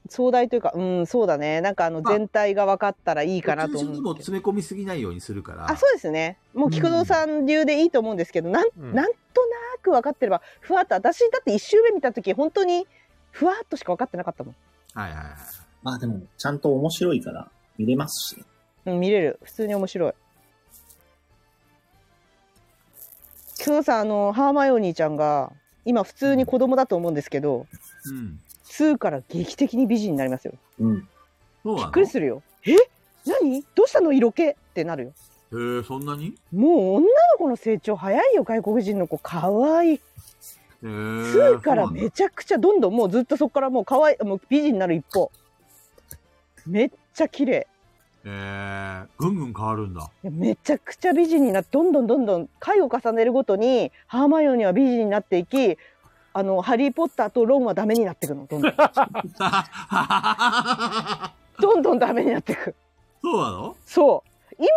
壮大というかうんそうだねなんかあの
まあ
全体が分かったらいいかなと
途中
思
に
う
も
んですけど
詰め込みすぎないようにするから。
あそうですねもう菊蔵さん流でいいと思うんですけど、なん
うん
なんとなく分かってればふわっと私だって1周目見た時本当にふわっとしか分かってなかったもん、
はいはいはい。
まあでも、ちゃんと面白いから見れますし、ね、
うん、見れる普通に面白い菊蔵さんあのハーマイオニーちゃんが今普通に子供だと思うんですけど
うん。
2から劇的に美人になりますよ
うん。
そう
び
な
っ
の
くりするよえ何どうしたの色気ってなるよ
へえ、そんなに
もう女の子の成長早いよ外国人の子可愛い
へえ。
2から
そうなんだ
めちゃくちゃどんどんもうずっとそこからもう可愛いもう美人になる一方めっちゃ綺麗
へえ、ぐんぐん変わるんだ。
いやめちゃくちゃ美人になってどんどんどんどん回を重ねるごとにハーマイオニーは美人になっていきあの、ハリー・ポッターとロンはダメになってくの、どんどん。どんどんダメになってく。
そうなの
そう。今、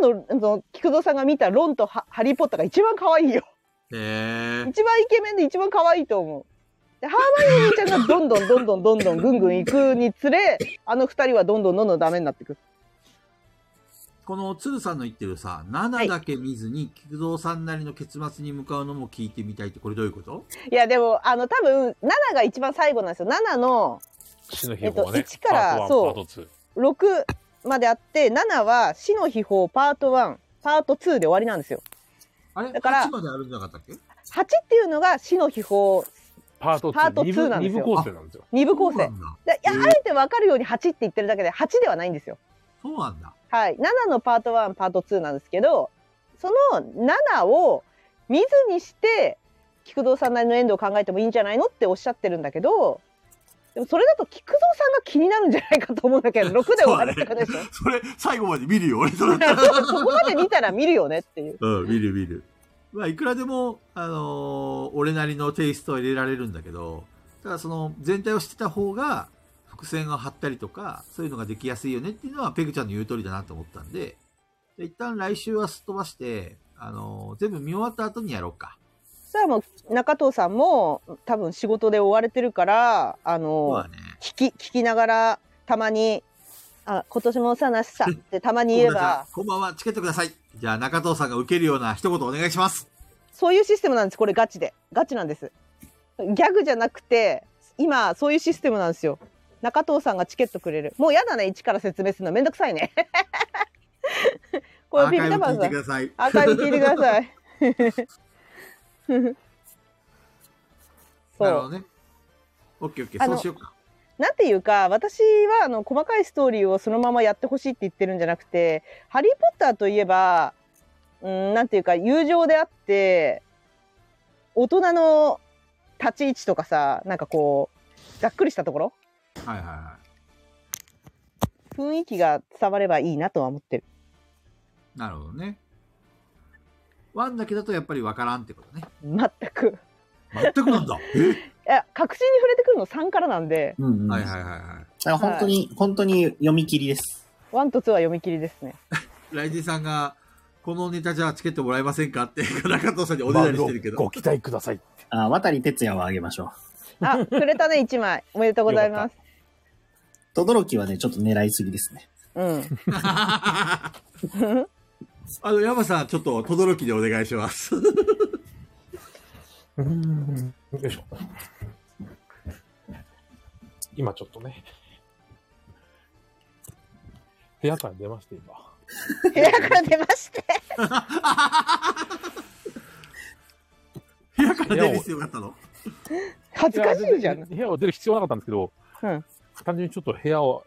今の、あの、菊蔵さんが見たロンとハハリー・ポッターが一番可愛いよ。
へ え。
一番イケメンで一番可愛いと思う。で、ハーマイオニーちゃんがどんどんどんどんどんどんぐんぐん行くにつれ、あの二人はどんどんどんどんダメになってく。
この鶴さんの言ってるさ、7だけ見ずに、菊蔵さんなりの結末に向かうのも聞いてみたいって、これどういうこと
いや、でも、あの、多分、7が一番最後なんですよ。7の
死の秘宝はね、
えっと一から
パート
そ
1、
う
パート2。
6まであって、7は死の秘宝パート1、パート2で終わりなんですよ。
あれ
だから
?8 まであるんじゃなかったっけ
8っていうのが死の秘宝
パート2。
パート2
二部
なんです
二
よ
部構成なんですよ。
2部
そ
構
うな
成。
んだ。
でいや、あえて分かるように8って言ってるだけで、8ではないんですよ。
そうなんだ。
はい、7のパート1パート2なんですけどその7を見ずにして菊蔵さんなりのエンドを考えてもいいんじゃないのっておっしゃってるんだけどでもそれだと菊蔵さんが気になるんじゃないかと思うんだけど6で終わるってことでしょ
それ、最後まで見るよ、俺それ。
そこまで見たら見るよねっていう
うん、見る見る。まあ、いくらでも、あのー俺なりのテイストは入れられるんだけど、ただその全体を知ってた方が、伏線を張ったりとか、そういうのができやすいよねっていうのは、ペグちゃんの言う通りだなと思ったんで、で一旦来週はすっ飛ばして、あのー全部見終わった後にやろうか。
そしたらもう中藤さんも多分仕事で追われてるから
そう
あの
だね。
聞き聞きながらたまに「あ今年もお世話なしさ」ってたまに言えば。
こんばんは、チケットください。じゃあ、中藤さんが受けるような一言お願いします。
そういうシステムなんです。これガチで。ガチなんです。ギャグじゃなくて、今、そういうシステムなんですよ。中藤さんがチケットくれる。もうやだね、一から説明するのめんどくさい ね。こ
アー
れ、ビ
カ
ビ
イ
タ
ブ
パ
聞いて
ンさ
く
ん。
ださい。
アーカイブ聞いてください。 そ
なるほど
う。
ね。オッケーオッケー、
あ
そ
の
うしようか。
なんていうか、私は、あの、細かいストーリーをそのままやってほしいって言ってるんじゃなくて、ハリー・ポッターといえば、うん、なんていうか、友情であって、大人の立ち位置とかさ、なんかこう、ざっくりしたところ
はいはいは
雰囲気が伝わればいいなとは思ってる。
い。なるほどね。ワンだけだとやっぱりわからんってことね。
全く。
全く なんだ。え
いや、確信に触れてくるの3からなんで、
うんうん。
はいはいはいは
だから本当に、本当に読み切りです。
1と2は読み切りですね。
い。ライジンさんが、このネタじゃチケットもらえませんかって、中藤さんにおねだりしてるけ
ご
ど。
期待ください。
あ、渡哲也はあげましょう。
あ、くれたね、1枚。おめでとうございます。
とどろきはね、ちょっと狙いすぎですね。
うん。
あの、山さん、ちょっと、とどろきでお願いします。
うーん。よいしょ。
今ちょっとね。部屋から出まして、今。
部屋から出まして。
部屋から出る必要があったの
恥ずかしいじゃ
や
ん。
部屋を出る必要はなかったんですけど、
うん
単純にちょっと部屋を、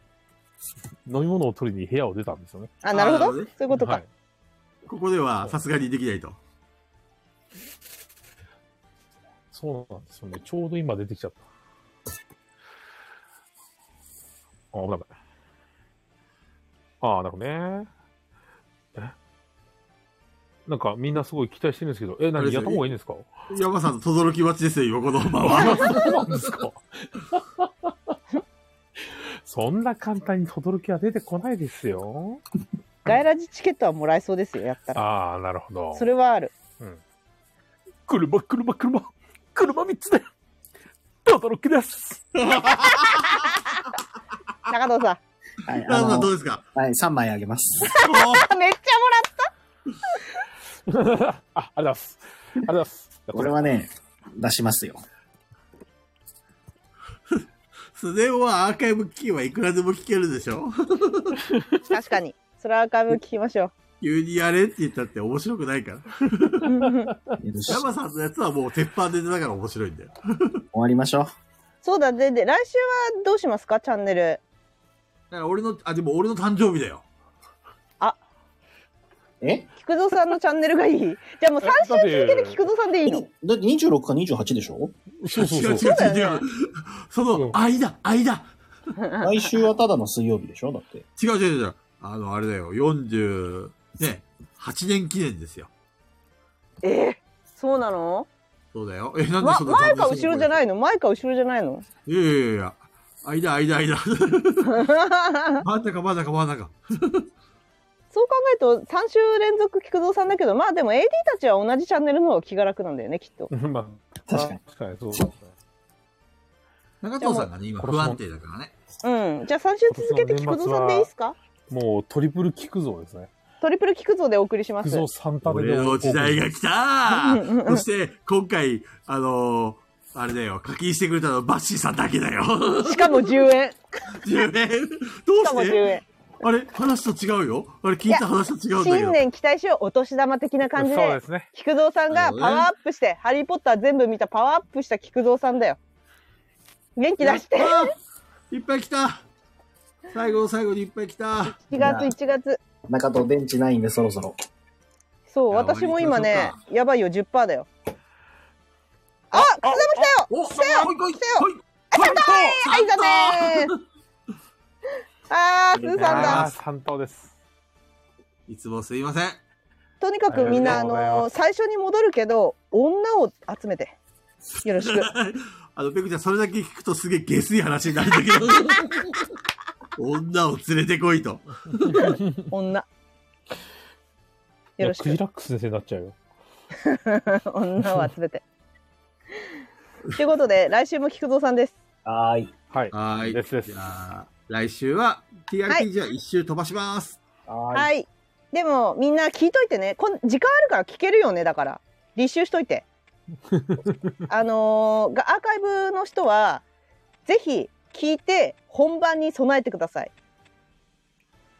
飲み物を取りに部屋を出たんですよね。
あ、なるほ
あな
ど。そうい
るほどね
うこと
は
か
い。。
ここでは、さすがにできないと。
そうなんですよね。ちょうど今出てきちゃった。あ、危ない危ない。ああ、なるほどね。えなんかみんなすごい期待してるんですけど、
あ
え、
れで
何
す
や
よ
った方がいいんですか
山さんのとどろき待ちですよ、今このまま。
そうなんですか そんな簡単に轟は出てこないですよ。
ガイラジチケットはもらえそうですよ、やったら。
ああ、なるほど。
それはある。
車、車、車、車3つで、トドロキです。
中藤さ
はい、あ
山さん、どう
の、
ですか
はい、3枚あ げます。
ん。 めっち ゃ
あ、ありがとうございます。ありがとうございます。
これはね、出しますよ。
スネ夫はアーカイブ聞けばいくらでも聞けるでしょ
もらった。確かに。それはアーカイブ聞きましょ
急にやれって言ったって面白くないから。
う。うん
よし、終
山さんのやつはもう鉄板ネタだから面白いんだよ。
わりましょう。
そうだ、で、で、来週はどうしますか、チャンネル。
だから俺の、あ、でも俺の誕生日だよ。
え
菊蔵さんのチャンネルがいい。じゃあもう3週続けて菊蔵さんでいいの。
だって26か28でしょ
そう
違
そう
違
う
う
そう。
違う違う。その間、間。
来週はただの水曜日でしょだって。
違う違う違う。あの、あれだよ。40、ね、8年記念ですよ。
えーそうなの
そうだよ。え、なんで
ま
そんな
前か後ろじゃないいの前か後ろじゃないの
いやいやいや。間、間、間。 真ん中、真ん中、真ん中。
そう考えると3週連続菊蔵さんだけどまあでも AD たちは同じチャンネルの方が気が楽なんだよねきっと。
まあ、
確かに。
確かにそうだね。
中藤さんがね、今不安定だからね。
うん。じゃあ3週続けて菊蔵さんでいいですか
もうトリプル菊蔵ですね。
トリプル菊蔵でお送りしま
菊
す。
蔵三タで。
俺の時代が来た
うん うんう
そ
ん
して、今回、あのー、あれだよ、課金してくれたのバッシーさんだけだよ。
しかも10円。
10円
しか
ど
も
う
10
して
円。
あれ話と違うよ。あれ聞いた話と違うんだけ
新
ど。
年期待しようお年玉的な感じ
そう
で
ですね。
菊蔵さん
な
が
るほど
パ
ね
ワーアップして、ハリー・ポッター全部見たパワーアップした菊蔵さんだよ。元気出して
やったーいっぱい来た最後の最後にいっぱい来た
1月1月
中と電池ないんでそろそろ。
そ
い
う
や
私も今
割
ね
と
やばいよ10%だよあっ草来たよ
お来
たよ
来い来い
来たよ
来い
は
来
い
た
だねあースーさん
あ
だ
あ、三刀です。
いつもすいません。
とにかくみんな
あ
あ
りがとうございます
の最初に戻るけど女を集めてよろしく
あの、ペグちゃん、それだけ聞くとすげえ下水話になるんだけ ど。女を連れてこいと。
女よろし
いやク
く
ジラックス先生になっちゃうよ。
女を集めてということで来週も菊蔵さんです
はーい。
はい。
はーい。
ですです
じゃあ、来週は
は
TRPG
い
は一周飛ばします。
はーい。
はい。でもみんな聞いといてね。こん時間あるから聞けるよね。だから履修しといて。あのーがアーカイブの人はぜひ聞いて本番に備えてください。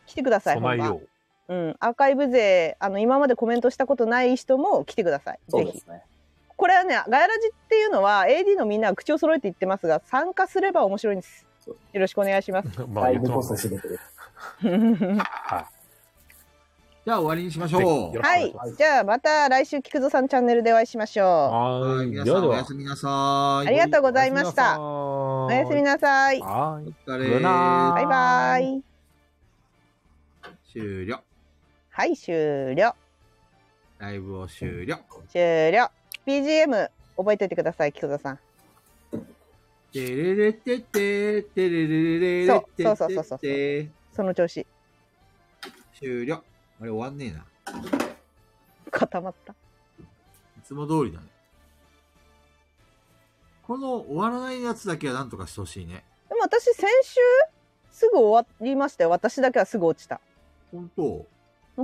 来てください。
備え
本
よ
番。うん。アーカイブ勢あの今までコメントしたことない人も来てください。
そ
ぜ
うで
ひ。
すね。
これはねガヤラジっていうのは AD のみんなは口を揃えて言ってますが参加すれば面白いんです。よろしくお願い します。
う。ま
ラ
あ、
イ
言っ
ブ
て
こ
ます
そ
ね
全てです。
じゃあ終わりにしまし
ぜひ
ょ
よろし
う。
くお
は
願し
い
ます。
じゃあまた来週菊蔵さんチャンネルでお会いしましょう。
は
は
ー
い、
い。
皆
で
さ
はで
んおや
は
す。みなさーい。
ありがとうございました
お
おやすみ
な
なさい。
さい。はーい。
お疲
グ
れ
ッナ
バイバイ。
終了。
はい、終了。
ライブを終了。
終了。BGM 覚えておいてください、菊田さん。
てれれてて、てれれれれ
そう
て
そうそうそうそ
て
う
て、
その調子。
終了。あれ終わんねえな。
固まった。
いつも通りだね。この終わらないやつだけはなんとかしてほしいね。
でも私、先週すぐ終わりましたよ。私だけはすぐ落ちた。
本当
ホ